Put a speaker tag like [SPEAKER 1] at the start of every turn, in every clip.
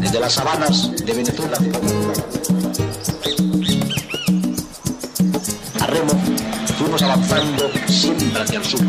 [SPEAKER 1] Desde las sabanas de Venezuela, a remo, fuimos avanzando siempre hacia el sur.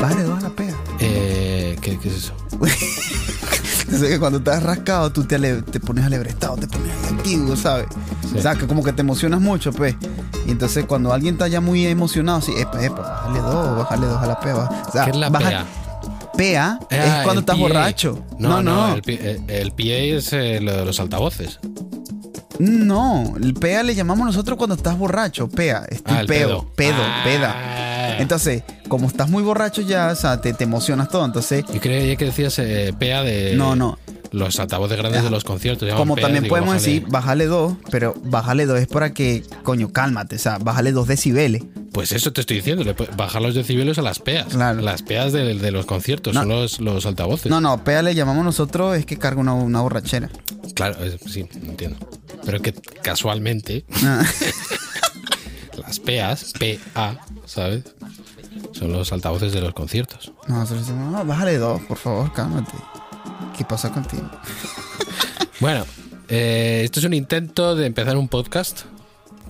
[SPEAKER 2] Vale, dos a la pega.
[SPEAKER 3] Eh, ¿qué, qué es eso?
[SPEAKER 2] Dice que cuando estás rascado, tú te, ale- te pones alebrestado, te pones activo, ¿sabes? O sea, que como que te emocionas mucho, pues. Y entonces cuando alguien está ya muy emocionado, sí, epa, epa, bájale dos, bájale dos a la pea. baja- O sea,
[SPEAKER 3] ¿Qué es la
[SPEAKER 2] baja-
[SPEAKER 3] PA?
[SPEAKER 2] PEA
[SPEAKER 3] Ah,
[SPEAKER 2] es cuando
[SPEAKER 3] el
[SPEAKER 2] estás
[SPEAKER 3] PA.
[SPEAKER 2] borracho.
[SPEAKER 3] No, no, El,
[SPEAKER 2] no.
[SPEAKER 3] P- eh, el PA es eh, lo de los altavoces.
[SPEAKER 2] No, el PEA le llamamos nosotros cuando estás borracho, PEA, estoy
[SPEAKER 3] Ah, el
[SPEAKER 2] pedo,
[SPEAKER 3] pedo.
[SPEAKER 2] pedo,
[SPEAKER 3] Ah.
[SPEAKER 2] peda. Entonces, como estás muy borracho ya, o sea, te, te emocionas todo, entonces,
[SPEAKER 3] Yo creía que decías eh, PA de.
[SPEAKER 2] No, no.
[SPEAKER 3] Los altavoces grandes de los conciertos. se llaman
[SPEAKER 2] como
[SPEAKER 3] PA,
[SPEAKER 2] también
[SPEAKER 3] digo,
[SPEAKER 2] podemos
[SPEAKER 3] bájale.
[SPEAKER 2] decir, bájale dos, pero bájale dos es para que, coño, cálmate, o sea, bájale dos decibeles.
[SPEAKER 3] Pues eso te estoy diciendo, le puedes bajar los decibeles a las peas.
[SPEAKER 2] Claro.
[SPEAKER 3] Las peas de, de los conciertos,
[SPEAKER 2] No.
[SPEAKER 3] son los, los altavoces.
[SPEAKER 2] No, no, PEA le llamamos nosotros es que carga una, una borrachera.
[SPEAKER 3] Claro, es- sí, entiendo. Pero que casualmente
[SPEAKER 2] Ah,
[SPEAKER 3] las peas, PA, ¿sabes? Son los altavoces de los conciertos.
[SPEAKER 2] Nosotros decimos, no, bájale dos, por favor, cálmate. ¿Qué pasa contigo?
[SPEAKER 3] Bueno, eh, esto es un intento de empezar un podcast.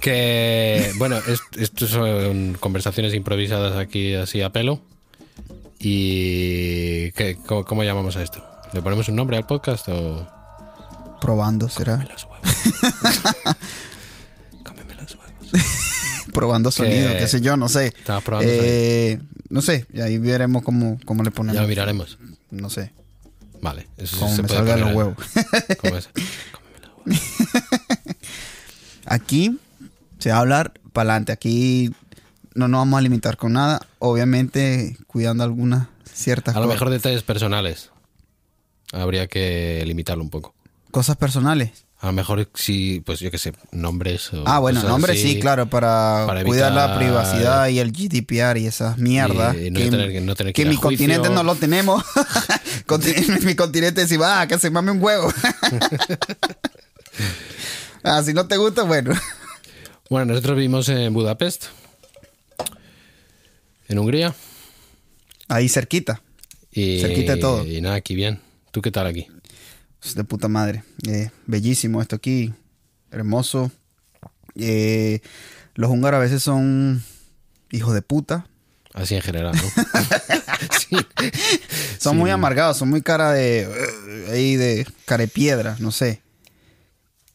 [SPEAKER 3] Que, bueno, es- esto son conversaciones improvisadas aquí así a pelo. ¿Y ¿qué- cómo, cómo llamamos a esto? ¿Le ponemos un nombre al podcast o...?
[SPEAKER 2] Probando, será.
[SPEAKER 3] Los huevos. Cómeme los huevos.
[SPEAKER 2] probando sonido, qué sé yo, no sé.
[SPEAKER 3] Estaba probando
[SPEAKER 2] Eh, No sé, y ahí veremos cómo, cómo le ponemos.
[SPEAKER 3] Ya lo miraremos.
[SPEAKER 2] No sé,
[SPEAKER 3] Vale. Eso sí
[SPEAKER 2] cómo
[SPEAKER 3] se
[SPEAKER 2] me
[SPEAKER 3] puede
[SPEAKER 2] salgan
[SPEAKER 3] poner
[SPEAKER 2] los
[SPEAKER 3] ahí.
[SPEAKER 2] huevos.
[SPEAKER 3] ¿Cómo es? Cómeme los huevos.
[SPEAKER 2] Aquí se va a hablar para adelante. Aquí no nos vamos a limitar con nada. Obviamente, cuidando algunas ciertas
[SPEAKER 3] A lo
[SPEAKER 2] co-
[SPEAKER 3] mejor detalles personales. Habría que limitarlo un poco.
[SPEAKER 2] cosas personales.
[SPEAKER 3] A lo mejor si, pues yo qué sé, nombres o
[SPEAKER 2] Ah, bueno,
[SPEAKER 3] cosas
[SPEAKER 2] no, hombre,
[SPEAKER 3] así,
[SPEAKER 2] sí, claro, para,
[SPEAKER 3] Pues, para
[SPEAKER 2] cuidar la
[SPEAKER 3] evitar-
[SPEAKER 2] privacidad y el GDPR y esas mierdas.
[SPEAKER 3] Y- y no tener que- no tener que
[SPEAKER 2] que
[SPEAKER 3] ir a
[SPEAKER 2] mi
[SPEAKER 3] juicio.
[SPEAKER 2] continente no lo tenemos. Contin- mi continente si va, que se mame un huevo. ah, si no te gusta, bueno.
[SPEAKER 3] Bueno, nosotros vivimos en Budapest, en Hungría.
[SPEAKER 2] Ahí cerquita.
[SPEAKER 3] Y,
[SPEAKER 2] Cerquita de todo.
[SPEAKER 3] Y nada, aquí bien. ¿Tú qué tal aquí?
[SPEAKER 2] Es de puta madre. Eh, bellísimo esto aquí. Hermoso. Eh, los húngaros a veces son hijos de puta.
[SPEAKER 3] Así en general, ¿no?
[SPEAKER 2] Son muy amargados, son muy cara de. eh, ahí de. cara de piedra, no sé.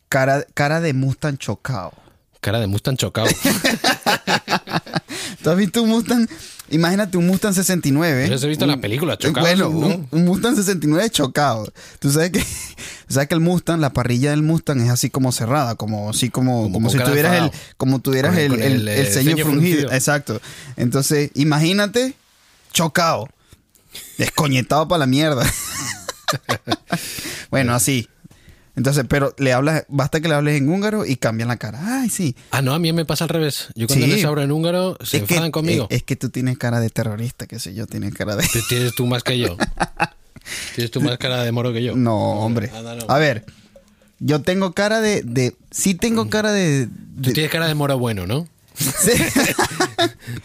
[SPEAKER 2] Cara, cara de Mustang chocado.
[SPEAKER 3] Cara de Mustang chocado.
[SPEAKER 2] ¿Tú has visto un Mustang? Imagínate un Mustang 69.
[SPEAKER 3] Yo los he visto en
[SPEAKER 2] Un-
[SPEAKER 3] la película, chocados,
[SPEAKER 2] Bueno,
[SPEAKER 3] ¿no?
[SPEAKER 2] un, un Mustang 69 chocado. Tú sabes que. sabes que el Mustang, la parrilla del Mustang es así como cerrada, como así como,
[SPEAKER 3] Como
[SPEAKER 2] como,
[SPEAKER 3] con
[SPEAKER 2] si
[SPEAKER 3] cara de
[SPEAKER 2] tuvieras el,
[SPEAKER 3] enfadado.
[SPEAKER 2] como tuvieras
[SPEAKER 3] Con-
[SPEAKER 2] el,
[SPEAKER 3] con
[SPEAKER 2] el-
[SPEAKER 3] el, eh,
[SPEAKER 2] el ceño
[SPEAKER 3] ceño
[SPEAKER 2] frungido.
[SPEAKER 3] fruncido.
[SPEAKER 2] Exacto. Entonces, imagínate, chocado. Descoñetado para la mierda. bueno, así. Entonces, pero le hablas, basta que le hables en húngaro y cambian la cara. Ay, sí.
[SPEAKER 3] Ah, no, a mí me pasa al revés. Yo cuando
[SPEAKER 2] Sí.
[SPEAKER 3] les hablo en húngaro, se
[SPEAKER 2] es
[SPEAKER 3] enfadan
[SPEAKER 2] que, eh,
[SPEAKER 3] conmigo.
[SPEAKER 2] Es, es que tú tienes cara de terrorista, qué sé yo, tienes cara de.
[SPEAKER 3] Tú Tienes tú más que yo. Tienes tú más cara de moro que yo.
[SPEAKER 2] No, hombre.
[SPEAKER 3] anda, no.
[SPEAKER 2] A ver, yo tengo cara de. de sí, tengo cara de.
[SPEAKER 3] Tú
[SPEAKER 2] de-
[SPEAKER 3] tienes cara de moro bueno, ¿no?
[SPEAKER 2] Sí.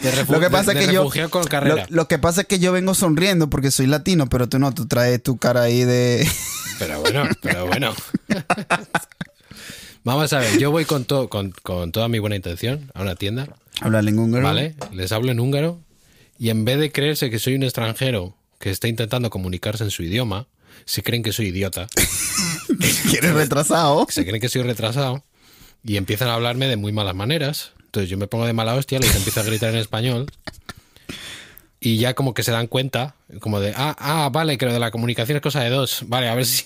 [SPEAKER 3] De refu-
[SPEAKER 2] lo que pasa
[SPEAKER 3] de-
[SPEAKER 2] es
[SPEAKER 3] de
[SPEAKER 2] que yo.
[SPEAKER 3] refugiado con
[SPEAKER 2] lo-
[SPEAKER 3] carrera.
[SPEAKER 2] Lo, que pasa es que yo vengo sonriendo porque soy latino, pero tú no, tú traes tu cara ahí de.
[SPEAKER 3] Pero bueno, pero bueno. Vamos a ver, yo voy con, to- con, con toda mi buena intención a una tienda,
[SPEAKER 2] Hablar en húngaro.
[SPEAKER 3] ¿vale? Les hablo en húngaro y en vez de creerse que soy un extranjero que está intentando comunicarse en su idioma, se creen que soy idiota,
[SPEAKER 2] Quieres retrasado.
[SPEAKER 3] se creen que soy retrasado y empiezan a hablarme de muy malas maneras. Entonces yo me pongo de mala hostia, les empiezo a gritar en español. Y ya como que se dan cuenta, como de, ah, ah, vale, que lo de la comunicación es cosa de dos. Vale, a ver si...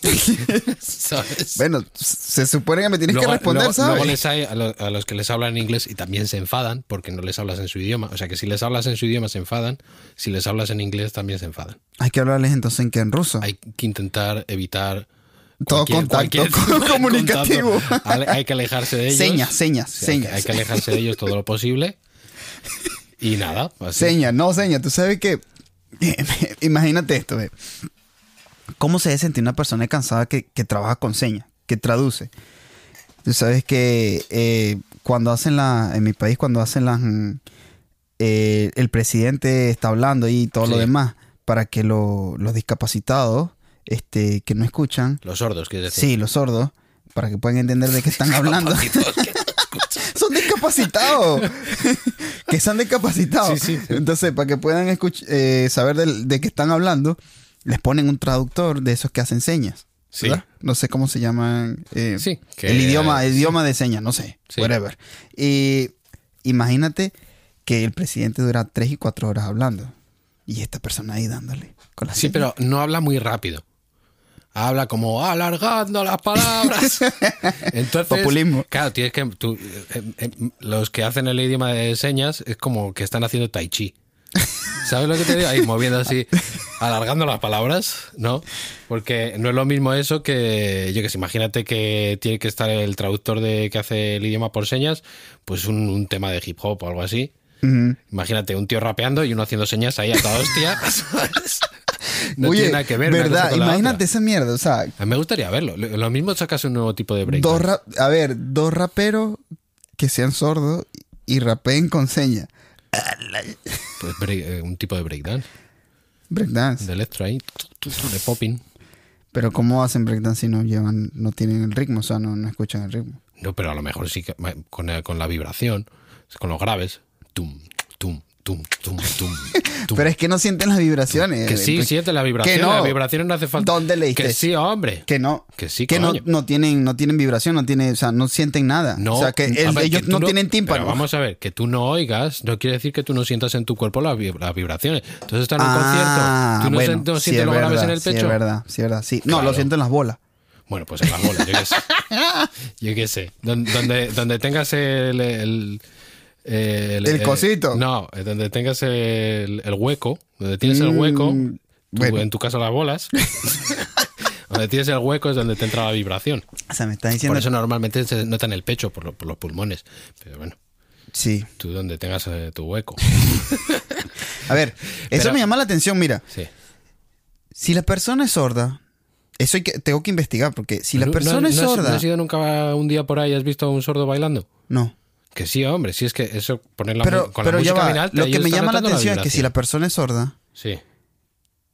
[SPEAKER 3] ¿Sabes?
[SPEAKER 2] Bueno, se supone que me tienes que responder,
[SPEAKER 3] luego-
[SPEAKER 2] ¿sabes?
[SPEAKER 3] luego les hay- a, lo- a los que les hablan en inglés y también se enfadan porque no les hablas en su idioma. O sea que si les hablas en su idioma se enfadan, si les hablas en inglés también se enfadan.
[SPEAKER 2] Hay que hablarles entonces en que en ruso.
[SPEAKER 3] Hay que intentar evitar
[SPEAKER 2] Todo contacto comunicativo.
[SPEAKER 3] contacto. Ale- Hay que alejarse de ellos.
[SPEAKER 2] Señas, señas,
[SPEAKER 3] O sea, hay que-
[SPEAKER 2] señas.
[SPEAKER 3] Hay que alejarse de ellos todo lo posible. Y nada, así.
[SPEAKER 2] Seña, no seña. Tú sabes que. Imagínate esto, ve. ¿Cómo se debe sentir una persona cansada que, que trabaja con señas, que traduce? Tú sabes que eh, cuando hacen la. En mi país, cuando hacen las. mm, eh, el presidente está hablando y todo lo
[SPEAKER 3] Sí.
[SPEAKER 2] demás para que lo- los discapacitados este, que no escuchan,
[SPEAKER 3] Los sordos, quieres decir.
[SPEAKER 2] sí, los sordos, para que puedan entender de qué están hablando. son discapacitados. que están discapacitados.
[SPEAKER 3] Sí, sí, sí.
[SPEAKER 2] Entonces, para que puedan escuch- eh, saber del- de qué están hablando, les ponen un traductor de esos que hacen señas.
[SPEAKER 3] Sí.
[SPEAKER 2] ¿verdad? No sé cómo se llaman. eh,
[SPEAKER 3] Sí, que-
[SPEAKER 2] el idioma, el idioma de señas, no sé.
[SPEAKER 3] Sí.
[SPEAKER 2] Whatever. Y imagínate que el presidente dura tres y cuatro horas hablando. Y esta persona ahí dándole con la
[SPEAKER 3] Sí, pero no habla muy rápido. Habla como alargando las palabras. Entonces,
[SPEAKER 2] Populismo.
[SPEAKER 3] Claro, tienes que. tú, eh, eh, los que hacen el idioma de señas es como que están haciendo tai chi. ¿Sabes lo que te digo? Ahí moviendo así, alargando las palabras, ¿no? Porque no es lo mismo eso que, yo que sé, imagínate que tiene que estar el traductor de que hace el idioma por señas, pues un, un tema de hip hop o algo así. Imagínate un tío rapeando y uno haciendo señas ahí a toda hostia. ¿sabes? No
[SPEAKER 2] Oye,
[SPEAKER 3] tiene nada que ver. una cosa
[SPEAKER 2] ¿verdad?
[SPEAKER 3] con la
[SPEAKER 2] Imagínate
[SPEAKER 3] otra.
[SPEAKER 2] esa mierda. O sea,
[SPEAKER 3] A mí me gustaría verlo. Lo lo mismo sacas un nuevo tipo de break.
[SPEAKER 2] Dos ra- a ver, dos raperos que sean sordos y rapeen con seña.
[SPEAKER 3] Pues break- eh, un tipo de breakdance.
[SPEAKER 2] Breakdance.
[SPEAKER 3] De electro ahí. tu, tu, tu, De popping.
[SPEAKER 2] Pero ¿cómo hacen breakdance si no llevan, no tienen el ritmo? O sea, no, no escuchan el ritmo.
[SPEAKER 3] No, pero a lo mejor sí que ma- con, eh, con la vibración, con los graves. Tum, tum, tum, tum, tum. tum.
[SPEAKER 2] Pero es que no sienten las vibraciones.
[SPEAKER 3] que sí,
[SPEAKER 2] Pues,
[SPEAKER 3] siente la vibración.
[SPEAKER 2] Que no.
[SPEAKER 3] La vibración no hace falta.
[SPEAKER 2] ¿Dónde leíste?
[SPEAKER 3] Que sí, hombre.
[SPEAKER 2] Que no.
[SPEAKER 3] Que sí,
[SPEAKER 2] Que no,
[SPEAKER 3] coño.
[SPEAKER 2] no tienen, no tienen vibración, no tienen, o sea, no sienten nada.
[SPEAKER 3] No,
[SPEAKER 2] o sea, que,
[SPEAKER 3] a
[SPEAKER 2] el-
[SPEAKER 3] ver,
[SPEAKER 2] ellos
[SPEAKER 3] que
[SPEAKER 2] no,
[SPEAKER 3] tú
[SPEAKER 2] tienen tímpano.
[SPEAKER 3] Pero vamos a ver, que tú no oigas no quiere decir que tú no sientas en tu cuerpo las, vib- las vibraciones. Entonces estás en un
[SPEAKER 2] Ah,
[SPEAKER 3] concierto, tú no,
[SPEAKER 2] bueno,
[SPEAKER 3] sen- no
[SPEAKER 2] sí
[SPEAKER 3] sientes
[SPEAKER 2] es
[SPEAKER 3] los graves en
[SPEAKER 2] verdad,
[SPEAKER 3] el
[SPEAKER 2] Sí, es
[SPEAKER 3] pecho.
[SPEAKER 2] verdad, sí, es verdad. Sí. No, lo
[SPEAKER 3] Claro.
[SPEAKER 2] siento en las bolas.
[SPEAKER 3] bueno, pues en las bolas, yo qué sé. Yo qué sé. Don- Donde, donde tengas el. El, el-
[SPEAKER 2] El cosito.
[SPEAKER 3] no, eh, donde tengas el, el hueco, donde tienes el hueco,
[SPEAKER 2] Mm,
[SPEAKER 3] tú-
[SPEAKER 2] bueno.
[SPEAKER 3] en tu caso las bolas, donde tienes el hueco es donde te entra la vibración.
[SPEAKER 2] O sea, me estás diciendo.
[SPEAKER 3] Por eso normalmente se nota en el pecho, por, lo- por los pulmones. Pero bueno,
[SPEAKER 2] Sí.
[SPEAKER 3] tú donde tengas eh, tu hueco.
[SPEAKER 2] A ver, eso
[SPEAKER 3] Pero-
[SPEAKER 2] me llama la atención, mira.
[SPEAKER 3] Sí.
[SPEAKER 2] Si la persona es sorda, eso hay que, tengo que investigar, porque si la
[SPEAKER 3] No-
[SPEAKER 2] persona
[SPEAKER 3] no,
[SPEAKER 2] es
[SPEAKER 3] no has-
[SPEAKER 2] sorda.
[SPEAKER 3] ¿No has ido nunca un día por ahí y has visto a un sordo bailando?
[SPEAKER 2] no.
[SPEAKER 3] Que sí, hombre, sí es que eso, poner la mu-
[SPEAKER 2] Pero,
[SPEAKER 3] con
[SPEAKER 2] pero
[SPEAKER 3] la
[SPEAKER 2] ya
[SPEAKER 3] música
[SPEAKER 2] va.
[SPEAKER 3] bien alta,
[SPEAKER 2] Lo
[SPEAKER 3] y
[SPEAKER 2] que me
[SPEAKER 3] está
[SPEAKER 2] llama la
[SPEAKER 3] notando
[SPEAKER 2] atención es que si la
[SPEAKER 3] vibración.
[SPEAKER 2] persona es sorda,
[SPEAKER 3] Sí.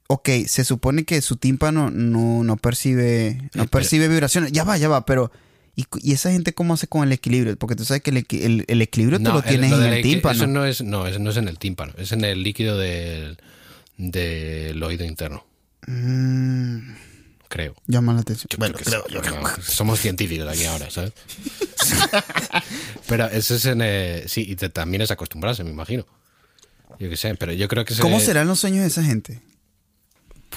[SPEAKER 2] ok, se supone que su tímpano no, no percibe, no
[SPEAKER 3] Espera.
[SPEAKER 2] percibe vibraciones. Ya va, ya va, pero. ¿Y, cu- y esa gente cómo hace con el equilibrio? Porque tú sabes que el, equi- el- el equilibrio te
[SPEAKER 3] No,
[SPEAKER 2] lo tienes
[SPEAKER 3] lo
[SPEAKER 2] en
[SPEAKER 3] del
[SPEAKER 2] el
[SPEAKER 3] equi-
[SPEAKER 2] tímpano.
[SPEAKER 3] Eso no es, no, eso no es en el tímpano, es en el líquido del, del oído interno,
[SPEAKER 2] Mm,
[SPEAKER 3] creo.
[SPEAKER 2] llama la atención. Bueno,
[SPEAKER 3] Yo qué
[SPEAKER 2] creo,
[SPEAKER 3] sé,
[SPEAKER 2] yo creo.
[SPEAKER 3] no, somos científicos aquí ahora, ¿sabes? pero eso es en... eh, sí, y te- también es acostumbrarse, me imagino. Yo qué sé, pero yo creo que... se-
[SPEAKER 2] ¿Cómo serán los sueños de esa gente?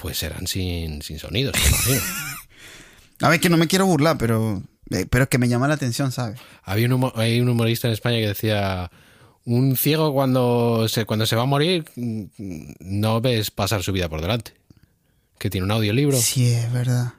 [SPEAKER 3] Pues serán sin, sin sonidos, me imagino.
[SPEAKER 2] A ver, que no me quiero burlar, pero, eh, pero es que me llama la atención, ¿sabes?
[SPEAKER 3] Había un, humo- hay un humorista en España que decía, un ciego cuando se, cuando se va a morir mm, no ves pasar su vida por delante. Que tiene un audiolibro.
[SPEAKER 2] Sí, es verdad.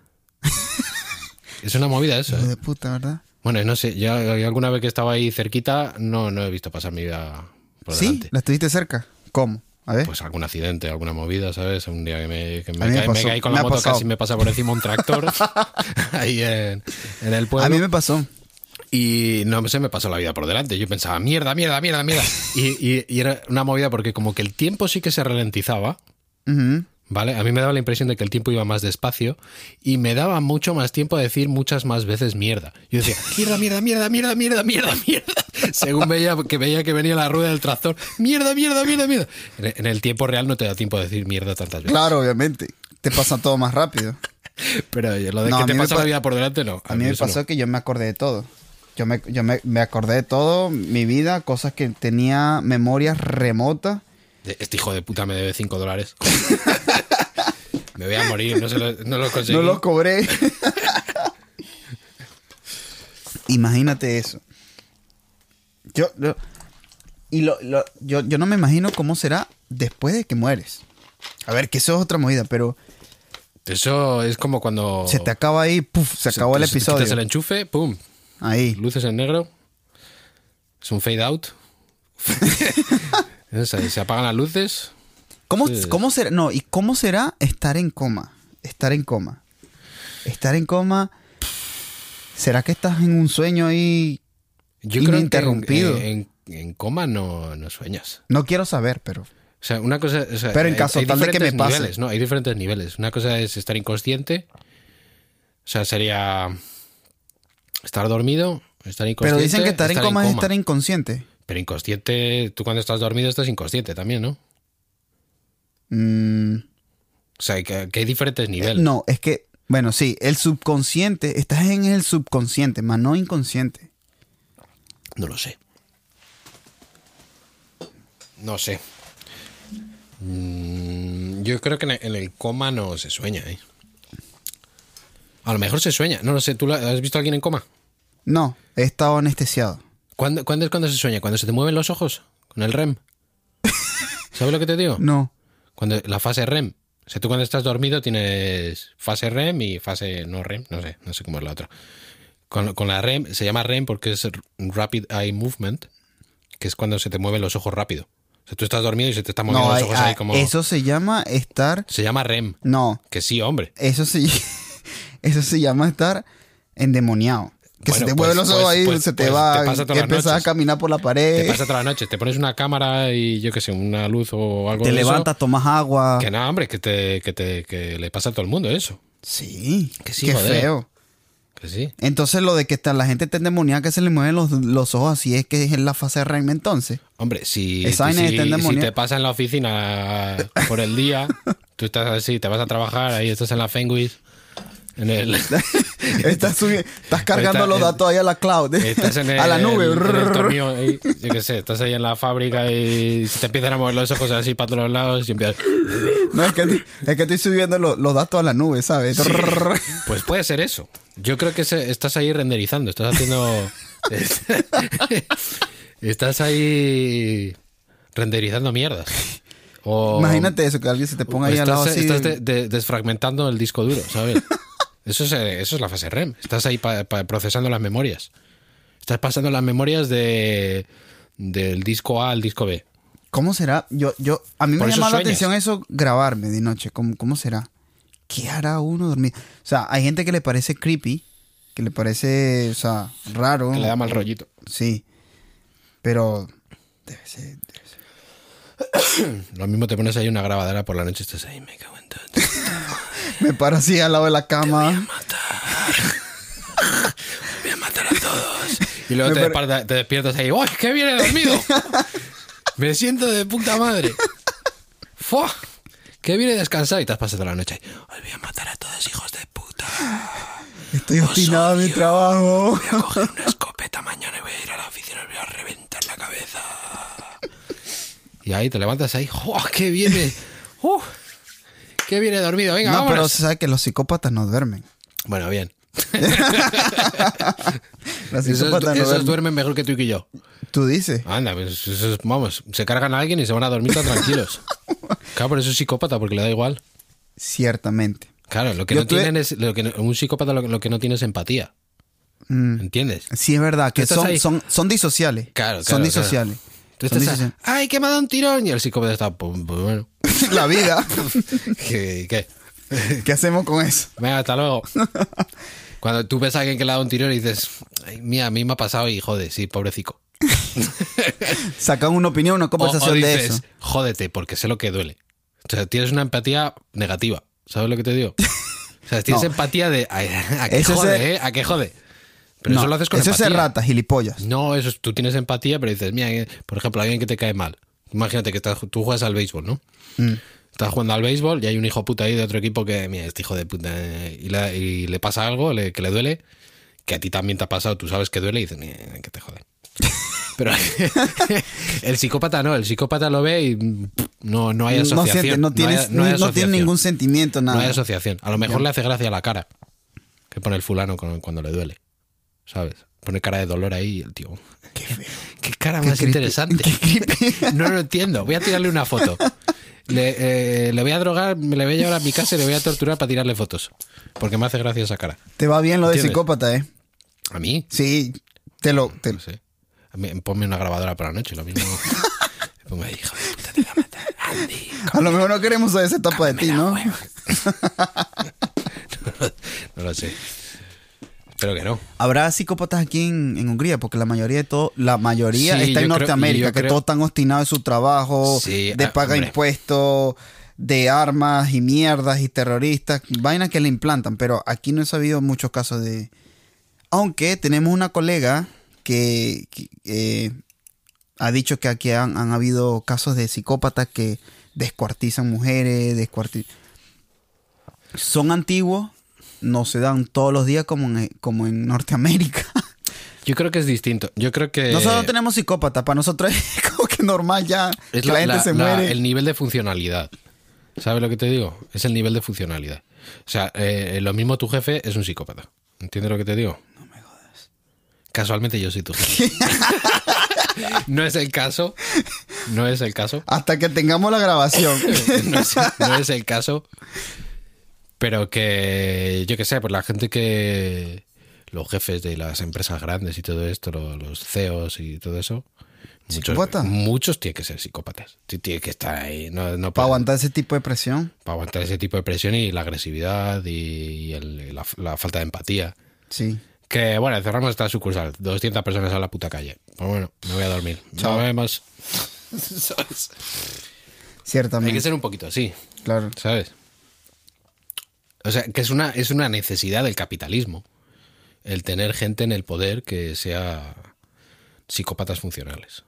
[SPEAKER 3] Es una movida eso.
[SPEAKER 2] Hijo
[SPEAKER 3] ¿eh?
[SPEAKER 2] de puta, ¿verdad?
[SPEAKER 3] Bueno, no sé, yo yo alguna vez que estaba ahí cerquita no, no he visto pasar mi vida por
[SPEAKER 2] Sí,
[SPEAKER 3] delante.
[SPEAKER 2] la estuviste cerca. ¿Cómo? A ver.
[SPEAKER 3] Pues algún accidente, alguna movida, ¿sabes? Un día que me, que me
[SPEAKER 2] A mí me
[SPEAKER 3] caí, me
[SPEAKER 2] pasó,
[SPEAKER 3] caí con
[SPEAKER 2] me
[SPEAKER 3] la
[SPEAKER 2] ha
[SPEAKER 3] moto,
[SPEAKER 2] pasado.
[SPEAKER 3] casi me pasa por encima un tractor ahí en, en el pueblo.
[SPEAKER 2] a mí me pasó.
[SPEAKER 3] Y no se me pasó la vida por delante. Yo pensaba, mierda, mierda, mierda, mierda. Y, y- y era una movida porque como que el tiempo sí que se ralentizaba,
[SPEAKER 2] Ujú.
[SPEAKER 3] ¿vale? A mí me daba la impresión de que el tiempo iba más despacio y me daba mucho más tiempo a decir muchas más veces mierda. Yo decía, mierda, mierda, mierda, mierda, mierda, mierda, mierda. Según veía que, veía que venía la rueda del tractor, mierda, mierda, mierda, mierda. En, en el tiempo real no te da tiempo a decir mierda tantas veces.
[SPEAKER 2] Claro, obviamente. Te pasa todo más rápido.
[SPEAKER 3] Pero oye, lo de
[SPEAKER 2] No, a
[SPEAKER 3] que
[SPEAKER 2] mí
[SPEAKER 3] te
[SPEAKER 2] me
[SPEAKER 3] pasa
[SPEAKER 2] pa-
[SPEAKER 3] la vida por delante, no.
[SPEAKER 2] A mí me
[SPEAKER 3] eso no.
[SPEAKER 2] pasó que yo me acordé de todo. Yo me, yo me, me acordé de todo, mi vida, cosas que tenía memorias remotas.
[SPEAKER 3] De- Este hijo de puta me debe 5 dólares. me voy a morir, no, se lo, no lo conseguí.
[SPEAKER 2] No los cobré. Imagínate eso. Yo, yo- y lo, lo- yo, yo no me imagino cómo será después de que mueres. A ver, que eso es otra movida, pero
[SPEAKER 3] Eso es como cuando.
[SPEAKER 2] se te acaba ahí, puf, se acabó el
[SPEAKER 3] te Quitas el
[SPEAKER 2] episodio.
[SPEAKER 3] enchufe, pum,
[SPEAKER 2] Ahí.
[SPEAKER 3] luces en negro. Es un fade out. se, se apagan las luces.
[SPEAKER 2] ¿Cómo,
[SPEAKER 3] Sí.
[SPEAKER 2] cómo será? No, ¿y cómo será estar en coma? Estar en coma. Estar en coma. ¿Será que estás en un sueño ahí?
[SPEAKER 3] Yo creo que en-
[SPEAKER 2] Ininterrumpido.
[SPEAKER 3] en, en coma no, no sueñas.
[SPEAKER 2] No quiero saber, pero.
[SPEAKER 3] O sea, una cosa. o sea,
[SPEAKER 2] Pero en
[SPEAKER 3] hay-
[SPEAKER 2] caso
[SPEAKER 3] hay
[SPEAKER 2] tal de que
[SPEAKER 3] diferentes
[SPEAKER 2] me pase.
[SPEAKER 3] Niveles, no, hay diferentes niveles. Una cosa es estar inconsciente. O sea, sería. Estar dormido, estar
[SPEAKER 2] Pero
[SPEAKER 3] inconsciente.
[SPEAKER 2] dicen que estar, en coma es estar inconsciente.
[SPEAKER 3] Pero inconsciente, tú cuando estás dormido estás inconsciente también, ¿no? O
[SPEAKER 2] Mm, Eh,
[SPEAKER 3] sea, que, que hay diferentes niveles.
[SPEAKER 2] no, es que. Bueno, sí, el subconsciente. Estás en el subconsciente, más no inconsciente.
[SPEAKER 3] No lo sé. No sé. Mm, yo creo que en el- en el coma no se sueña, ¿eh? A lo mejor se sueña. No lo sé. ¿Tú lo- has visto a alguien en coma?
[SPEAKER 2] No, he estado anestesiado.
[SPEAKER 3] ¿Cuándo, cuándo es cuando se sueña? ¿Cuando se te mueven los ojos? Con el REM. ¿Sabes lo que te digo?
[SPEAKER 2] No.
[SPEAKER 3] Cuando la fase REM. O sea, tú cuando estás dormido tienes fase REM y fase no REM. No sé, no sé cómo es la otra. Con, con la REM, se llama REM porque es Rapid Eye Movement, que es cuando se te mueven los ojos rápido. O sea, tú estás dormido y se te están moviendo
[SPEAKER 2] No,
[SPEAKER 3] los
[SPEAKER 2] hay-
[SPEAKER 3] ojos
[SPEAKER 2] ah,
[SPEAKER 3] ahí como...
[SPEAKER 2] eso se llama estar.
[SPEAKER 3] Se llama REM.
[SPEAKER 2] No,
[SPEAKER 3] Que sí, hombre.
[SPEAKER 2] Eso se, eso se llama estar endemoniado. Que
[SPEAKER 3] Bueno,
[SPEAKER 2] se te
[SPEAKER 3] pues-
[SPEAKER 2] mueven los ojos
[SPEAKER 3] pues-
[SPEAKER 2] ahí,
[SPEAKER 3] pues-
[SPEAKER 2] se te
[SPEAKER 3] pues
[SPEAKER 2] va,
[SPEAKER 3] te pasa todas
[SPEAKER 2] que
[SPEAKER 3] las
[SPEAKER 2] empezás a
[SPEAKER 3] noches.
[SPEAKER 2] caminar por la pared,
[SPEAKER 3] Te
[SPEAKER 2] te,
[SPEAKER 3] pasa toda la noche, te pones una cámara y yo qué sé, una luz o algo de eso.
[SPEAKER 2] levantas, tomas agua.
[SPEAKER 3] Que no, hombre, que, te, que, te, que le pasa a todo el mundo eso.
[SPEAKER 2] Sí,
[SPEAKER 3] Que sí,
[SPEAKER 2] qué
[SPEAKER 3] joder.
[SPEAKER 2] feo.
[SPEAKER 3] Que sí.
[SPEAKER 2] Entonces lo de que está, la gente está endemoniada, que se le mueven los, los ojos así, es que es en la fase REM entonces.
[SPEAKER 3] Hombre, si,
[SPEAKER 2] Esa vaina
[SPEAKER 3] si-
[SPEAKER 2] está en
[SPEAKER 3] si
[SPEAKER 2] demonio.
[SPEAKER 3] te pasa en la oficina por el día, tú estás así, te vas a trabajar, ahí estás en la Fenguis, en el,
[SPEAKER 2] estás, subi- estás cargando
[SPEAKER 3] Está-
[SPEAKER 2] los datos ahí a la cloud,
[SPEAKER 3] estás en el-
[SPEAKER 2] a la nube.
[SPEAKER 3] en el tornillo, ahí, yo qué sé, estás ahí en la fábrica y se te empiezan a mover los ojos así para todos los lados y empiezas...
[SPEAKER 2] no, es que, es que estoy subiendo lo- los datos a la nube, ¿sabes?
[SPEAKER 3] Pues puede ser eso. Yo creo que se- estás ahí renderizando, estás haciendo... estás ahí renderizando mierdas. O-
[SPEAKER 2] Imagínate eso, que alguien se te ponga ahí al lado
[SPEAKER 3] estás, eh,
[SPEAKER 2] así.
[SPEAKER 3] estás de- de- desfragmentando el disco duro, ¿sabes? Eso es, eh, eso es la fase REM. Estás ahí pa- pa- procesando las memorias. Estás pasando las memorias de del disco A al disco B.
[SPEAKER 2] ¿Cómo será? Yo, yo, a mí
[SPEAKER 3] Por
[SPEAKER 2] me
[SPEAKER 3] eso
[SPEAKER 2] llama la
[SPEAKER 3] sueñas.
[SPEAKER 2] atención eso grabarme de noche. ¿Cómo, cómo será? ¿Qué hará uno dormir? O sea, hay gente que le parece creepy, que le parece, o sea, raro.
[SPEAKER 3] Que le da mal rollito.
[SPEAKER 2] Sí. Pero debe ser, debe ser.
[SPEAKER 3] Lo mismo te pones ahí una grabadora por la noche y estás ahí, me cago en todo.
[SPEAKER 2] Me paro así al lado de la cama.
[SPEAKER 3] Voy a matar a todos. Y luego
[SPEAKER 2] Me
[SPEAKER 3] te,
[SPEAKER 2] pare-
[SPEAKER 3] desparta- te despiertas ahí, ¡Uy, qué bien he dormido! Me siento de puta madre. ¡Fua! ¡Qué bien he descansado! Y te has pasado toda la noche ahí. Os voy a matar a todos, hijos de puta.
[SPEAKER 2] Estoy obstinado a mi trabajo.
[SPEAKER 3] Voy a coger una escopeta mañana y voy a ir a la oficina y voy a reventar la cabeza. Y ahí te levantas ahí. ¡Oh, qué bien! he- ¡Uh! ¡Qué bien he dormido! Venga,
[SPEAKER 2] No, pero
[SPEAKER 3] vámonos.
[SPEAKER 2] se sabe que los psicópatas no duermen.
[SPEAKER 3] Bueno, bien.
[SPEAKER 2] Los
[SPEAKER 3] Esos,
[SPEAKER 2] psicópatas no
[SPEAKER 3] esos
[SPEAKER 2] duermen.
[SPEAKER 3] duermen mejor que tú y que yo.
[SPEAKER 2] Tú dices.
[SPEAKER 3] Anda, pues esos- vamos, se cargan a alguien y se van a dormir tan tranquilos. Claro, pero eso es psicópata porque le da igual.
[SPEAKER 2] Ciertamente.
[SPEAKER 3] Claro, lo que
[SPEAKER 2] Yo
[SPEAKER 3] no
[SPEAKER 2] tuve-
[SPEAKER 3] tienen es. Lo que no- un psicópata lo, que- lo que no tiene es empatía.
[SPEAKER 2] Mm.
[SPEAKER 3] ¿Entiendes?
[SPEAKER 2] Sí, es verdad, que
[SPEAKER 3] estás ahí.
[SPEAKER 2] son, son, son disociales.
[SPEAKER 3] Claro, claro.
[SPEAKER 2] Son
[SPEAKER 3] claro.
[SPEAKER 2] disociales.
[SPEAKER 3] Tú
[SPEAKER 2] Son
[SPEAKER 3] estás a-
[SPEAKER 2] disociales.
[SPEAKER 3] ¡Ay, que me ha dado un tirón! Y el psicópata está. Pues, pues bueno.
[SPEAKER 2] la vida.
[SPEAKER 3] ¿Qué? qué?
[SPEAKER 2] ¿Qué hacemos con eso?
[SPEAKER 3] Venga, hasta luego. Cuando tú ves a alguien que le ha dado un tirón y dices, ay, mira, a mí me ha pasado y jode, sí, pobrecico.
[SPEAKER 2] Sacan una opinión, una
[SPEAKER 3] O,
[SPEAKER 2] conversación
[SPEAKER 3] o
[SPEAKER 2] de
[SPEAKER 3] dices,
[SPEAKER 2] eso.
[SPEAKER 3] jódete, porque sé lo que duele. O sea, tienes una empatía negativa. ¿Sabes lo que te digo? O sea, tienes
[SPEAKER 2] No.
[SPEAKER 3] empatía de, ay, a que
[SPEAKER 2] Eso es
[SPEAKER 3] jode,
[SPEAKER 2] el-
[SPEAKER 3] ¿eh? A que jode. Pero
[SPEAKER 2] No,
[SPEAKER 3] eso lo haces con
[SPEAKER 2] eso
[SPEAKER 3] empatía.
[SPEAKER 2] es de rata, gilipollas.
[SPEAKER 3] No, eso es, tú tienes empatía, pero dices, mira, eh, por ejemplo, alguien que te cae mal. Imagínate que estás- tú juegas al béisbol, ¿no?
[SPEAKER 2] Mm.
[SPEAKER 3] Estás jugando al béisbol y hay un hijo puta ahí de otro equipo que, mira, este hijo de puta, eh, y, la- y le pasa algo le- que le duele, que a ti también te ha pasado, tú sabes que duele y dices, "Nie, que te jode. Pero el psicópata no, el psicópata lo ve y pff, no, no hay
[SPEAKER 2] No
[SPEAKER 3] asociación.
[SPEAKER 2] siente, no tienes,
[SPEAKER 3] hay- no
[SPEAKER 2] no
[SPEAKER 3] hay
[SPEAKER 2] tiene
[SPEAKER 3] asociación.
[SPEAKER 2] ningún sentimiento, nada.
[SPEAKER 3] No hay asociación. A lo mejor le hace gracia la cara que pone el fulano con- cuando le duele. ¿Sabes? Pone cara de dolor ahí y el tío. Qué, qué cara más
[SPEAKER 2] creepy.
[SPEAKER 3] interesante. no lo entiendo. Voy a tirarle una foto. Le, eh, le voy a drogar, me le voy a llevar a mi casa y le voy a torturar para tirarle fotos. Porque me hace gracia esa cara.
[SPEAKER 2] Te va bien lo de
[SPEAKER 3] ¿Entiendes?
[SPEAKER 2] psicópata, ¿eh?
[SPEAKER 3] A mí,
[SPEAKER 2] Sí, te lo... te-
[SPEAKER 3] no sé. A mí, ponme una grabadora para la noche, lo mismo. Me pongo ahí, hijo de puta, te la mata. Andy,
[SPEAKER 2] a lo mejor no queremos saber esa etapa de ti, ¿no?
[SPEAKER 3] no lo sé. Espero que no.
[SPEAKER 2] Habrá psicópatas aquí en, en Hungría, porque la mayoría de todo, la mayoría
[SPEAKER 3] Sí,
[SPEAKER 2] está en
[SPEAKER 3] yo creo-
[SPEAKER 2] Norteamérica,
[SPEAKER 3] yo
[SPEAKER 2] que
[SPEAKER 3] creo-
[SPEAKER 2] todos están obstinados en su trabajo,
[SPEAKER 3] Sí,
[SPEAKER 2] de
[SPEAKER 3] ah,
[SPEAKER 2] paga
[SPEAKER 3] hombre.
[SPEAKER 2] impuestos, de armas y mierdas y terroristas, vainas que le implantan, pero aquí no he sabido muchos casos de... Aunque tenemos una colega que, que, eh, ha dicho que aquí han, han habido casos de psicópatas que descuartizan mujeres, descuartizan... Son antiguos, no se dan todos los días como en, como en Norteamérica.
[SPEAKER 3] Yo creo que es distinto. Yo creo que.
[SPEAKER 2] Nosotros no tenemos psicópatas, para nosotros es como que normal ya
[SPEAKER 3] es
[SPEAKER 2] que la, gente se
[SPEAKER 3] la-
[SPEAKER 2] muere.
[SPEAKER 3] el nivel de funcionalidad. ¿Sabes lo que te digo? Es el nivel de funcionalidad. O sea, eh, lo mismo tu jefe es un psicópata. ¿Entiendes lo que te digo? No me jodas. Casualmente yo soy tu jefe. no es el caso. No es el caso.
[SPEAKER 2] Hasta que tengamos la grabación.
[SPEAKER 3] no, es, no es el caso. Pero que, yo que sé, pues la gente que. Los jefes de las empresas grandes y todo esto, lo- los CEOs y todo eso. Muchos,
[SPEAKER 2] ¿Psicópata?
[SPEAKER 3] muchos tienen que ser psicópatas. Ti- Tienen que estar ahí. No,
[SPEAKER 2] para
[SPEAKER 3] no pueden-
[SPEAKER 2] aguantar ese tipo de presión.
[SPEAKER 3] para aguantar ese tipo de presión y la agresividad y, y el- la, la falta de empatía.
[SPEAKER 2] Sí.
[SPEAKER 3] Que bueno, cerramos esta sucursal. 200 personas a la puta calle. Pues bueno, me voy a dormir.
[SPEAKER 2] Chao.
[SPEAKER 3] Nos vemos. ¿Sabes? Hay que
[SPEAKER 2] Ciertamente.
[SPEAKER 3] ser un poquito así.
[SPEAKER 2] Claro.
[SPEAKER 3] ¿Sabes? O sea, que es una, es una necesidad del capitalismo. El tener gente en el poder que sea psicópatas funcionales.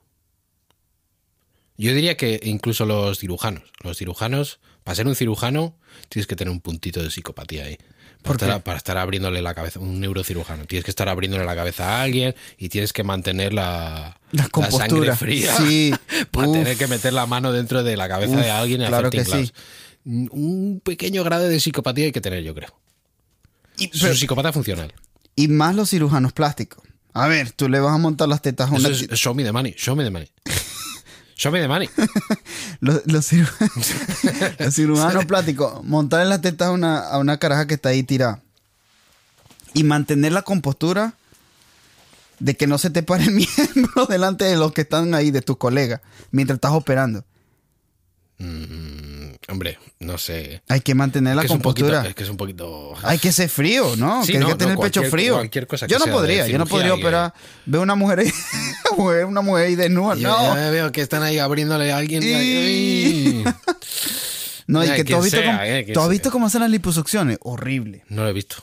[SPEAKER 3] Yo diría que incluso los cirujanos. Los cirujanos, para ser un cirujano, tienes que tener un puntito de psicopatía ahí. Para,
[SPEAKER 2] ¿Por qué?
[SPEAKER 3] estar, para estar abriéndole la cabeza, un neurocirujano. Tienes que estar abriéndole la cabeza a alguien y tienes que mantener la,
[SPEAKER 2] La compostura.
[SPEAKER 3] sangre fría.
[SPEAKER 2] Sí.
[SPEAKER 3] para
[SPEAKER 2] Uf.
[SPEAKER 3] tener que meter la mano dentro de la cabeza
[SPEAKER 2] Uf,
[SPEAKER 3] de alguien y
[SPEAKER 2] claro
[SPEAKER 3] hacer
[SPEAKER 2] que
[SPEAKER 3] tinglaos.
[SPEAKER 2] sí.
[SPEAKER 3] Un pequeño grado de psicopatía hay que tener, yo creo.
[SPEAKER 2] Y,
[SPEAKER 3] Es
[SPEAKER 2] pero-
[SPEAKER 3] un psicópata funcional.
[SPEAKER 2] y más los cirujanos plásticos. A ver, tú le vas a montar las tetas a
[SPEAKER 3] Eso
[SPEAKER 2] una.
[SPEAKER 3] es
[SPEAKER 2] ti-
[SPEAKER 3] show me the money, show me the money. show me the money.
[SPEAKER 2] Los, los cirujanos, los cirujanos plásticos, montarle las tetas a una, a una caraja que está ahí tirada. Y mantener la compostura de que no se te pare el miembro delante de los que están ahí, de tus colegas, mientras estás operando.
[SPEAKER 3] Mm, hombre, no sé.
[SPEAKER 2] Hay que mantener la
[SPEAKER 3] Que es, un poquito,
[SPEAKER 2] compostura.
[SPEAKER 3] es que es un poquito...
[SPEAKER 2] Hay que ser frío, ¿no?
[SPEAKER 3] Sí,
[SPEAKER 2] que
[SPEAKER 3] no,
[SPEAKER 2] hay
[SPEAKER 3] no,
[SPEAKER 2] que tener el pecho
[SPEAKER 3] cualquier-
[SPEAKER 2] frío.
[SPEAKER 3] cualquier cosa que
[SPEAKER 2] yo no
[SPEAKER 3] sea de
[SPEAKER 2] podría, yo no
[SPEAKER 3] cirugía
[SPEAKER 2] podría
[SPEAKER 3] y que-
[SPEAKER 2] operar. Veo una mujer ahí, una mujer- una mujer ahí desnuda.
[SPEAKER 3] Yo
[SPEAKER 2] No,
[SPEAKER 3] ya veo que están ahí abriéndole a alguien. y-
[SPEAKER 2] Y- no, y
[SPEAKER 3] Ya,
[SPEAKER 2] que tú has
[SPEAKER 3] quien
[SPEAKER 2] visto,
[SPEAKER 3] sea,
[SPEAKER 2] cómo,
[SPEAKER 3] eh, quien
[SPEAKER 2] tú has
[SPEAKER 3] sea.
[SPEAKER 2] visto cómo hacen las liposucciones. Horrible.
[SPEAKER 3] No lo he visto.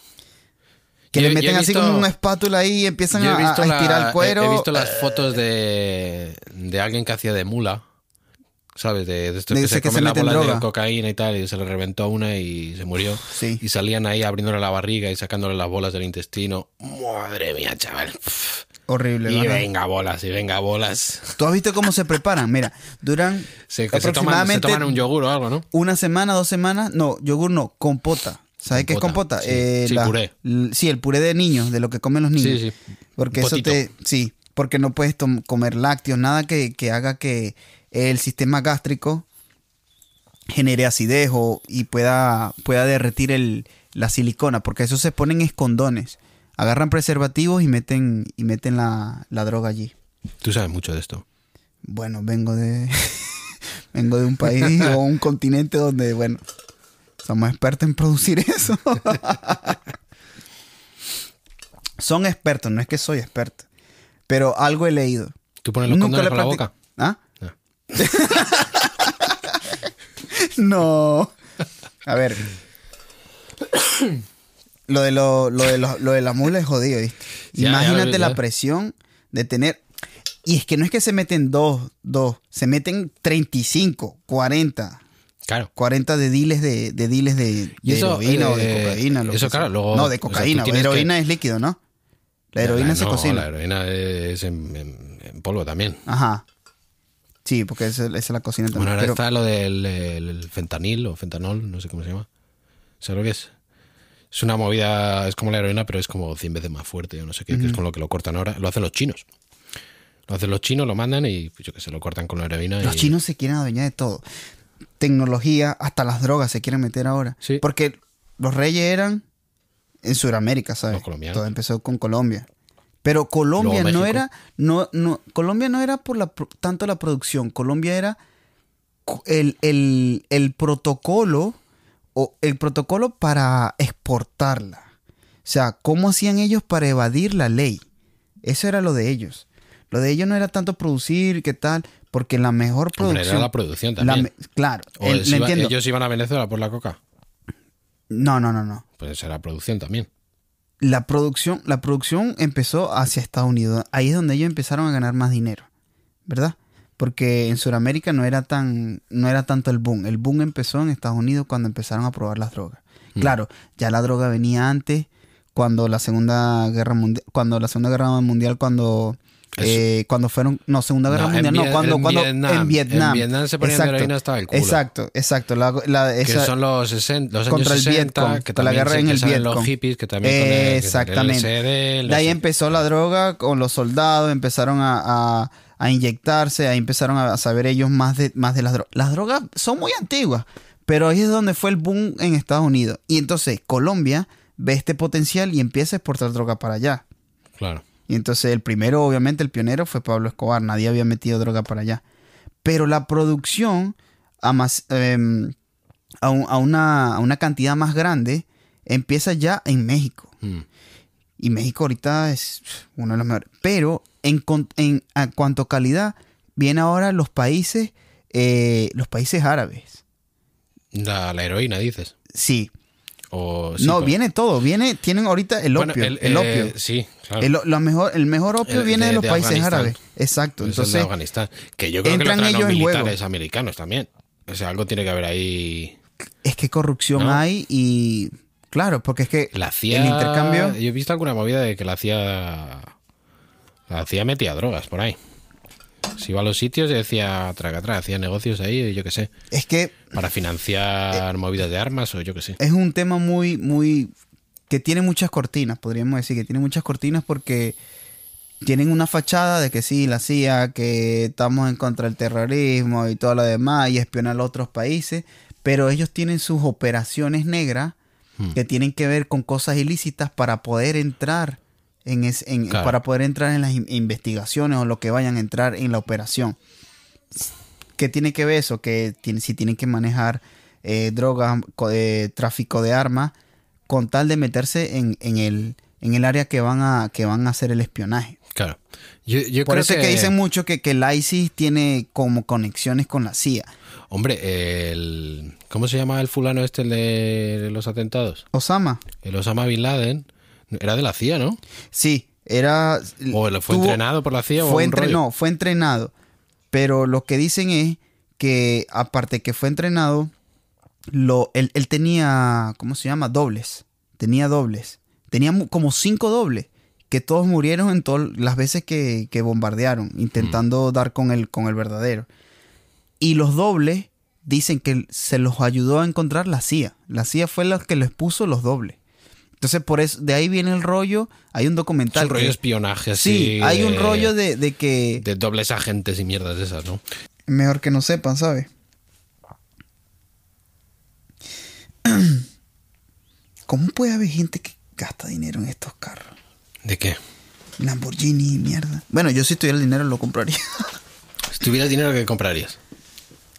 [SPEAKER 2] Que
[SPEAKER 3] Yo-
[SPEAKER 2] le
[SPEAKER 3] yo he
[SPEAKER 2] meten así
[SPEAKER 3] visto-
[SPEAKER 2] con una espátula ahí y empiezan
[SPEAKER 3] Yo
[SPEAKER 2] a,
[SPEAKER 3] he
[SPEAKER 2] a
[SPEAKER 3] visto la-
[SPEAKER 2] estirar el cuero.
[SPEAKER 3] He, he visto las fotos de, de alguien que hacía de mula. ¿Sabes? De, de estos
[SPEAKER 2] De
[SPEAKER 3] que
[SPEAKER 2] ese
[SPEAKER 3] se
[SPEAKER 2] que se
[SPEAKER 3] comen la
[SPEAKER 2] meten
[SPEAKER 3] bola
[SPEAKER 2] droga.
[SPEAKER 3] de cocaína y tal, y se le reventó una y se murió.
[SPEAKER 2] Sí.
[SPEAKER 3] Y salían ahí abriéndole la barriga y sacándole las bolas del intestino. Madre mía, chaval. Pff.
[SPEAKER 2] Horrible,
[SPEAKER 3] Y
[SPEAKER 2] ¿verdad?
[SPEAKER 3] venga bolas, y venga bolas.
[SPEAKER 2] Tú has visto cómo se preparan. Mira, duran
[SPEAKER 3] Se, que se toman, se
[SPEAKER 2] aproximadamente
[SPEAKER 3] toman un yogur o algo, ¿no?
[SPEAKER 2] una semana, dos semanas. No, yogur no, compota. ¿Sabes qué es
[SPEAKER 3] Compota,
[SPEAKER 2] compota? Eh,
[SPEAKER 3] sí. Sí, puré.
[SPEAKER 2] l- sí, el puré de niños, de lo que comen los niños.
[SPEAKER 3] Sí, sí.
[SPEAKER 2] Porque
[SPEAKER 3] Un
[SPEAKER 2] eso
[SPEAKER 3] potito.
[SPEAKER 2] te. Sí, porque no puedes tom- comer lácteos, nada que, que haga que el sistema gástrico genere acidez o- y pueda, pueda derretir el, la silicona, porque eso se ponen escondones. Agarran preservativos y meten, y meten la, la droga allí.
[SPEAKER 3] Tú sabes mucho de esto.
[SPEAKER 2] Bueno, vengo de. vengo de un país o un continente donde, bueno, somos expertos en producir eso. Son expertos, no es que soy experto. Pero algo he leído.
[SPEAKER 3] ¿Tú pones los
[SPEAKER 2] le
[SPEAKER 3] condones con la
[SPEAKER 2] practi-
[SPEAKER 3] boca?
[SPEAKER 2] ¿Ah?
[SPEAKER 3] No.
[SPEAKER 2] No. A ver. Lo de, lo, lo de, lo, lo de la mula es jodido, ¿viste?
[SPEAKER 3] Ya, ya,
[SPEAKER 2] Imagínate
[SPEAKER 3] ya.
[SPEAKER 2] la presión de tener. Y es que no es que se meten dos, dos, se meten 35, 40,
[SPEAKER 3] Claro.
[SPEAKER 2] 40 de diles de, de, diles de, de
[SPEAKER 3] Y eso,
[SPEAKER 2] heroína o de
[SPEAKER 3] eh,
[SPEAKER 2] cocaína. lo
[SPEAKER 3] eso,
[SPEAKER 2] que sea.
[SPEAKER 3] claro, luego-
[SPEAKER 2] No, de
[SPEAKER 3] o sea, tú
[SPEAKER 2] cocaína.
[SPEAKER 3] tienes que-
[SPEAKER 2] heroína es líquido, ¿no? La heroína se
[SPEAKER 3] no,
[SPEAKER 2] cocina.
[SPEAKER 3] La heroína es en, en- en polvo también.
[SPEAKER 2] Ajá. Sí, porque esa, esa es la cocina también.
[SPEAKER 3] Bueno, ahora
[SPEAKER 2] pero-
[SPEAKER 3] está lo del el- el fentanil o fentanol, no sé cómo se llama. ¿Sabes lo que es? Es una movida, es como la heroína, pero es como 100 veces más fuerte, o no sé qué, que es con lo que lo cortan ahora. Lo hacen los chinos. Lo hacen los chinos, lo mandan y pues, yo que se lo cortan con la heroína.
[SPEAKER 2] Los
[SPEAKER 3] y-
[SPEAKER 2] chinos se quieren adueñar de todo. Tecnología, hasta las drogas se quieren meter ahora.
[SPEAKER 3] Sí.
[SPEAKER 2] Porque los reyes eran en Sudamérica, ¿sabes?
[SPEAKER 3] Los colombianos.
[SPEAKER 2] Todo empezó con Colombia. Pero Colombia
[SPEAKER 3] Luego
[SPEAKER 2] no
[SPEAKER 3] México.
[SPEAKER 2] era, no, no, Colombia no era por la pro- tanto la producción. Colombia era co- el, el- el protocolo o el protocolo para exportarla. O sea, ¿cómo hacían ellos para evadir la ley? Eso era lo de ellos. Lo de ellos no era tanto producir, ¿qué tal? Porque la mejor
[SPEAKER 3] Hombre,
[SPEAKER 2] producción.
[SPEAKER 3] era la producción
[SPEAKER 2] la
[SPEAKER 3] también.
[SPEAKER 2] me- claro,
[SPEAKER 3] o
[SPEAKER 2] el-
[SPEAKER 3] si
[SPEAKER 2] le
[SPEAKER 3] iba-
[SPEAKER 2] entiendo.
[SPEAKER 3] ellos iban a Venezuela por la coca.
[SPEAKER 2] No, no, no, no.
[SPEAKER 3] Pues era producción también.
[SPEAKER 2] La producción, la producción empezó hacia Estados Unidos. Ahí es donde ellos empezaron a ganar más dinero, ¿verdad? Porque en Sudamérica no era tan, no era tanto el boom. El boom empezó en Estados Unidos cuando empezaron a probar las drogas.
[SPEAKER 3] Mm.
[SPEAKER 2] Claro, ya la droga venía antes, cuando la segunda guerra mundial, cuando la segunda guerra mundial, cuando
[SPEAKER 3] Eso.
[SPEAKER 2] eh, cuando fueron, no, segunda guerra
[SPEAKER 3] No, en
[SPEAKER 2] mundial,
[SPEAKER 3] Vie-
[SPEAKER 2] no, cuando,
[SPEAKER 3] en
[SPEAKER 2] cuando
[SPEAKER 3] Vietnam.
[SPEAKER 2] en Vietnam.
[SPEAKER 3] En Vietnam se ponían heroína hasta el culo.
[SPEAKER 2] Exacto, exacto. La, la-
[SPEAKER 3] Que
[SPEAKER 2] esa-
[SPEAKER 3] son los, sesen- los años
[SPEAKER 2] contra el
[SPEAKER 3] 60,
[SPEAKER 2] Vietcong,
[SPEAKER 3] que
[SPEAKER 2] con la
[SPEAKER 3] también
[SPEAKER 2] guerra
[SPEAKER 3] se-
[SPEAKER 2] en
[SPEAKER 3] que
[SPEAKER 2] el
[SPEAKER 3] salen
[SPEAKER 2] Vietcong.
[SPEAKER 3] los hippies, que también con el- que
[SPEAKER 2] Exactamente.
[SPEAKER 3] el LSD, los-
[SPEAKER 2] de ahí empezó la droga con los soldados, empezaron a, a- a inyectarse, ahí empezaron a saber ellos más de, más de las drogas. Las drogas son muy antiguas, pero ahí es donde fue el boom en Estados Unidos. Y entonces Colombia ve este potencial y empieza a exportar droga para allá.
[SPEAKER 3] Claro.
[SPEAKER 2] Y entonces el primero, obviamente, el pionero fue Pablo Escobar. Nadie había metido droga para allá. Pero la producción a, más, em, a un- a una, a una cantidad más grande empieza ya en México.
[SPEAKER 3] Mm.
[SPEAKER 2] Y México ahorita es uno de los mejores. Pero en, con- en a cuanto a calidad, vienen ahora los países, eh, los países árabes.
[SPEAKER 3] La, la heroína, dices.
[SPEAKER 2] Sí.
[SPEAKER 3] O, Pues sí,
[SPEAKER 2] no,
[SPEAKER 3] pero-
[SPEAKER 2] viene todo. Viene, tienen ahorita el
[SPEAKER 3] Bueno,
[SPEAKER 2] opio. el, opio.
[SPEAKER 3] eh, sí, claro.
[SPEAKER 2] El, lo mejor, el mejor opio
[SPEAKER 3] El
[SPEAKER 2] viene de,
[SPEAKER 3] de-
[SPEAKER 2] los
[SPEAKER 3] de
[SPEAKER 2] países
[SPEAKER 3] Afganistán.
[SPEAKER 2] árabes. Exacto.
[SPEAKER 3] Es el de
[SPEAKER 2] Entonces,
[SPEAKER 3] Afganistán. Que yo creo que lo
[SPEAKER 2] entran
[SPEAKER 3] traen los
[SPEAKER 2] ellos en juego.
[SPEAKER 3] militares americanos también. O sea, algo tiene que haber ahí.
[SPEAKER 2] es que corrupción
[SPEAKER 3] ¿No?
[SPEAKER 2] hay y. Claro, porque es que
[SPEAKER 3] La CIA.
[SPEAKER 2] el intercambio.
[SPEAKER 3] Yo he visto alguna movida de que la CIA. La CIA metía drogas por ahí. Si iba a los sitios y decía traga atrás, hacía negocios ahí, yo qué sé,
[SPEAKER 2] Es que
[SPEAKER 3] para
[SPEAKER 2] Eh,
[SPEAKER 3] financiar movidas de armas o yo qué sé.
[SPEAKER 2] es un tema muy, muy. que tiene muchas cortinas, podríamos decir, que tiene muchas cortinas porque tienen una fachada de que sí, la CIA, que estamos en contra del terrorismo y todo lo demás, y espionar a otros países, pero ellos tienen sus operaciones negras que tienen que ver con cosas ilícitas para poder entrar en, es- en-
[SPEAKER 3] Claro.
[SPEAKER 2] para poder entrar en las in- investigaciones o lo que vayan a entrar en la operación. ¿Qué tiene que ver eso? Que tiene- si tienen que manejar eh, drogas, co- eh, tráfico de armas, con tal de meterse en, en el, en el área que van, a, que van a hacer el espionaje.
[SPEAKER 3] Claro. Yo, yo
[SPEAKER 2] Por
[SPEAKER 3] creo
[SPEAKER 2] eso es que dicen mucho que, que la ISIS E tiene como conexiones con la CIA.
[SPEAKER 3] Hombre, el. ¿Cómo se llama el fulano este el de los atentados?
[SPEAKER 2] Osama,
[SPEAKER 3] El Osama Bin Laden. Era de la CIA, ¿no?
[SPEAKER 2] sí, era...
[SPEAKER 3] ¿O él fue
[SPEAKER 2] tuvo-
[SPEAKER 3] entrenado por la CIA? o
[SPEAKER 2] fue
[SPEAKER 3] un
[SPEAKER 2] entre-
[SPEAKER 3] rollo?
[SPEAKER 2] no, fue entrenado. Pero lo que dicen es que aparte que fue entrenado, lo, él, él tenía, ¿cómo se llama? Dobles. Tenía dobles. Tenía mu- como cinco dobles. Que todos murieron en todas las veces que, que bombardearon, intentando
[SPEAKER 3] Mm.
[SPEAKER 2] dar con el, con el verdadero. Y los dobles dicen que se los ayudó a encontrar la CIA. La CIA fue la que les puso los dobles. Entonces, por eso, de ahí viene el rollo. Hay un
[SPEAKER 3] Es
[SPEAKER 2] documental.
[SPEAKER 3] un rollo
[SPEAKER 2] que-
[SPEAKER 3] espionaje así.
[SPEAKER 2] Sí, hay un
[SPEAKER 3] de-
[SPEAKER 2] rollo de, Este, de que
[SPEAKER 3] de dobles agentes y mierdas de esas, ¿no?
[SPEAKER 2] mejor que no sepan, ¿sabes? ¿Cómo puede haber gente que gasta dinero en estos carros?
[SPEAKER 3] ¿De qué?
[SPEAKER 2] Lamborghini, mierda. Bueno, yo si tuviera el dinero lo compraría.
[SPEAKER 3] Si tuvieras dinero, ¿qué comprarías?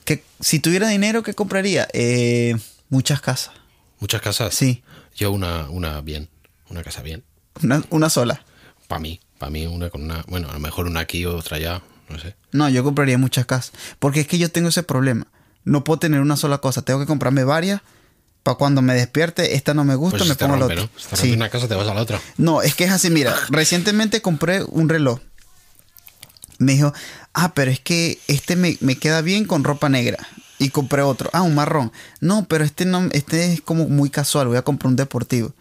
[SPEAKER 2] que, si tuviera dinero, ¿qué compraría? Eh, muchas casas.
[SPEAKER 3] ¿Muchas casas?
[SPEAKER 2] Sí,
[SPEAKER 3] Yo una, una bien. Una casa bien.
[SPEAKER 2] una, una sola.
[SPEAKER 3] Para mí. Para mí una con una... Bueno, a lo mejor una aquí, otra allá. No sé.
[SPEAKER 2] No, yo compraría muchas casas. Porque es que yo tengo ese problema. No puedo tener una sola cosa. Tengo que comprarme varias para cuando me despierte. Esta no me gusta,
[SPEAKER 3] Pues
[SPEAKER 2] me
[SPEAKER 3] si te
[SPEAKER 2] pongo
[SPEAKER 3] rompe,
[SPEAKER 2] la
[SPEAKER 3] ¿no?
[SPEAKER 2] otra.
[SPEAKER 3] Si te rompe
[SPEAKER 2] Sí.
[SPEAKER 3] una casa, te vas a la otra.
[SPEAKER 2] No, es que es así, mira,
[SPEAKER 3] Ah.
[SPEAKER 2] recientemente compré un reloj. Me dijo, ah, pero es que este me, me queda bien con ropa negra. Y compré otro, ah, un marrón. No, pero este no, este es como muy casual, voy a comprar un deportivo.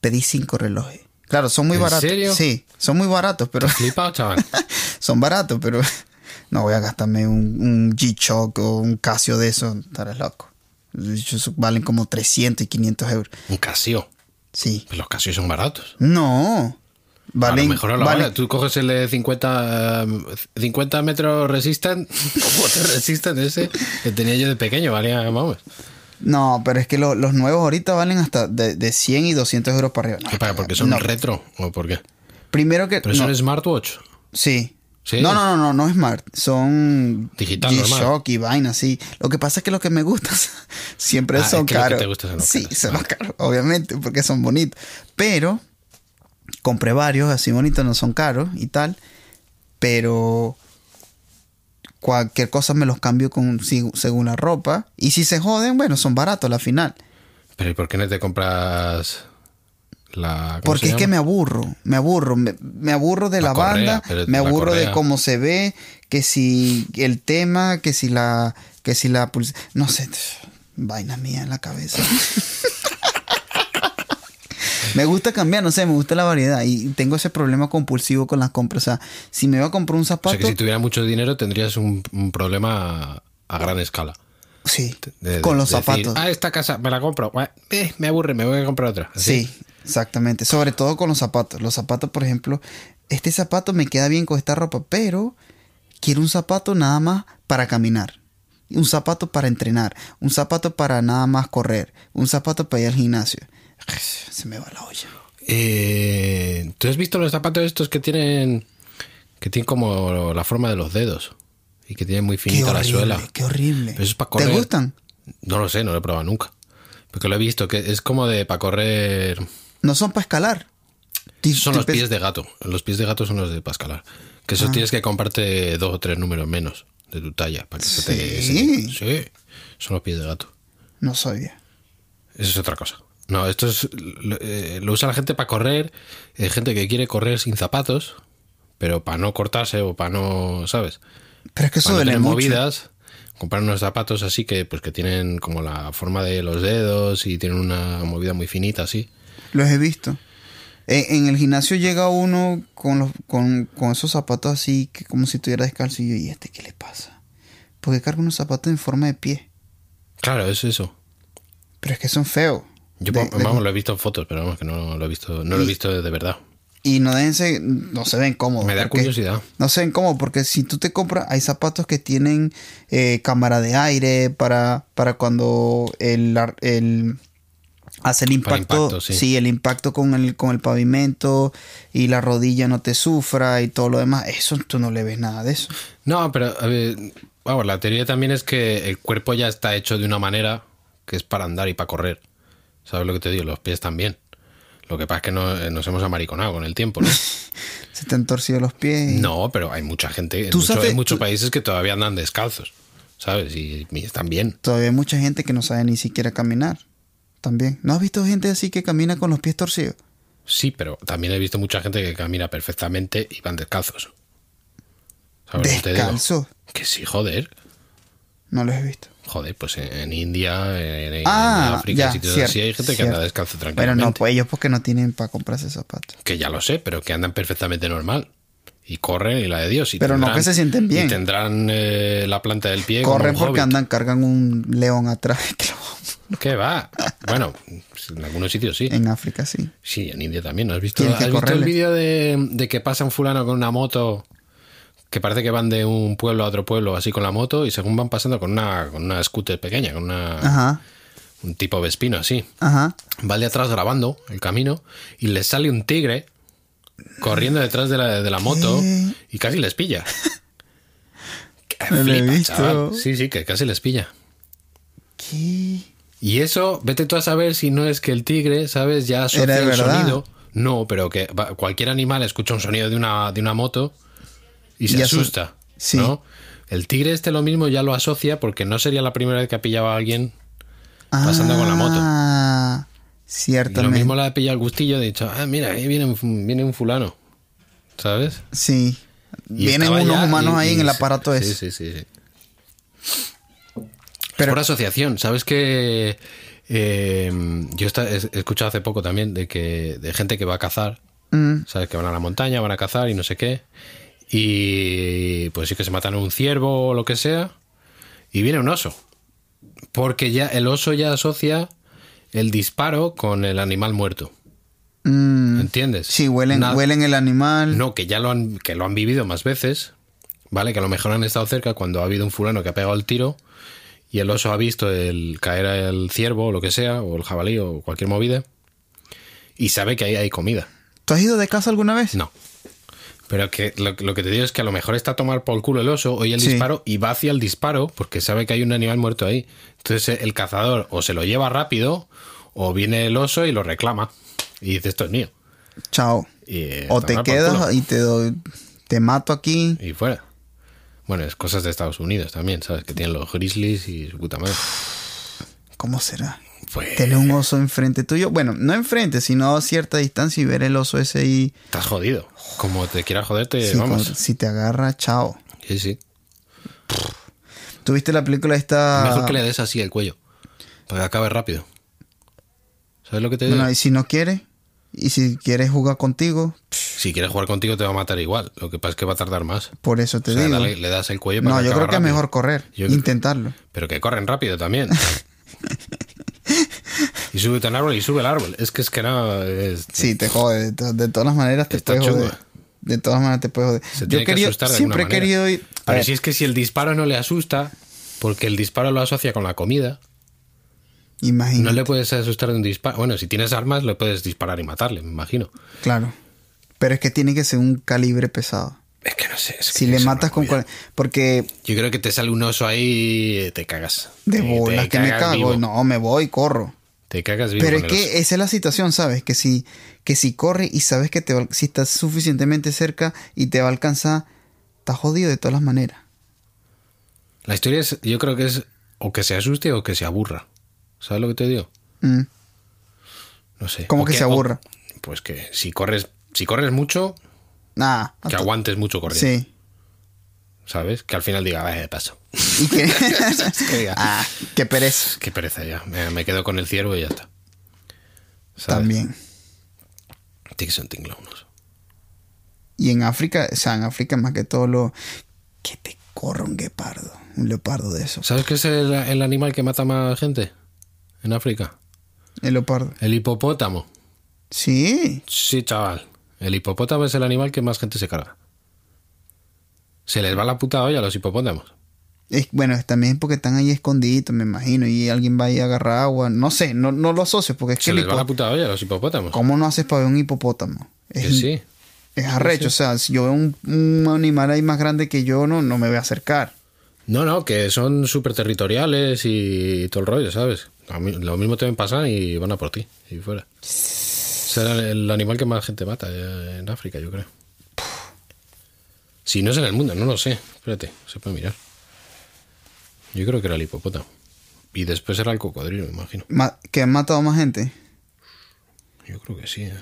[SPEAKER 2] Pedí cinco relojes. Claro, son muy
[SPEAKER 3] ¿En
[SPEAKER 2] baratos.
[SPEAKER 3] serio? Pues
[SPEAKER 2] Sí, son muy baratos, pero
[SPEAKER 3] Flipado, chaval.
[SPEAKER 2] son baratos, pero no voy a gastarme un, un G-Shock o un Casio de eso, estarás loco. De hecho, eso valen como 300 y 500 euros.
[SPEAKER 3] Un Casio. Pues
[SPEAKER 2] Sí.
[SPEAKER 3] Los Casios son baratos.
[SPEAKER 2] No.
[SPEAKER 3] a
[SPEAKER 2] Valen,
[SPEAKER 3] lo mejor a la
[SPEAKER 2] valen-
[SPEAKER 3] hora. Tú coges el de 50, eh, 50 metros resistant, water resistant ese que tenía yo de pequeño, valía, vamos.
[SPEAKER 2] No, pero es que lo- los nuevos ahorita valen hasta de, de 100 y 200 euros para arriba.
[SPEAKER 3] ¿Qué para? ¿Porque son
[SPEAKER 2] No,
[SPEAKER 3] retro o por qué?
[SPEAKER 2] Primero que...
[SPEAKER 3] Pero
[SPEAKER 2] no,
[SPEAKER 3] son smartwatch.
[SPEAKER 2] Sí.
[SPEAKER 3] Sí.
[SPEAKER 2] No, no, no, no, no es smart. Son
[SPEAKER 3] Digital, normal.
[SPEAKER 2] G-Shock y vaina, sí. Lo que pasa es que los que me gustan siempre
[SPEAKER 3] Ah, es
[SPEAKER 2] son
[SPEAKER 3] que lo que
[SPEAKER 2] caros.
[SPEAKER 3] te gusta son los
[SPEAKER 2] sí,
[SPEAKER 3] caros.
[SPEAKER 2] son
[SPEAKER 3] Vale.
[SPEAKER 2] los caros, obviamente, porque son bonitos. Pero compré varios así bonitos, no son caros y tal. Pero cualquier cosa me los cambio con, si- según la ropa. Y si se joden, bueno, son baratos al final.
[SPEAKER 3] Pero ¿y por qué no te compras la. ¿cómo
[SPEAKER 2] Porque
[SPEAKER 3] se
[SPEAKER 2] es que
[SPEAKER 3] llama?
[SPEAKER 2] me aburro, me aburro, me, me aburro de la,
[SPEAKER 3] La correa,
[SPEAKER 2] banda,
[SPEAKER 3] pero
[SPEAKER 2] me
[SPEAKER 3] la
[SPEAKER 2] aburro de
[SPEAKER 3] correa.
[SPEAKER 2] cómo se ve, que si el tema, que si la, que si la pulse- no sé, vaina mía en la cabeza. me gusta cambiar, no sé, me gusta la variedad y tengo ese problema compulsivo con las compras. O sea, si me voy a comprar un
[SPEAKER 3] O
[SPEAKER 2] zapato,
[SPEAKER 3] sea que si tuviera mucho dinero tendrías un, un problema a gran escala.
[SPEAKER 2] sí,
[SPEAKER 3] De- de-
[SPEAKER 2] con los
[SPEAKER 3] de decir,
[SPEAKER 2] zapatos.
[SPEAKER 3] ah, esta casa, me la compro. Buah, eh, me aburre, me voy a comprar otra. Así.
[SPEAKER 2] Sí, exactamente. Sobre todo con los zapatos. Los zapatos, por ejemplo, este zapato me queda bien con esta ropa, pero quiero un zapato nada más para caminar. Un zapato para entrenar. Un zapato para nada más correr. Un zapato para ir al gimnasio. Se me va la olla.
[SPEAKER 3] Eh, ¿Tú has visto los zapatos estos que tienen que tienen como la forma de los dedos y que tienen muy finita la suela?
[SPEAKER 2] qué horrible.
[SPEAKER 3] Pero eso es
[SPEAKER 2] ¿Te
[SPEAKER 3] para correr.
[SPEAKER 2] gustan?
[SPEAKER 3] No lo sé, no lo he probado nunca. Porque lo he visto que es como de para correr.
[SPEAKER 2] No son para escalar. Ti-
[SPEAKER 3] Son
[SPEAKER 2] ti-
[SPEAKER 3] los pies de gato. Los pies de gato son los de Pascalar. Que
[SPEAKER 2] Ah.
[SPEAKER 3] eso tienes que comprarte dos o tres números menos de tu talla para que se te-
[SPEAKER 2] Sí.
[SPEAKER 3] se- sí. Son los pies de gato.
[SPEAKER 2] No sabía.
[SPEAKER 3] Eso es otra cosa. No, esto es, lo, eh, lo usa la gente para correr, eh, gente que quiere correr sin zapatos, pero para no cortarse o para no, ¿sabes?
[SPEAKER 2] Pero es que eso
[SPEAKER 3] Para no
[SPEAKER 2] duele
[SPEAKER 3] tener
[SPEAKER 2] mucho.
[SPEAKER 3] movidas, comprar unos zapatos así que pues que tienen como la forma de los dedos y tienen una movida muy finita así.
[SPEAKER 2] Los he visto. Eh, En, el gimnasio llega uno con, los, con, con esos zapatos así, que como si estuviera descalzo. Y yo, ¿y este qué le pasa? Porque carga unos zapatos en forma de pie.
[SPEAKER 3] Claro, es eso.
[SPEAKER 2] Pero es que son feos.
[SPEAKER 3] Yo
[SPEAKER 2] De- de-
[SPEAKER 3] vamos, lo he visto en fotos, pero vamos que no lo he visto, no lo he visto de verdad.
[SPEAKER 2] Y no déjense, no se ven cómodos.
[SPEAKER 3] Me da
[SPEAKER 2] porque-
[SPEAKER 3] curiosidad.
[SPEAKER 2] No se ven cómodos, porque si tú te compras, hay zapatos que tienen eh, cámara de aire para, para cuando el, ar- el hace el
[SPEAKER 3] Para
[SPEAKER 2] impacto.
[SPEAKER 3] impacto, sí.
[SPEAKER 2] el impacto con el, con el pavimento y la rodilla no te sufra y todo lo demás. Eso tú no le ves nada de eso.
[SPEAKER 3] No, pero a ver, vamos, la teoría también es que el cuerpo ya está hecho de una manera que es para andar y para correr. ¿Sabes lo que te digo? Los pies también. Lo que pasa es que no- eh, nos hemos amariconado con el tiempo, ¿no?
[SPEAKER 2] Se te han torcido los pies. y-
[SPEAKER 3] No, pero hay mucha gente, en,
[SPEAKER 2] Tú
[SPEAKER 3] mucho-
[SPEAKER 2] sabes-
[SPEAKER 3] en muchos
[SPEAKER 2] tú-
[SPEAKER 3] países que todavía andan descalzos, ¿sabes? Y, y están bien.
[SPEAKER 2] Todavía hay mucha gente que no sabe ni siquiera caminar. También. ¿No has visto gente así que camina con los pies torcidos?
[SPEAKER 3] Sí, pero también he visto mucha gente que camina perfectamente y van descalzos. ¿Sabes lo que te digo?
[SPEAKER 2] Descalzos.
[SPEAKER 3] Que sí, joder.
[SPEAKER 2] No los he visto.
[SPEAKER 3] Joder, pues en, en India, en, en
[SPEAKER 2] Ah,
[SPEAKER 3] África,
[SPEAKER 2] ya,
[SPEAKER 3] en sitios
[SPEAKER 2] cierto,
[SPEAKER 3] así, hay gente que
[SPEAKER 2] cierto.
[SPEAKER 3] anda descalzo
[SPEAKER 2] Pero
[SPEAKER 3] tranquilamente.
[SPEAKER 2] no, pues ellos porque no tienen para comprarse zapatos.
[SPEAKER 3] que ya lo sé, pero que andan perfectamente normal. Y corren y la de Dios. y
[SPEAKER 2] Pero no que se sienten bien.
[SPEAKER 3] Y tendrán eh, la planta del pie. como
[SPEAKER 2] Corren
[SPEAKER 3] un
[SPEAKER 2] porque
[SPEAKER 3] hobbit.
[SPEAKER 2] andan, cargan un león atrás. que lo-
[SPEAKER 3] ¿Qué va? Bueno, en algunos sitios sí.
[SPEAKER 2] En África, sí.
[SPEAKER 3] Sí, en India también. ¿Has visto,
[SPEAKER 2] Tienen que
[SPEAKER 3] has visto el
[SPEAKER 2] correrle.
[SPEAKER 3] vídeo de, de que pasa un fulano con una moto? Que parece que van de un pueblo a otro pueblo así con la moto y según van pasando con una, con una scooter pequeña, con una,
[SPEAKER 2] Ajá,
[SPEAKER 3] un tipo vespino así.
[SPEAKER 2] ajá.
[SPEAKER 3] va el de atrás grabando el camino y les sale un tigre corriendo detrás de la, de la moto y casi les pilla. Que
[SPEAKER 2] No lo he
[SPEAKER 3] flipa,
[SPEAKER 2] visto.
[SPEAKER 3] chaval. Sí, sí, que casi les pilla.
[SPEAKER 2] ¿Qué?
[SPEAKER 3] Y eso, vete tú a saber si no es que el tigre, ¿sabes? Ya
[SPEAKER 2] Era
[SPEAKER 3] asocia
[SPEAKER 2] de
[SPEAKER 3] el
[SPEAKER 2] verdad.
[SPEAKER 3] sonido. No, pero que va- cualquier animal escucha un sonido de una, de una moto y se
[SPEAKER 2] Y aso-
[SPEAKER 3] asusta.
[SPEAKER 2] Sí.
[SPEAKER 3] ¿no? El tigre este lo mismo ya lo asocia porque no sería la primera vez que pillaba a alguien. Pasando con la moto.
[SPEAKER 2] Ah,
[SPEAKER 3] Y lo
[SPEAKER 2] ciertamente.
[SPEAKER 3] mismo la ha pillado el gustillo, de dicho, ah, mira, ahí viene un, fu- viene un fulano. ¿Sabes?
[SPEAKER 2] Sí.
[SPEAKER 3] Y
[SPEAKER 2] Vienen
[SPEAKER 3] estaba
[SPEAKER 2] unos
[SPEAKER 3] ya
[SPEAKER 2] humanos
[SPEAKER 3] y-
[SPEAKER 2] ahí
[SPEAKER 3] y
[SPEAKER 2] en el
[SPEAKER 3] se-
[SPEAKER 2] aparato
[SPEAKER 3] sí,
[SPEAKER 2] ese.
[SPEAKER 3] Sí, sí, sí.
[SPEAKER 2] Pero-
[SPEAKER 3] es por asociación. Sabes que eh, yo esta- he he escuchado hace poco también de que de gente que va a cazar
[SPEAKER 2] mm,
[SPEAKER 3] Sabes que van a la montaña, van a cazar y no sé qué. Y pues sí que se matan a un ciervo o lo que sea. Y viene un oso. Porque ya el oso ya asocia el disparo con el animal muerto.
[SPEAKER 2] Mm,
[SPEAKER 3] ¿Entiendes?
[SPEAKER 2] sí, huelen,
[SPEAKER 3] Nada-
[SPEAKER 2] huelen el animal.
[SPEAKER 3] No, que ya lo han, que lo han vivido más veces. ¿Vale? Que a lo mejor han estado cerca cuando ha habido un fulano que ha pegado el tiro y el oso ha visto el caer el ciervo o lo que sea, o el jabalí o cualquier movida. Y sabe que ahí hay comida.
[SPEAKER 2] ¿Tú has ido de casa alguna vez?
[SPEAKER 3] No. Pero que lo, lo que te digo es que a lo mejor está a tomar por el culo el oso, oye el
[SPEAKER 2] Sí.
[SPEAKER 3] disparo y va hacia el disparo porque sabe que hay un animal muerto ahí. Entonces eh, el cazador o se lo lleva rápido o viene el oso y lo reclama. Y dice, esto es mío.
[SPEAKER 2] Chao.
[SPEAKER 3] Y, eh,
[SPEAKER 2] o
[SPEAKER 3] a
[SPEAKER 2] te
[SPEAKER 3] tomar por culo.
[SPEAKER 2] quedas y te doy- te mato aquí.
[SPEAKER 3] Y fuera. Bueno, es cosas de Estados Unidos también, ¿sabes? Que tienen los grizzlies y su puta madre.
[SPEAKER 2] ¿Cómo será?
[SPEAKER 3] Pues
[SPEAKER 2] Tener un oso enfrente tuyo. Bueno, no enfrente, sino a cierta distancia y ver el oso ese ahí.
[SPEAKER 3] estás jodido. Como te quieras joderte,
[SPEAKER 2] Sí,
[SPEAKER 3] vamos.
[SPEAKER 2] con- si te agarra, chao.
[SPEAKER 3] Sí, sí.
[SPEAKER 2] ¿Tuviste la película esta?
[SPEAKER 3] Mejor que le des así el cuello. Para que acabe rápido. ¿Sabes lo que te digo?
[SPEAKER 2] Bueno, y si no quiere, y si quiere jugar contigo,
[SPEAKER 3] Si quieres jugar contigo te va a matar igual. Lo que pasa es que va a tardar más.
[SPEAKER 2] por eso te
[SPEAKER 3] o sea,
[SPEAKER 2] digo.
[SPEAKER 3] dale- le das el cuello para
[SPEAKER 2] no,
[SPEAKER 3] que
[SPEAKER 2] yo creo
[SPEAKER 3] acabe
[SPEAKER 2] que es
[SPEAKER 3] rápido.
[SPEAKER 2] mejor correr,
[SPEAKER 3] Yo-
[SPEAKER 2] intentarlo.
[SPEAKER 3] Pero que corren rápido también. y súbete al árbol y sube al árbol. Es que es que no... es-
[SPEAKER 2] Sí, te jode. De, to- de todas las maneras te
[SPEAKER 3] Está
[SPEAKER 2] puedes
[SPEAKER 3] chungo.
[SPEAKER 2] joder. De todas maneras te puedes joder.
[SPEAKER 3] Se tiene que
[SPEAKER 2] quería-
[SPEAKER 3] asustar de
[SPEAKER 2] siempre he
[SPEAKER 3] alguna manera.
[SPEAKER 2] querido ir. a
[SPEAKER 3] Pero
[SPEAKER 2] ver,
[SPEAKER 3] si es que si el disparo no le asusta, porque el disparo lo asocia con la comida,
[SPEAKER 2] Imagínate.
[SPEAKER 3] no le puedes asustar de un disparo. Bueno, si tienes armas, le puedes disparar y matarle, me imagino.
[SPEAKER 2] Claro. Pero es que tiene que ser un calibre pesado.
[SPEAKER 3] Es que no sé. es que
[SPEAKER 2] Si le
[SPEAKER 3] eso no
[SPEAKER 2] matas con.
[SPEAKER 3] cuida.
[SPEAKER 2] cual- Porque
[SPEAKER 3] Yo creo que te sale un oso ahí eh, te cagas.
[SPEAKER 2] de
[SPEAKER 3] Eh, te
[SPEAKER 2] bolas que me
[SPEAKER 3] cagas
[SPEAKER 2] cago.
[SPEAKER 3] vivo.
[SPEAKER 2] No, me voy, corro.
[SPEAKER 3] Te cagas vivo.
[SPEAKER 2] Pero es
[SPEAKER 3] con el oso.
[SPEAKER 2] que esa es la situación, ¿sabes? Que si, que si corre y sabes que te va- si estás suficientemente cerca y te va a alcanzar, estás jodido de todas las maneras.
[SPEAKER 3] La historia es, yo creo que es o que se asuste o que se aburra. ¿Sabes lo que te digo?
[SPEAKER 2] Mm.
[SPEAKER 3] No sé.
[SPEAKER 2] ¿Cómo
[SPEAKER 3] O
[SPEAKER 2] que se aburra?
[SPEAKER 3] o- pues que si corres, si corres mucho,
[SPEAKER 2] Nah,
[SPEAKER 3] que
[SPEAKER 2] hasta-
[SPEAKER 3] aguantes mucho corriendo.
[SPEAKER 2] pues- Sí.
[SPEAKER 3] ¿Sabes? Que al final diga, eh, paso.
[SPEAKER 2] Y que.
[SPEAKER 3] Que diga,
[SPEAKER 2] ah, qué pereza.
[SPEAKER 3] Qué pereza ya. Me, me quedo con el ciervo y ya está. ¿Sabes?
[SPEAKER 2] También.
[SPEAKER 3] Tiene que ser un tinglón, no sé.
[SPEAKER 2] Y en África, o sea, en África más que todo lo. Que te corra un guepardo, un leopardo de esos.
[SPEAKER 3] ¿Sabes qué es el, el animal que mata más gente en África?
[SPEAKER 2] El leopardo.
[SPEAKER 3] El hipopótamo.
[SPEAKER 2] Sí.
[SPEAKER 3] Sí, chaval. El hipopótamo es el animal que más gente se carga. Se les va la puta olla a los hipopótamos.
[SPEAKER 2] Es- bueno, es también porque están ahí escondiditos, me imagino, y alguien va ahí a agarrar agua. No sé, no, no lo asocio, porque es que
[SPEAKER 3] Se
[SPEAKER 2] el
[SPEAKER 3] les va
[SPEAKER 2] hipo-
[SPEAKER 3] la puta olla a los hipopótamos.
[SPEAKER 2] ¿Cómo no haces para ver un hipopótamo?
[SPEAKER 3] Que
[SPEAKER 2] in-
[SPEAKER 3] sí.
[SPEAKER 2] es arrecho, o sea, si yo veo un, un animal ahí más grande que yo, no, no me voy a acercar.
[SPEAKER 3] No, no, que son súper territoriales y todo el rollo, ¿sabes? A mí- lo mismo te ven pasar y van a por ti, y fuera. Será el, el animal que más gente mata eh, en África, yo creo. Si no es en el mundo, no lo sé. Espérate, se puede mirar. Yo creo que era el hipopótamo. Y después era el cocodrilo, me imagino.
[SPEAKER 2] Ma- que han matado más gente.
[SPEAKER 3] Yo creo que sí. eh.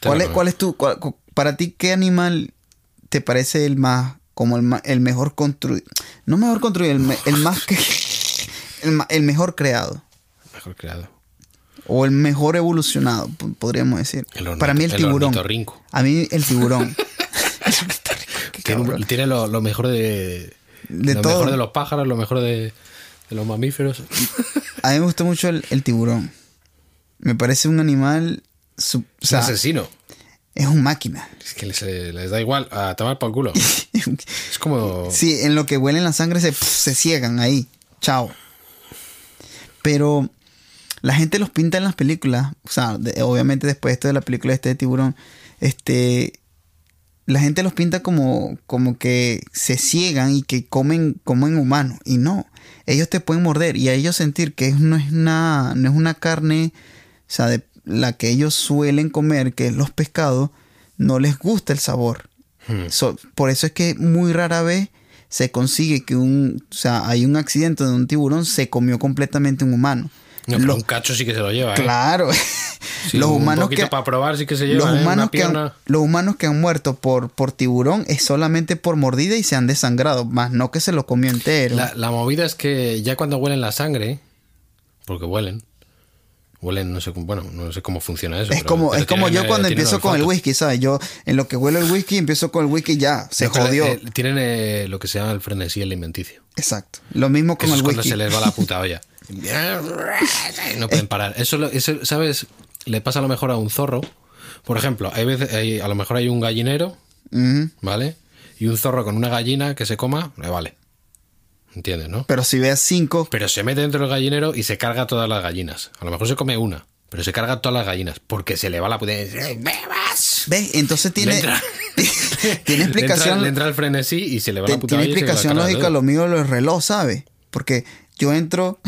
[SPEAKER 3] Te
[SPEAKER 2] ¿Cuál
[SPEAKER 3] lo
[SPEAKER 2] es,
[SPEAKER 3] comento.
[SPEAKER 2] cuál es tu, cuál- cu- para ti, qué animal te parece el más, como el, ma- el mejor construido? No mejor construido, el, me- el más que, el, ma- el mejor creado.
[SPEAKER 3] Mejor creado.
[SPEAKER 2] O el mejor evolucionado, po- podríamos decir.
[SPEAKER 3] El ornito-
[SPEAKER 2] Para mí el
[SPEAKER 3] el
[SPEAKER 2] tiburón.
[SPEAKER 3] ornitorrinco.
[SPEAKER 2] a mí el tiburón. Qué
[SPEAKER 3] Tiene,
[SPEAKER 2] cabrón.
[SPEAKER 3] tiene lo, lo mejor de...
[SPEAKER 2] De
[SPEAKER 3] lo
[SPEAKER 2] todo.
[SPEAKER 3] mejor de los pájaros, lo mejor de, de los mamíferos.
[SPEAKER 2] A mí me gustó mucho el, el tiburón. Me parece un animal. su- o sea,
[SPEAKER 3] es asesino.
[SPEAKER 2] es un máquina.
[SPEAKER 3] Es que les, eh, les da igual a tomar por culo. Es como.
[SPEAKER 2] sí, en lo que huelen la sangre se, se ciegan ahí. Chao. Pero la gente los pinta en las películas. O sea, de- obviamente después de esto de la película este de tiburón. Este. La gente los pinta como, como que se ciegan y que comen, comen humanos. Y no. Ellos te pueden morder y a ellos sentir que es- no es una, no es una carne. O sea, de la que ellos suelen comer, que es los pescados, no les gusta el sabor.
[SPEAKER 3] Hmm.
[SPEAKER 2] So- por eso es que muy rara vez se consigue que un, o sea, hay un accidente donde un tiburón se comió completamente un humano.
[SPEAKER 3] No, pero
[SPEAKER 2] Los-
[SPEAKER 3] un cacho sí que se lo lleva. ¿eh?
[SPEAKER 2] claro,
[SPEAKER 3] Sí,
[SPEAKER 2] los
[SPEAKER 3] un
[SPEAKER 2] humanos
[SPEAKER 3] poquito
[SPEAKER 2] que
[SPEAKER 3] para probar sí que se lleva.
[SPEAKER 2] los humanos que han,
[SPEAKER 3] pierna.
[SPEAKER 2] los humanos que han muerto por, por tiburón es solamente por mordida y se han desangrado, más no que se lo comió entero.
[SPEAKER 3] La, la movida es que ya cuando huelen la sangre, porque huelen, Huelen, no sé, cómo- bueno, no sé cómo funciona eso.
[SPEAKER 2] Es
[SPEAKER 3] pero-
[SPEAKER 2] como,
[SPEAKER 3] pero
[SPEAKER 2] es como
[SPEAKER 3] tienen,
[SPEAKER 2] yo
[SPEAKER 3] eh,
[SPEAKER 2] cuando
[SPEAKER 3] tienen
[SPEAKER 2] empiezo con el
[SPEAKER 3] olfato.
[SPEAKER 2] whisky, ¿sabes? Yo en lo que huelo el whisky empiezo con el whisky ya, se
[SPEAKER 3] No, pero,
[SPEAKER 2] jodió.
[SPEAKER 3] eh, tienen eh, lo que se llama el frenesí alimenticio.
[SPEAKER 2] Exacto. Lo mismo con
[SPEAKER 3] Eso es
[SPEAKER 2] el
[SPEAKER 3] cuando
[SPEAKER 2] whisky.
[SPEAKER 3] se les va la puta olla. Eh. No pueden parar. Eso, lo- eso, ¿sabes? Le pasa a lo mejor a un zorro. Por ejemplo, hay veces, hay- a lo mejor hay un gallinero,
[SPEAKER 2] Ujú.
[SPEAKER 3] ¿vale? Y un zorro con una gallina que se coma, le vale. ¿Entiendes, no?
[SPEAKER 2] Pero si veas cinco,
[SPEAKER 3] Pero se mete dentro del gallinero y se carga todas las gallinas. A lo mejor se come una, pero se carga todas las gallinas porque se le va la puta. ¡Bebas!
[SPEAKER 2] ¿ves? Entonces tiene,
[SPEAKER 3] Le entra-
[SPEAKER 2] tiene
[SPEAKER 3] Le entra-
[SPEAKER 2] explicación.
[SPEAKER 3] Le entra, el frenesí y se le va
[SPEAKER 2] Te-
[SPEAKER 3] la puta
[SPEAKER 2] tiene
[SPEAKER 3] olla y se le va la
[SPEAKER 2] explicación
[SPEAKER 3] cara de
[SPEAKER 2] lógica
[SPEAKER 3] dedo.
[SPEAKER 2] lo mío lo del reloj, ¿sabes? Porque yo entro,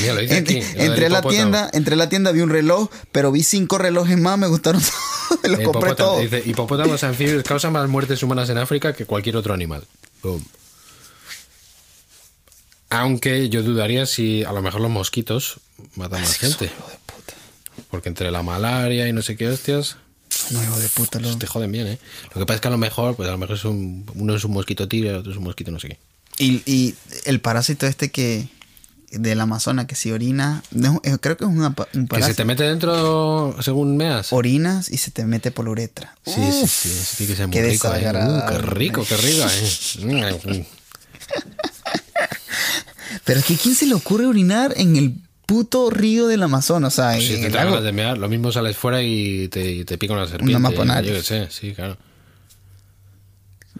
[SPEAKER 3] Mira, lo dice
[SPEAKER 2] ent-
[SPEAKER 3] aquí, lo del
[SPEAKER 2] entré a la
[SPEAKER 3] hipopótamo.
[SPEAKER 2] tienda, entré a la tienda, vi un reloj, pero vi cinco relojes más, me gustaron todos, me los
[SPEAKER 3] El
[SPEAKER 2] compré
[SPEAKER 3] Eh, hipopótamo.
[SPEAKER 2] todos.
[SPEAKER 3] Dice, hipopótamos anfibios causan más muertes humanas en África que cualquier otro animal. Boom. Aunque yo dudaría si a lo mejor los mosquitos matan más gente.
[SPEAKER 2] Hijo de puta.
[SPEAKER 3] Porque entre la malaria y no sé qué hostias,
[SPEAKER 2] No, hijo de puta, lo-
[SPEAKER 3] pues te joden bien, ¿eh? Lo que pasa es que a lo mejor, pues a lo mejor es un, uno es un mosquito tigre, el otro es un mosquito no sé qué.
[SPEAKER 2] Y, y el parásito este que del Amazonas que si orina, no, eh, creo que es una pa- un
[SPEAKER 3] Que se
[SPEAKER 2] parásito.
[SPEAKER 3] te mete dentro según meas.
[SPEAKER 2] Orinas y se te mete por la uretra.
[SPEAKER 3] Sí, sí, sí, eso tiene que ser muy
[SPEAKER 2] qué
[SPEAKER 3] rico, ¿eh? Uh,
[SPEAKER 2] desagradable.
[SPEAKER 3] qué rico, qué rico, ¿eh?
[SPEAKER 2] Pero es que ¿quién se le ocurre orinar en el puto río del Amazonas? O sea,
[SPEAKER 3] Pues
[SPEAKER 2] en
[SPEAKER 3] si te
[SPEAKER 2] el
[SPEAKER 3] tragas
[SPEAKER 2] lago.
[SPEAKER 3] de mear, lo mismo sales fuera y te, y te pica una serpiente.
[SPEAKER 2] maponaris.
[SPEAKER 3] yo qué sé, sí, claro.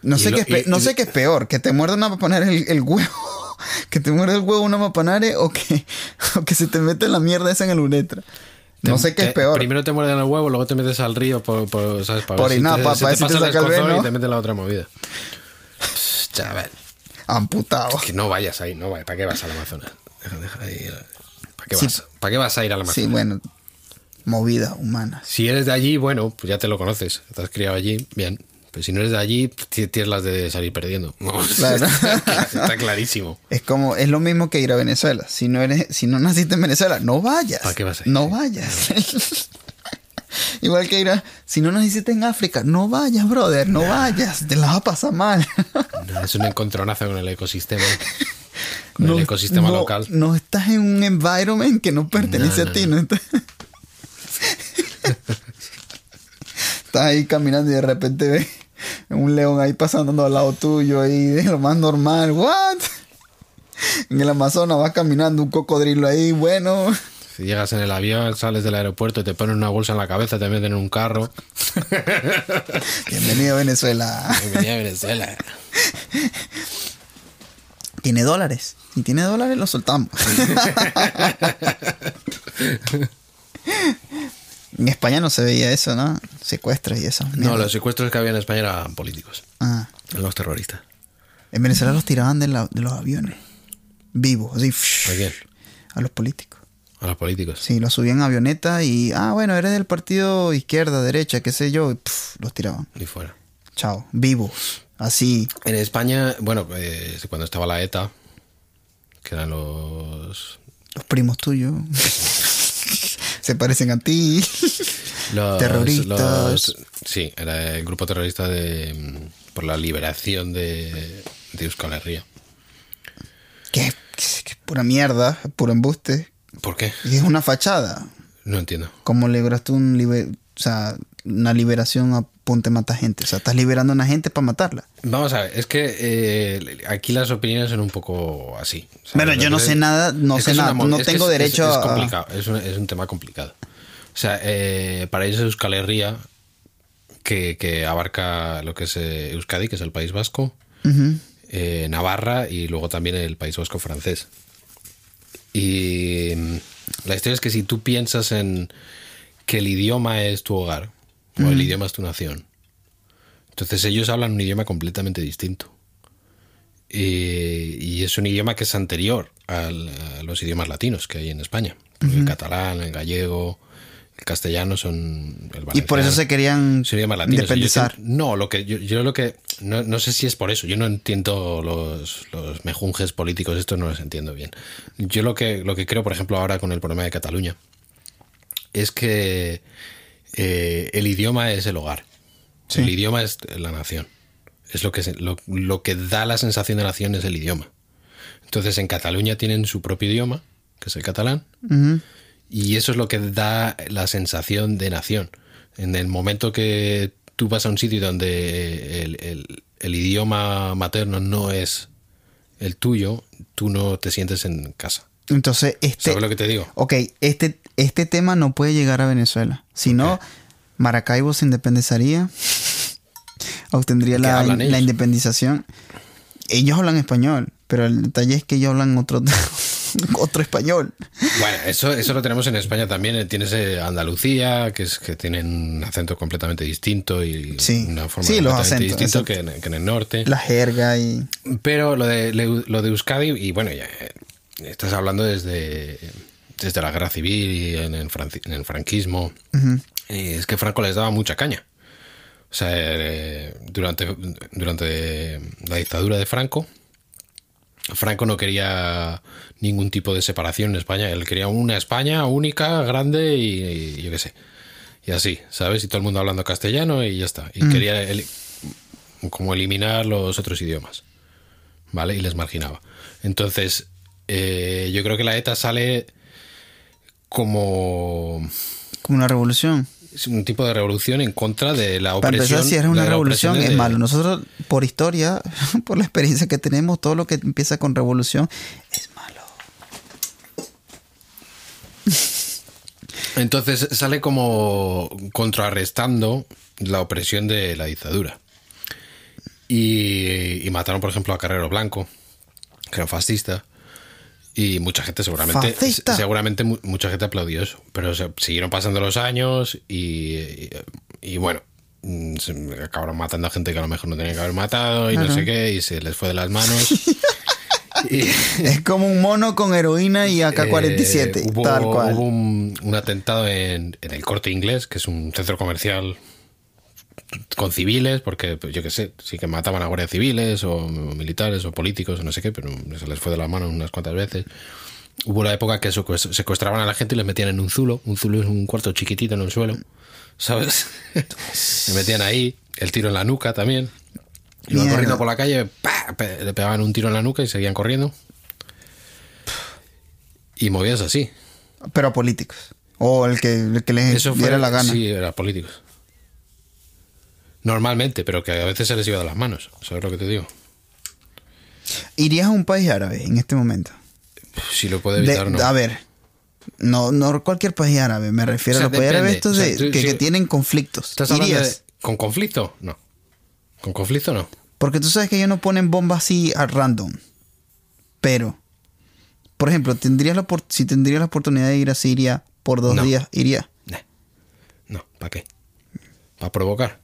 [SPEAKER 2] No
[SPEAKER 3] Y
[SPEAKER 2] sé,
[SPEAKER 3] lo-
[SPEAKER 2] qué es pe-
[SPEAKER 3] y-
[SPEAKER 2] no
[SPEAKER 3] y-
[SPEAKER 2] sé qué es peor, que te muerda una mapanare el, el huevo, que te muerda el huevo una mapanare o que, o que se te mete la mierda esa en el uretra. No
[SPEAKER 3] Te-
[SPEAKER 2] sé qué
[SPEAKER 3] te-
[SPEAKER 2] es peor.
[SPEAKER 3] Primero te muerden el huevo, luego te metes al río por, por ¿sabes? Para
[SPEAKER 2] Por
[SPEAKER 3] ver
[SPEAKER 2] ahí nada,
[SPEAKER 3] te-
[SPEAKER 2] pa-
[SPEAKER 3] se
[SPEAKER 2] pa' ver si te
[SPEAKER 3] pasa
[SPEAKER 2] saca el
[SPEAKER 3] escozor
[SPEAKER 2] veno.
[SPEAKER 3] y te meten la otra movida. Pss, Chaval,
[SPEAKER 2] Amputado.
[SPEAKER 3] que no vayas ahí, no vayas. ¿Para qué vas al Amazonas? Deja, deja ahí. ¿Para qué,
[SPEAKER 2] Sí.
[SPEAKER 3] vas? ¿Para qué vas a ir al Amazonas?
[SPEAKER 2] Sí, bueno. Movidas humanas.
[SPEAKER 3] Si eres de allí, bueno, pues ya te lo conoces. Te has criado allí, bien. Pero si no eres de allí, pues, ti- tienes las de salir perdiendo.
[SPEAKER 2] Claro.
[SPEAKER 3] Está clarísimo.
[SPEAKER 2] Es como, es lo mismo que ir a Venezuela. Si no eres, si no naciste en Venezuela, no vayas.
[SPEAKER 3] ¿Para qué vas a ir?
[SPEAKER 2] No
[SPEAKER 3] Sí.
[SPEAKER 2] vayas. Igual que ir a, si no naciste en África, no vayas, brother, no vayas, te la vas a pasar mal.
[SPEAKER 3] No, Es un encontronazo con el ecosistema. Con el ecosistema
[SPEAKER 2] no-
[SPEAKER 3] local.
[SPEAKER 2] No estás en un environment que no pertenece
[SPEAKER 3] No,
[SPEAKER 2] a
[SPEAKER 3] no,
[SPEAKER 2] ti.
[SPEAKER 3] no.
[SPEAKER 2] No. estás... Estás ahí caminando y de repente ves un león ahí pasando al lado tuyo, ahí de lo más normal. ¿What? En el Amazonas vas caminando un cocodrilo ahí, bueno.
[SPEAKER 3] Si llegas en el avión, sales del aeropuerto, te ponen una bolsa en la cabeza, te meten en un carro.
[SPEAKER 2] Bienvenido a Venezuela.
[SPEAKER 3] Bienvenida a Venezuela.
[SPEAKER 2] Tiene dólares. Si tiene dólares, lo soltamos. en España no se veía eso, ¿no? Secuestros y eso.
[SPEAKER 3] No, los secuestros que había en España eran políticos,
[SPEAKER 2] Ah.
[SPEAKER 3] eran los terroristas.
[SPEAKER 2] En Venezuela los tiraban de, la- de los aviones. Vivos, así.
[SPEAKER 3] ¿A quién?
[SPEAKER 2] A los políticos.
[SPEAKER 3] A los políticos.
[SPEAKER 2] Sí, los subían a avioneta y, ah, bueno, eres del partido izquierda, derecha, qué sé yo, y pf, los tiraban.
[SPEAKER 3] Y fuera.
[SPEAKER 2] Chao, vivos. Así.
[SPEAKER 3] En España, bueno, eh, cuando estaba la ETA, que eran los.
[SPEAKER 2] Los primos tuyos. Se parecen a ti.
[SPEAKER 3] los
[SPEAKER 2] Terroristas.
[SPEAKER 3] los- sí, era el grupo terrorista de mm, por la liberación de, de Euskal Herria.
[SPEAKER 2] que que pura mierda, puro embuste.
[SPEAKER 3] ¿Por qué?
[SPEAKER 2] Y es una fachada.
[SPEAKER 3] No entiendo.
[SPEAKER 2] Como libraste un liber- o sea, una liberación a ponte mata gente. O sea, estás liberando a una gente para matarla.
[SPEAKER 3] Vamos a ver, es que eh, aquí las opiniones son un poco así. O sea,
[SPEAKER 2] Bueno,
[SPEAKER 3] lo
[SPEAKER 2] yo
[SPEAKER 3] que
[SPEAKER 2] no
[SPEAKER 3] es-
[SPEAKER 2] sé nada, no
[SPEAKER 3] es
[SPEAKER 2] sé
[SPEAKER 3] que es una
[SPEAKER 2] nada,
[SPEAKER 3] mo-
[SPEAKER 2] no
[SPEAKER 3] es que
[SPEAKER 2] tengo
[SPEAKER 3] es- es-
[SPEAKER 2] derecho
[SPEAKER 3] es,
[SPEAKER 2] a-
[SPEAKER 3] complicado, es un, es un tema complicado. O sea, eh, para ellos Euskal Herria, que, que abarca lo que es eh, Euskadi, que es el País Vasco,
[SPEAKER 2] Ujú.
[SPEAKER 3] eh, Navarra y luego también el País Vasco francés. Y mm, la historia es que si tú piensas en que el idioma es tu hogar, o el idioma es tu nación, entonces ellos hablan un idioma completamente distinto. Y, y es un idioma que es anterior al- a los idiomas latinos que hay en España. Porque El catalán, el gallego, el castellano son... El
[SPEAKER 2] Y por eso
[SPEAKER 3] valenciano.
[SPEAKER 2] se querían
[SPEAKER 3] Sería más latino.
[SPEAKER 2] independizar.
[SPEAKER 3] Yo entiendo- no, lo que yo, yo lo que no, no sé si es por eso. Yo no entiendo los, los mejunjes políticos. Esto no los entiendo bien. Yo lo que lo que creo, por ejemplo, ahora con el problema de Cataluña es que eh, el idioma es el hogar. El idioma es la nación. Es lo que se- lo- lo que da la sensación de nación es el idioma. Entonces en Cataluña tienen su propio idioma, que es el catalán,
[SPEAKER 2] Ujú.
[SPEAKER 3] Y eso es lo que da la sensación de nación. En el momento que tú vas a un sitio donde el, el- el idioma materno no es el tuyo, tú no te sientes en casa.
[SPEAKER 2] Entonces, este.
[SPEAKER 3] ¿Sabes lo que te digo?
[SPEAKER 2] Ok, este, este tema no puede llegar a Venezuela. Si no, Maracaibo se independizaría, obtendría
[SPEAKER 3] ¿Qué
[SPEAKER 2] la,
[SPEAKER 3] hablan
[SPEAKER 2] la
[SPEAKER 3] ellos?
[SPEAKER 2] independización. Ellos hablan español, pero el detalle es que ellos hablan otro, otro español.
[SPEAKER 3] Bueno, eso, eso lo tenemos en España también. Tienes eh, Andalucía, que es que tienen un acento completamente distinto y
[SPEAKER 2] Sí.
[SPEAKER 3] una forma
[SPEAKER 2] Sí, los
[SPEAKER 3] completamente
[SPEAKER 2] acentos,
[SPEAKER 3] distinta que, en- que en el norte.
[SPEAKER 2] La jerga y...
[SPEAKER 3] Pero lo de, le- lo de Euskadi, y bueno, ya, eh, estás hablando desde, desde la guerra civil y en el, franci- en el franquismo. Y es que Franco les daba mucha caña. O sea, eh, durante, durante la dictadura de Franco, Franco no quería ningún tipo de separación en España. Él quería una España única, grande y, y yo qué sé. Y así, ¿sabes? Y todo el mundo hablando castellano y ya está. Y quería el- como eliminar los otros idiomas. ¿Vale? Y les marginaba. Entonces, eh, yo creo que la ETA sale como
[SPEAKER 2] Como una revolución.
[SPEAKER 3] es un tipo de revolución en contra de la
[SPEAKER 2] Para
[SPEAKER 3] opresión.
[SPEAKER 2] empezar, si es
[SPEAKER 3] la-
[SPEAKER 2] una
[SPEAKER 3] la
[SPEAKER 2] revolución,
[SPEAKER 3] opresión
[SPEAKER 2] es
[SPEAKER 3] de-
[SPEAKER 2] malo. Nosotros, por historia, por la experiencia que tenemos, todo lo que empieza con revolución es malo.
[SPEAKER 3] Entonces sale como contrarrestando la opresión de la dictadura. Y, y mataron, por ejemplo, a Carrero Blanco, que era un fascista. Y mucha gente seguramente...
[SPEAKER 2] ¡Fascista!
[SPEAKER 3] Seguramente mu- mucha gente aplaudió eso. Pero se- siguieron pasando los años y, y- y bueno, mm, se- acabaron matando a gente que a lo mejor no tenía que haber matado y no sé qué. Y se les fue de las manos. y,
[SPEAKER 2] Es como un mono con heroína y AK-47,
[SPEAKER 3] eh, hubo,
[SPEAKER 2] tal cual.
[SPEAKER 3] hubo un, un atentado en, en el Corte Inglés, que es un centro comercial con civiles, porque pues, yo qué sé, sí que mataban a guardias civiles o militares o políticos o no sé qué, pero se les fue de la mano unas cuantas veces. Hubo la época que secuest- secuestraban a la gente y les metían en un zulo. Un zulo es un cuarto chiquitito en el suelo, ¿sabes? Le metían ahí, el tiro en la nuca también. Iban
[SPEAKER 2] Mierda.
[SPEAKER 3] corriendo por la calle, ¡pa! Pe- le pegaban un tiro en la nuca y seguían corriendo. Y movidas así.
[SPEAKER 2] Pero a políticos. O el que, el que les
[SPEAKER 3] Eso fue,
[SPEAKER 2] diera Eh, la gana.
[SPEAKER 3] Sí, eran políticos. Normalmente, pero que a veces se les iba de las manos. ¿Sabes lo que te digo?
[SPEAKER 2] ¿Irías a un país árabe en este momento?
[SPEAKER 3] Si lo puede evitar,
[SPEAKER 2] De-
[SPEAKER 3] no.
[SPEAKER 2] A ver, no, no cualquier país árabe, me refiero
[SPEAKER 3] O sea,
[SPEAKER 2] a los países
[SPEAKER 3] depende.
[SPEAKER 2] árabes estos
[SPEAKER 3] O sea,
[SPEAKER 2] de-
[SPEAKER 3] tú-
[SPEAKER 2] que,
[SPEAKER 3] sí.
[SPEAKER 2] que tienen conflictos.
[SPEAKER 3] ¿Estás hablando de-
[SPEAKER 2] ¿Irías?
[SPEAKER 3] con conflicto? No. ¿Con conflicto no?
[SPEAKER 2] Porque tú sabes que ellos no ponen bombas así a random. Pero, por ejemplo, tendrías la opor- si tendrías la oportunidad de ir a Siria por dos
[SPEAKER 3] No.
[SPEAKER 2] días, iría.
[SPEAKER 3] Nah. No, ¿para qué? ¿Para provocar?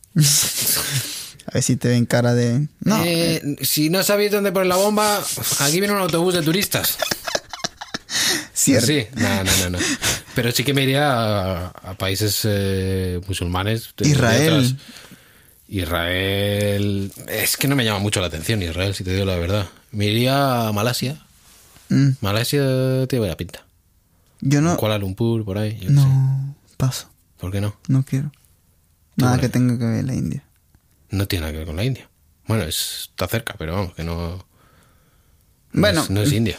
[SPEAKER 2] A ver si te ven cara de... No,
[SPEAKER 3] Eh, si no sabéis dónde poner la bomba, aquí viene un autobús de turistas.
[SPEAKER 2] cierto.
[SPEAKER 3] Sí, no, no, no, no. Pero sí que me iría a, a países eh, musulmanes. de- de
[SPEAKER 2] Israel.
[SPEAKER 3] otras. Israel. Es que no me llama mucho la atención Israel, si te digo la verdad. Me iría a Malasia.
[SPEAKER 2] Mm,
[SPEAKER 3] Malasia tiene buena pinta.
[SPEAKER 2] yo no...
[SPEAKER 3] Kuala Lumpur, por ahí. yo qué sé.
[SPEAKER 2] No, paso.
[SPEAKER 3] ¿Por qué no?
[SPEAKER 2] No quiero. Nada
[SPEAKER 3] vale.
[SPEAKER 2] que tenga que ver la India.
[SPEAKER 3] No tiene nada que ver con la India. Bueno, es- está cerca, pero vamos, que no. no
[SPEAKER 2] Bueno,
[SPEAKER 3] es- no es India.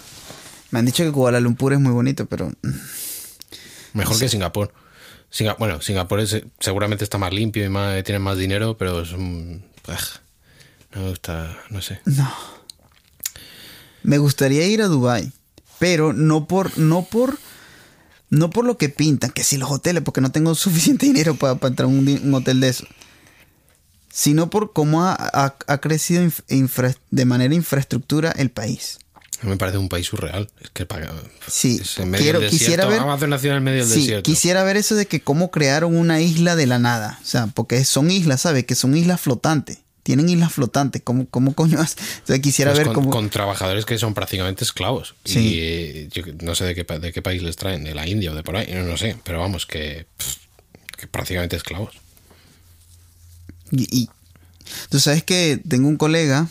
[SPEAKER 2] me han dicho que Kuala Lumpur es muy bonito, pero
[SPEAKER 3] Mejor que Singapur. Singa- bueno, Singapur es- eh, seguramente está más limpio y más, tiene más dinero, pero es un... ugh, no me gusta, no sé.
[SPEAKER 2] no. Me gustaría ir a Dubai, pero no por no por no por lo que pintan, que si los hoteles, porque no tengo suficiente dinero para, para entrar a un, di- un hotel de eso, sino por cómo ha, ha- ha crecido inf- infra- de manera infraestructura el país.
[SPEAKER 3] Me parece un país surreal. Es que paga-
[SPEAKER 2] Sí,
[SPEAKER 3] es en medio
[SPEAKER 2] quiero-
[SPEAKER 3] del
[SPEAKER 2] quisiera
[SPEAKER 3] desierto.
[SPEAKER 2] ver-
[SPEAKER 3] Amazon nació en el medio del
[SPEAKER 2] Sí,
[SPEAKER 3] desierto.
[SPEAKER 2] quisiera ver eso de que cómo crearon una isla de la nada. O sea, porque son islas, ¿sabes? Que son islas flotantes. Tienen islas flotantes. ¿Cómo, cómo coño hace? O sea, quisiera
[SPEAKER 3] Pues
[SPEAKER 2] ver
[SPEAKER 3] con,
[SPEAKER 2] cómo...
[SPEAKER 3] con trabajadores que son prácticamente esclavos.
[SPEAKER 2] Sí.
[SPEAKER 3] Y eh, yo no sé de qué, pa- de qué país les traen, de la India o de por ahí, no, no sé. Pero vamos, que, pff, que prácticamente esclavos.
[SPEAKER 2] Y, y- tú sabes que tengo un colega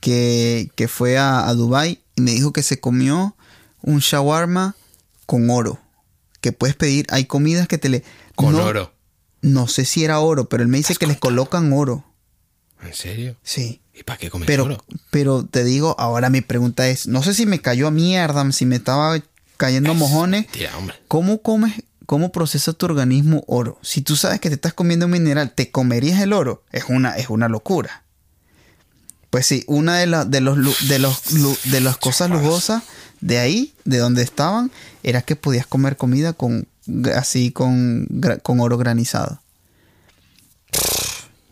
[SPEAKER 2] que, que fue a, a Dubai y me dijo que se comió un shawarma con oro. Que puedes pedir, hay comidas que te le...
[SPEAKER 3] Con
[SPEAKER 2] no-
[SPEAKER 3] oro.
[SPEAKER 2] No sé si era oro, pero él me dice que les colocan oro.
[SPEAKER 3] ¿En serio?
[SPEAKER 2] Sí.
[SPEAKER 3] ¿Y para qué comen
[SPEAKER 2] Pero,
[SPEAKER 3] oro?
[SPEAKER 2] pero te digo, ahora mi pregunta es, no sé si me cayó a mierda, si me estaba cayendo mojones.
[SPEAKER 3] Tira, hombre.
[SPEAKER 2] ¿Cómo comes, cómo procesa tu organismo oro? Si tú sabes que te estás comiendo un mineral, ¿te comerías el oro? Es una, es una locura. Pues sí, una de, la- de, los, lu- de, los, lu- de las cosas lujosas de ahí, de donde estaban, era que podías comer comida con así con, gra- con oro granizado.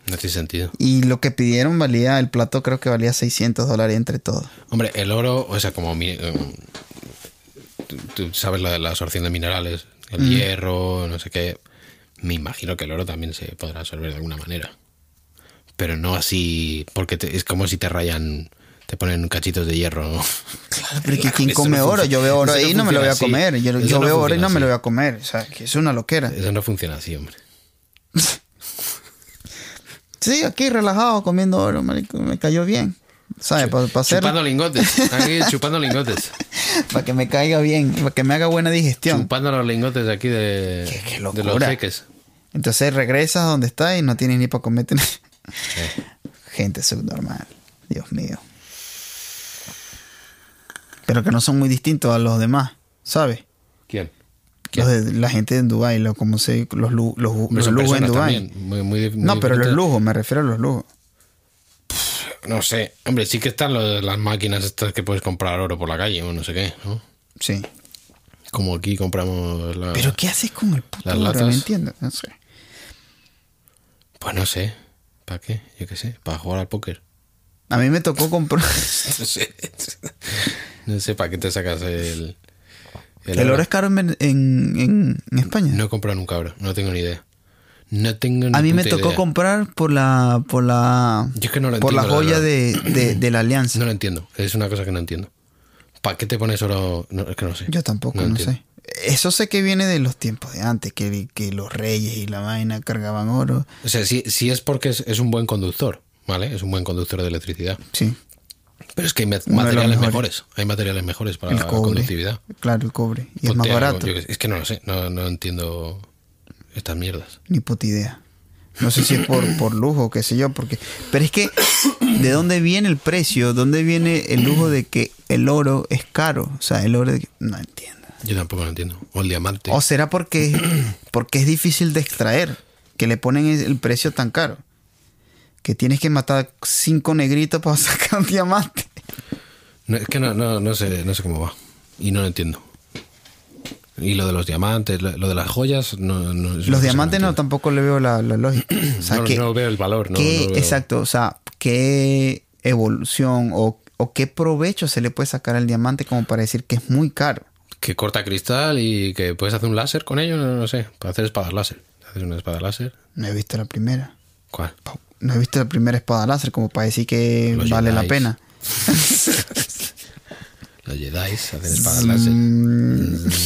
[SPEAKER 3] No tiene sentido.
[SPEAKER 2] Y lo que pidieron valía, el plato creo que valía 600 dólares entre todos.
[SPEAKER 3] Hombre, el oro, o sea, como. mi- eh, tú, tú sabes lo de la absorción de minerales, el hierro, no sé qué. Me imagino que el oro también se podrá absorber de alguna manera. Pero no así, porque te- es como si te rayan, te ponen cachitos de hierro.
[SPEAKER 2] Pero que ¿quién
[SPEAKER 3] Ah, Eso
[SPEAKER 2] come
[SPEAKER 3] no
[SPEAKER 2] oro?
[SPEAKER 3] func-
[SPEAKER 2] Yo veo oro
[SPEAKER 3] eso
[SPEAKER 2] ahí y no me lo voy
[SPEAKER 3] funciona
[SPEAKER 2] a
[SPEAKER 3] así.
[SPEAKER 2] comer. Yo,
[SPEAKER 3] Eso
[SPEAKER 2] yo veo oro y no
[SPEAKER 3] funciona
[SPEAKER 2] me lo voy
[SPEAKER 3] así.
[SPEAKER 2] a comer. O sea, que es una loquera.
[SPEAKER 3] Eso no funciona así, hombre.
[SPEAKER 2] Sí, aquí relajado comiendo oro, marico, me cayó bien. ¿Sabes? Para
[SPEAKER 3] Chupando lingotes. Aquí chupando lingotes.
[SPEAKER 2] que me caiga bien, para que me haga buena digestión.
[SPEAKER 3] Chupando los lingotes aquí de,
[SPEAKER 2] Qué- qué
[SPEAKER 3] de los
[SPEAKER 2] locura.
[SPEAKER 3] jeques.
[SPEAKER 2] Entonces regresas a donde estás y no tienes ni para comerte. ni- Gente subnormal, Dios mío. Pero que no son muy distintos a los demás, ¿sabes?
[SPEAKER 3] ¿Quién?
[SPEAKER 2] Los de- la gente en Dubái, los, como se, los, lu- los,
[SPEAKER 3] Hombre,
[SPEAKER 2] los
[SPEAKER 3] son
[SPEAKER 2] lujos en
[SPEAKER 3] personas
[SPEAKER 2] Dubái.
[SPEAKER 3] también, muy- muy- muy
[SPEAKER 2] No, pero los
[SPEAKER 3] diferentes.
[SPEAKER 2] lujos, me refiero a los lujos.
[SPEAKER 3] No sé. Hombre, sí que están los- las máquinas estas que puedes comprar oro por la calle o no sé qué, ¿no?
[SPEAKER 2] Sí.
[SPEAKER 3] Como aquí compramos la...
[SPEAKER 2] Pero ¿qué haces con el puto
[SPEAKER 3] Ah. Las
[SPEAKER 2] oro? No
[SPEAKER 3] latas.
[SPEAKER 2] entiendo. No sé.
[SPEAKER 3] Pues no sé. ¿Para qué? Yo qué sé. ¿Para jugar al póker?
[SPEAKER 2] A mí me tocó comprar.
[SPEAKER 3] No sé. No sé para qué te sacas el...
[SPEAKER 2] El, oro es caro en, Ven- en- en- en España.
[SPEAKER 3] No he comprado nunca oro. No tengo ni idea. No tengo ni
[SPEAKER 2] a mí me
[SPEAKER 3] puta
[SPEAKER 2] tocó
[SPEAKER 3] idea.
[SPEAKER 2] comprar por la por la
[SPEAKER 3] Yo es que no lo
[SPEAKER 2] por la
[SPEAKER 3] entiendo, la
[SPEAKER 2] joya
[SPEAKER 3] verdad.
[SPEAKER 2] de, de- de la alianza.
[SPEAKER 3] No lo entiendo. Es una cosa que no entiendo. ¿Para qué te pones oro? No, es que no sé.
[SPEAKER 2] Yo tampoco, no,
[SPEAKER 3] entiendo.
[SPEAKER 2] sé. Eso sé que viene de los tiempos de antes, que, que los reyes y la vaina cargaban oro.
[SPEAKER 3] O sea, si, si es porque es, es un buen conductor, ¿vale? Es un buen conductor de electricidad.
[SPEAKER 2] Sí,
[SPEAKER 3] Pero es que hay ma-
[SPEAKER 2] Uno de los
[SPEAKER 3] materiales
[SPEAKER 2] mejores.
[SPEAKER 3] mejores. Hay materiales mejores para
[SPEAKER 2] el
[SPEAKER 3] Ah, la
[SPEAKER 2] cobre.
[SPEAKER 3] conductividad.
[SPEAKER 2] Claro, el cobre. Y es
[SPEAKER 3] Ponte
[SPEAKER 2] más
[SPEAKER 3] algo,
[SPEAKER 2] barato.
[SPEAKER 3] yo qué sé. es que no lo sé. No, no entiendo estas mierdas.
[SPEAKER 2] Ni puta idea. No sé si es por, por lujo, qué sé yo, porque... Pero es que, ¿de dónde viene el precio? ¿Dónde viene el lujo de que el oro es caro? O sea, el oro... No entiendo.
[SPEAKER 3] Yo tampoco lo entiendo. O el diamante.
[SPEAKER 2] ¿O será porque, porque es difícil de extraer? Que le ponen el el precio tan caro. Que tienes que matar cinco negritos para sacar un diamante.
[SPEAKER 3] No, es que no, no, no, sé, no sé cómo va. Y no lo entiendo. Y lo de los diamantes, lo, lo de las joyas, no, Pues no es una cosa que
[SPEAKER 2] Los diamantes no,
[SPEAKER 3] entiendo.
[SPEAKER 2] tampoco le veo la, la lógica. O sea,
[SPEAKER 3] No-
[SPEAKER 2] que,
[SPEAKER 3] no veo el valor, no-
[SPEAKER 2] qué-
[SPEAKER 3] no veo-
[SPEAKER 2] Exacto, o sea, qué evolución o, o qué provecho se le puede sacar al diamante como para decir que es muy caro.
[SPEAKER 3] que corta cristal y que puedes hacer un láser con ello, no, no sé, para hacer espadas láser. Haces una espada láser.
[SPEAKER 2] No he visto la primera.
[SPEAKER 3] ¿Cuál?
[SPEAKER 2] No he visto la primera espada láser como para decir que
[SPEAKER 3] Los
[SPEAKER 2] vale la
[SPEAKER 3] Jedis.
[SPEAKER 2] pena.
[SPEAKER 3] Los Jedi hacen espadas láser. Mm.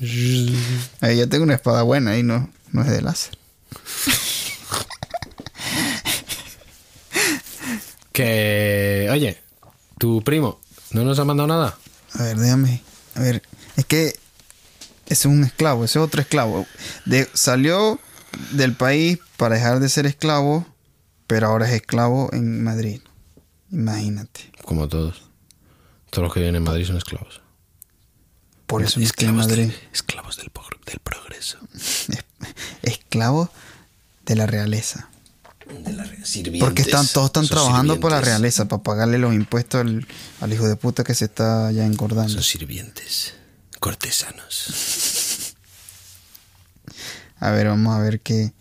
[SPEAKER 2] Eh, yo tengo una espada buena y no, no es de láser.
[SPEAKER 3] Que, oye, tu primo no nos ha mandado nada.
[SPEAKER 2] A ver, déjame. A ver, es que ese es un esclavo, ese es otro esclavo. De- salió del país para dejar de ser esclavo, pero ahora es esclavo en Madrid. Imagínate.
[SPEAKER 3] Como todos. Todos los que viven en Madrid son esclavos.
[SPEAKER 2] Por eso es que en Madrid.
[SPEAKER 3] esclavos del, pogr- del progreso.
[SPEAKER 2] Esclavos de la realeza.
[SPEAKER 3] De la re- sirvientes.
[SPEAKER 2] Porque están, todos están
[SPEAKER 3] Son
[SPEAKER 2] trabajando por la
[SPEAKER 3] sirvientes.
[SPEAKER 2] realeza, para pagarle los impuestos al, al hijo de puta que se está ya engordando.
[SPEAKER 3] Son sirvientes. Cortesanos.
[SPEAKER 2] A ver, vamos a ver qué,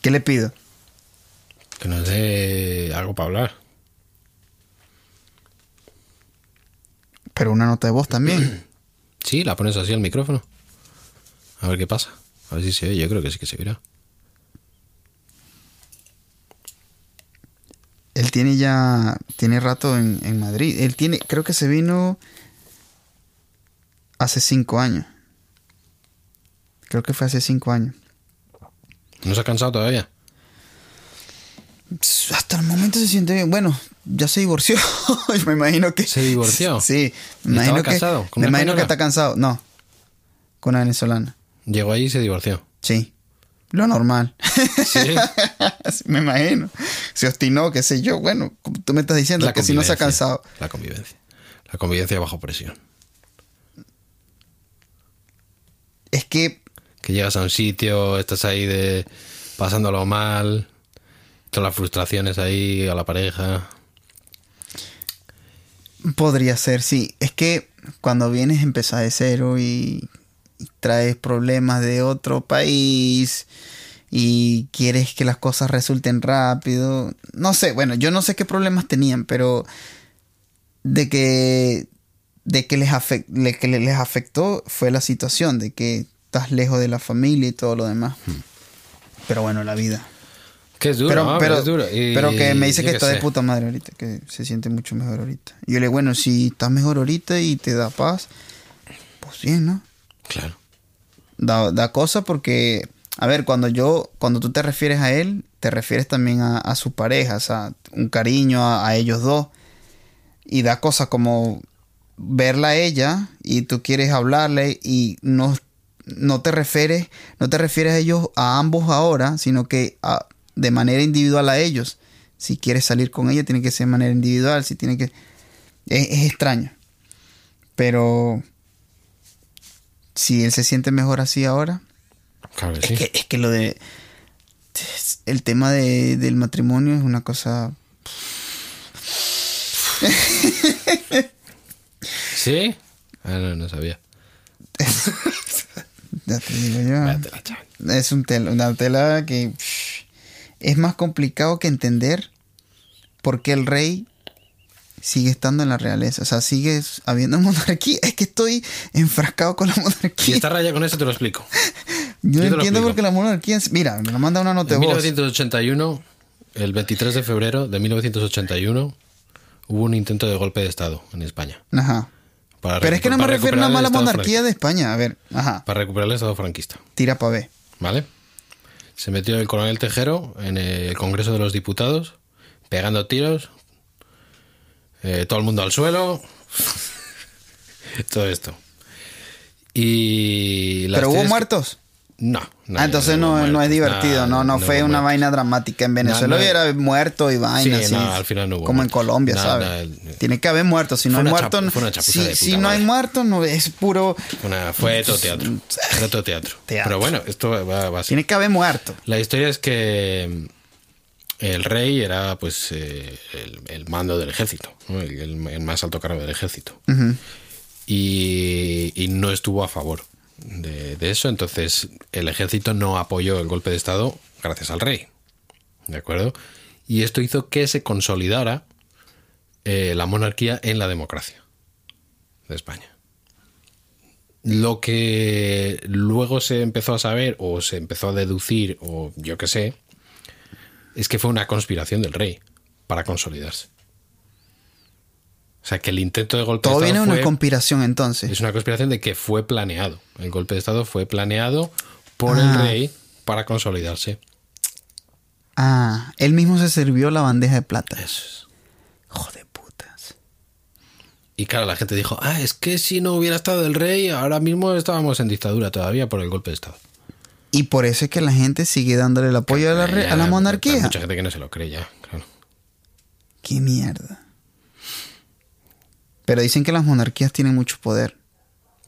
[SPEAKER 2] qué le pido.
[SPEAKER 3] Que nos dé algo para hablar.
[SPEAKER 2] Pero una nota de voz también.
[SPEAKER 3] Sí, la pones así al micrófono. A ver qué pasa. A ver si se oye. Yo creo que sí que se oirá.
[SPEAKER 2] Él tiene ya, tiene rato en, en Madrid. Él tiene, creo que se vino hace cinco años. Creo que fue hace cinco años.
[SPEAKER 3] ¿No se ha cansado todavía?
[SPEAKER 2] Pss, Hasta el momento se siente bien. Bueno, ya se divorció. me imagino que.
[SPEAKER 3] ¿Se divorció?
[SPEAKER 2] Sí. Me
[SPEAKER 3] ¿Estaba
[SPEAKER 2] imagino que,
[SPEAKER 3] casado con
[SPEAKER 2] me
[SPEAKER 3] una
[SPEAKER 2] imagino que
[SPEAKER 3] española?
[SPEAKER 2] está cansado. No. Con una venezolana.
[SPEAKER 3] Llegó allí y se divorció.
[SPEAKER 2] Sí. Lo normal.
[SPEAKER 3] Sí.
[SPEAKER 2] me imagino. Se obstinó, qué sé yo. Bueno, como tú me estás diciendo que si no se ha
[SPEAKER 3] convivencia,
[SPEAKER 2] cansado.
[SPEAKER 3] La convivencia. La convivencia bajo presión.
[SPEAKER 2] es que
[SPEAKER 3] Que llegas a un sitio, estás ahí de pasándolo mal, todas las frustraciones ahí a la pareja.
[SPEAKER 2] podría ser, sí. Es que cuando vienes empezás de cero y, y traes problemas de otro país y quieres que las cosas resulten rápido. No sé, bueno, yo no sé qué problemas tenían, pero de que de que les, afec- le- que le- les afectó fue la situación de que estás lejos de la familia y todo lo demás. Pero bueno, la vida.
[SPEAKER 3] Que es duro,
[SPEAKER 2] pero,
[SPEAKER 3] hombre,
[SPEAKER 2] pero,
[SPEAKER 3] es duro. Y-
[SPEAKER 2] pero que me dice
[SPEAKER 3] yo
[SPEAKER 2] que
[SPEAKER 3] qué
[SPEAKER 2] está de
[SPEAKER 3] sé.
[SPEAKER 2] puta madre ahorita, que se siente mucho mejor ahorita. Y yo le digo, bueno, si estás mejor ahorita y te da paz, pues bien, ¿no?
[SPEAKER 3] Claro.
[SPEAKER 2] Da, da cosa porque, a ver, cuando yo, cuando tú te refieres a él, te refieres también a, a su pareja, o sea, un cariño a, a ellos dos. Y da cosa como verla a ella y tú quieres hablarle y no, no te refieres, no te refieres a ellos a ambos ahora, sino que a- de manera individual a ellos. Si quieres salir con ella, tiene que ser de manera individual, si tiene que. Es, es extraño. Pero si él se siente mejor así ahora,
[SPEAKER 3] Claro que
[SPEAKER 2] es,
[SPEAKER 3] sí.
[SPEAKER 2] que, es que lo de. es- El tema de- del matrimonio es una cosa.
[SPEAKER 3] ¿Sí? Ah, no, no sabía.
[SPEAKER 2] Ya te digo yo.
[SPEAKER 3] Vete la chaval.
[SPEAKER 2] Es un tel- una tela que. pff, Es más complicado que entender por qué el rey sigue estando en la realeza. O sea, sigue habiendo monarquía. Es que estoy enfrascado con la
[SPEAKER 3] Y
[SPEAKER 2] monarquía.
[SPEAKER 3] esta raya con eso te lo explico.
[SPEAKER 2] Yo no
[SPEAKER 3] yo te lo
[SPEAKER 2] entiendo por
[SPEAKER 3] explico.
[SPEAKER 2] qué la monarquía. es- Mira, me lo manda una nota de
[SPEAKER 3] En
[SPEAKER 2] voz.
[SPEAKER 3] 1981, el 23 de febrero de 1981, hubo un intento de golpe de Estado en España.
[SPEAKER 2] Ajá.
[SPEAKER 3] para
[SPEAKER 2] Pero es que no me
[SPEAKER 3] recu- para
[SPEAKER 2] refiero nada más
[SPEAKER 3] recuperar
[SPEAKER 2] a la
[SPEAKER 3] el Estado
[SPEAKER 2] monarquía de España. A ver,
[SPEAKER 3] franquista-
[SPEAKER 2] ajá.
[SPEAKER 3] Para recuperar el Estado franquista,
[SPEAKER 2] Tira pa' ver.
[SPEAKER 3] ¿vale? Se metió el coronel Tejero en el Congreso de los Diputados, pegando tiros, eh, todo el mundo al suelo, todo esto. Y las
[SPEAKER 2] Pero hubo
[SPEAKER 3] tres-
[SPEAKER 2] muertos.
[SPEAKER 3] No. no,
[SPEAKER 2] ah, entonces no,
[SPEAKER 3] hubo
[SPEAKER 2] no es
[SPEAKER 3] muertos.
[SPEAKER 2] divertido, no,
[SPEAKER 3] Nah,
[SPEAKER 2] no, fue
[SPEAKER 3] hubo
[SPEAKER 2] una
[SPEAKER 3] muertos.
[SPEAKER 2] vaina dramática. En Venezuela
[SPEAKER 3] no-
[SPEAKER 2] hubiera muerto y vaina,
[SPEAKER 3] Sí,
[SPEAKER 2] así,
[SPEAKER 3] no, al final no hubo
[SPEAKER 2] Como en
[SPEAKER 3] muertos.
[SPEAKER 2] Colombia,
[SPEAKER 3] No,
[SPEAKER 2] ¿sabes?
[SPEAKER 3] no, el-
[SPEAKER 2] Tiene que haber muertos, si no
[SPEAKER 3] Fue
[SPEAKER 2] hay
[SPEAKER 3] una
[SPEAKER 2] muertos,
[SPEAKER 3] chapu- fue una
[SPEAKER 2] si,
[SPEAKER 3] chapuza de
[SPEAKER 2] si
[SPEAKER 3] puta
[SPEAKER 2] no hay
[SPEAKER 3] madre.
[SPEAKER 2] muertos, no es puro,
[SPEAKER 3] Una- fue todo teatro. Fue todo teatro.
[SPEAKER 2] Teatro.
[SPEAKER 3] Pero bueno, esto va, va así.
[SPEAKER 2] tiene que haber muertos.
[SPEAKER 3] La historia es que mm, el rey era pues eh, el, el mando del ejército, ¿no? el, el- el más alto cargo del ejército. y, y no estuvo a favor de, de eso, entonces el ejército no apoyó el golpe de Estado gracias al rey. ¿De acuerdo? Y esto hizo que se consolidara eh, la monarquía en la democracia de España lo que luego se empezó a saber o se empezó a deducir o yo qué sé, es que fue una conspiración del rey para consolidarse. O sea, que el intento de golpe
[SPEAKER 2] Todo
[SPEAKER 3] de
[SPEAKER 2] viene de
[SPEAKER 3] Estado
[SPEAKER 2] una
[SPEAKER 3] fue-
[SPEAKER 2] conspiración entonces.
[SPEAKER 3] es una conspiración de que fue planeado. El golpe de Estado fue planeado por
[SPEAKER 2] Ah.
[SPEAKER 3] el rey para consolidarse.
[SPEAKER 2] Ah, él mismo se sirvió la bandeja de plata.
[SPEAKER 3] Eso
[SPEAKER 2] Hijo de putas.
[SPEAKER 3] Y claro, la gente dijo, ah, es que si no hubiera estado el rey, ahora mismo estábamos en dictadura todavía por el golpe de Estado.
[SPEAKER 2] Y por eso es que la gente sigue dándole el apoyo a la, re-
[SPEAKER 3] Ya,
[SPEAKER 2] a la
[SPEAKER 3] hay
[SPEAKER 2] monarquía.
[SPEAKER 3] Mucha gente que no se lo cree ya, claro.
[SPEAKER 2] Qué mierda. Pero dicen que las monarquías tienen mucho poder.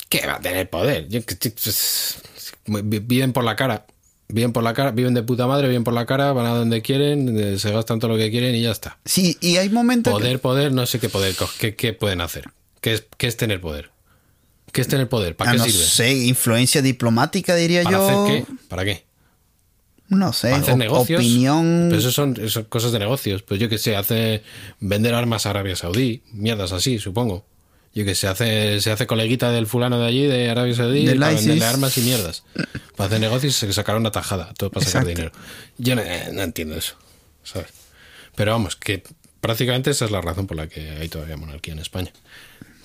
[SPEAKER 3] ¿Qué va a tener poder? Yo que- pues, vi- Viven por la cara. Viven por la cara, viven de puta madre, viven por la cara, van a donde quieren, eh, se gastan todo lo que quieren y ya está.
[SPEAKER 2] Sí, y hay momentos. que-
[SPEAKER 3] Poder, poder, no sé qué poder, co- qué, qué pueden hacer. ¿Qué es, qué es tener poder? ¿Qué es tener poder?
[SPEAKER 2] Ah,
[SPEAKER 3] ¿Para qué
[SPEAKER 2] no
[SPEAKER 3] sirve?
[SPEAKER 2] sé, influencia diplomática diría
[SPEAKER 3] ¿Para
[SPEAKER 2] yo.
[SPEAKER 3] hacer qué? ¿Para qué?
[SPEAKER 2] No sé,
[SPEAKER 3] ¿Para hacer
[SPEAKER 2] op-
[SPEAKER 3] negocios?
[SPEAKER 2] ¿eh? opinión.
[SPEAKER 3] Pero eso son, eso son cosas de negocios. Pues yo que sé, hace vender armas a Arabia Saudí, mierdas así, supongo. Yo que sé, hace, se hace coleguita del fulano de allí, de Arabia Saudí,
[SPEAKER 2] Del
[SPEAKER 3] para
[SPEAKER 2] ISIS.
[SPEAKER 3] venderle armas y mierdas. Para hacer negocios y se sacar una tajada, todo para
[SPEAKER 2] Exacto.
[SPEAKER 3] sacar dinero. Yo no, eh, no entiendo eso, ¿sabes? Pero vamos, que prácticamente esa es la razón por la que hay todavía monarquía en España.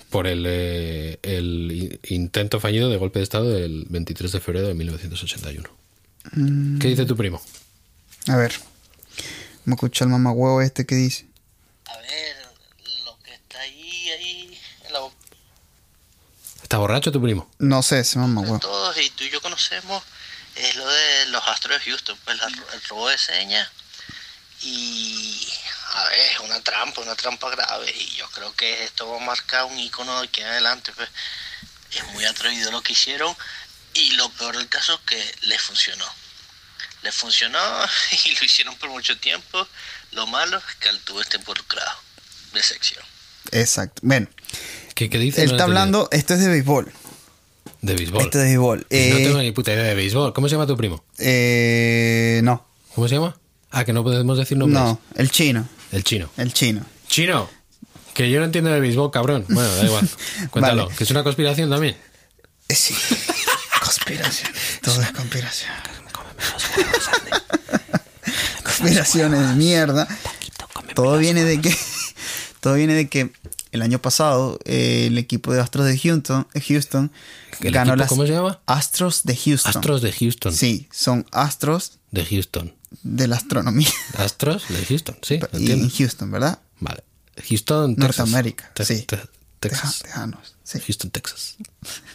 [SPEAKER 3] Por el, eh, el i- intento fallido de golpe de Estado del 23 de febrero de 1981.
[SPEAKER 2] Mm.
[SPEAKER 3] ¿Qué dice tu primo?
[SPEAKER 2] A ver. Vamos a escuchar el mamagüevo este que dice.
[SPEAKER 4] A ver, lo que está ahí, ahí, en la boca
[SPEAKER 3] ¿Está borracho tu primo?
[SPEAKER 2] No sé ese
[SPEAKER 4] de
[SPEAKER 2] mamagüevo.
[SPEAKER 4] todos y tú y yo conocemos, es lo de los astros de Houston, pues la- el robo de señas. Y, a ver, es una trampa, una trampa grave. Y yo creo que esto va a marcar un icono de aquí en adelante, pues es muy atrevido lo que hicieron. Y lo peor del caso es que les funcionó. Les funcionó y lo hicieron por mucho tiempo. Lo malo es que Altuve está involucrado. De sección.
[SPEAKER 2] Exacto. Bueno,
[SPEAKER 3] ¿Qué, qué dice?
[SPEAKER 2] él
[SPEAKER 3] No
[SPEAKER 2] está
[SPEAKER 3] lo he entendido.
[SPEAKER 2] hablando, esto es de béisbol.
[SPEAKER 3] De béisbol.
[SPEAKER 2] Este es de béisbol.
[SPEAKER 3] No
[SPEAKER 2] Eh,
[SPEAKER 3] tengo ni puta idea de béisbol. ¿Cómo se llama tu primo?
[SPEAKER 2] eh, no,
[SPEAKER 3] ¿Cómo se llama? Ah, que no podemos decir nombres.
[SPEAKER 2] no, el chino,
[SPEAKER 3] El chino.
[SPEAKER 2] el chino.
[SPEAKER 3] ¡Chino! Que yo no entiendo de béisbol, cabrón. Bueno, da igual. Cuéntalo.
[SPEAKER 2] Vale.
[SPEAKER 3] Que es una conspiración también.
[SPEAKER 2] Eh, Sí, conspiración, todo es conspiración. Conspiraciones, de mierda. Todo viene de que, todo viene de que el año pasado eh, el equipo de Astros de Houston, eh, Houston
[SPEAKER 3] ¿El
[SPEAKER 2] ganó
[SPEAKER 3] equipo
[SPEAKER 2] las
[SPEAKER 3] cómo se llama?
[SPEAKER 2] Astros de Houston.
[SPEAKER 3] Astros de Houston.
[SPEAKER 2] Sí, son Astros
[SPEAKER 3] De Houston.
[SPEAKER 2] de la astronomía
[SPEAKER 3] Astros de Houston, sí, lo
[SPEAKER 2] y en
[SPEAKER 3] entiendo.
[SPEAKER 2] Houston, ¿verdad?
[SPEAKER 3] Vale. Houston, Texas.
[SPEAKER 2] Norteamérica,
[SPEAKER 3] Te-
[SPEAKER 2] sí.
[SPEAKER 3] te- Texas.
[SPEAKER 2] Teja- Tejanos, sí.
[SPEAKER 3] Houston, Texas.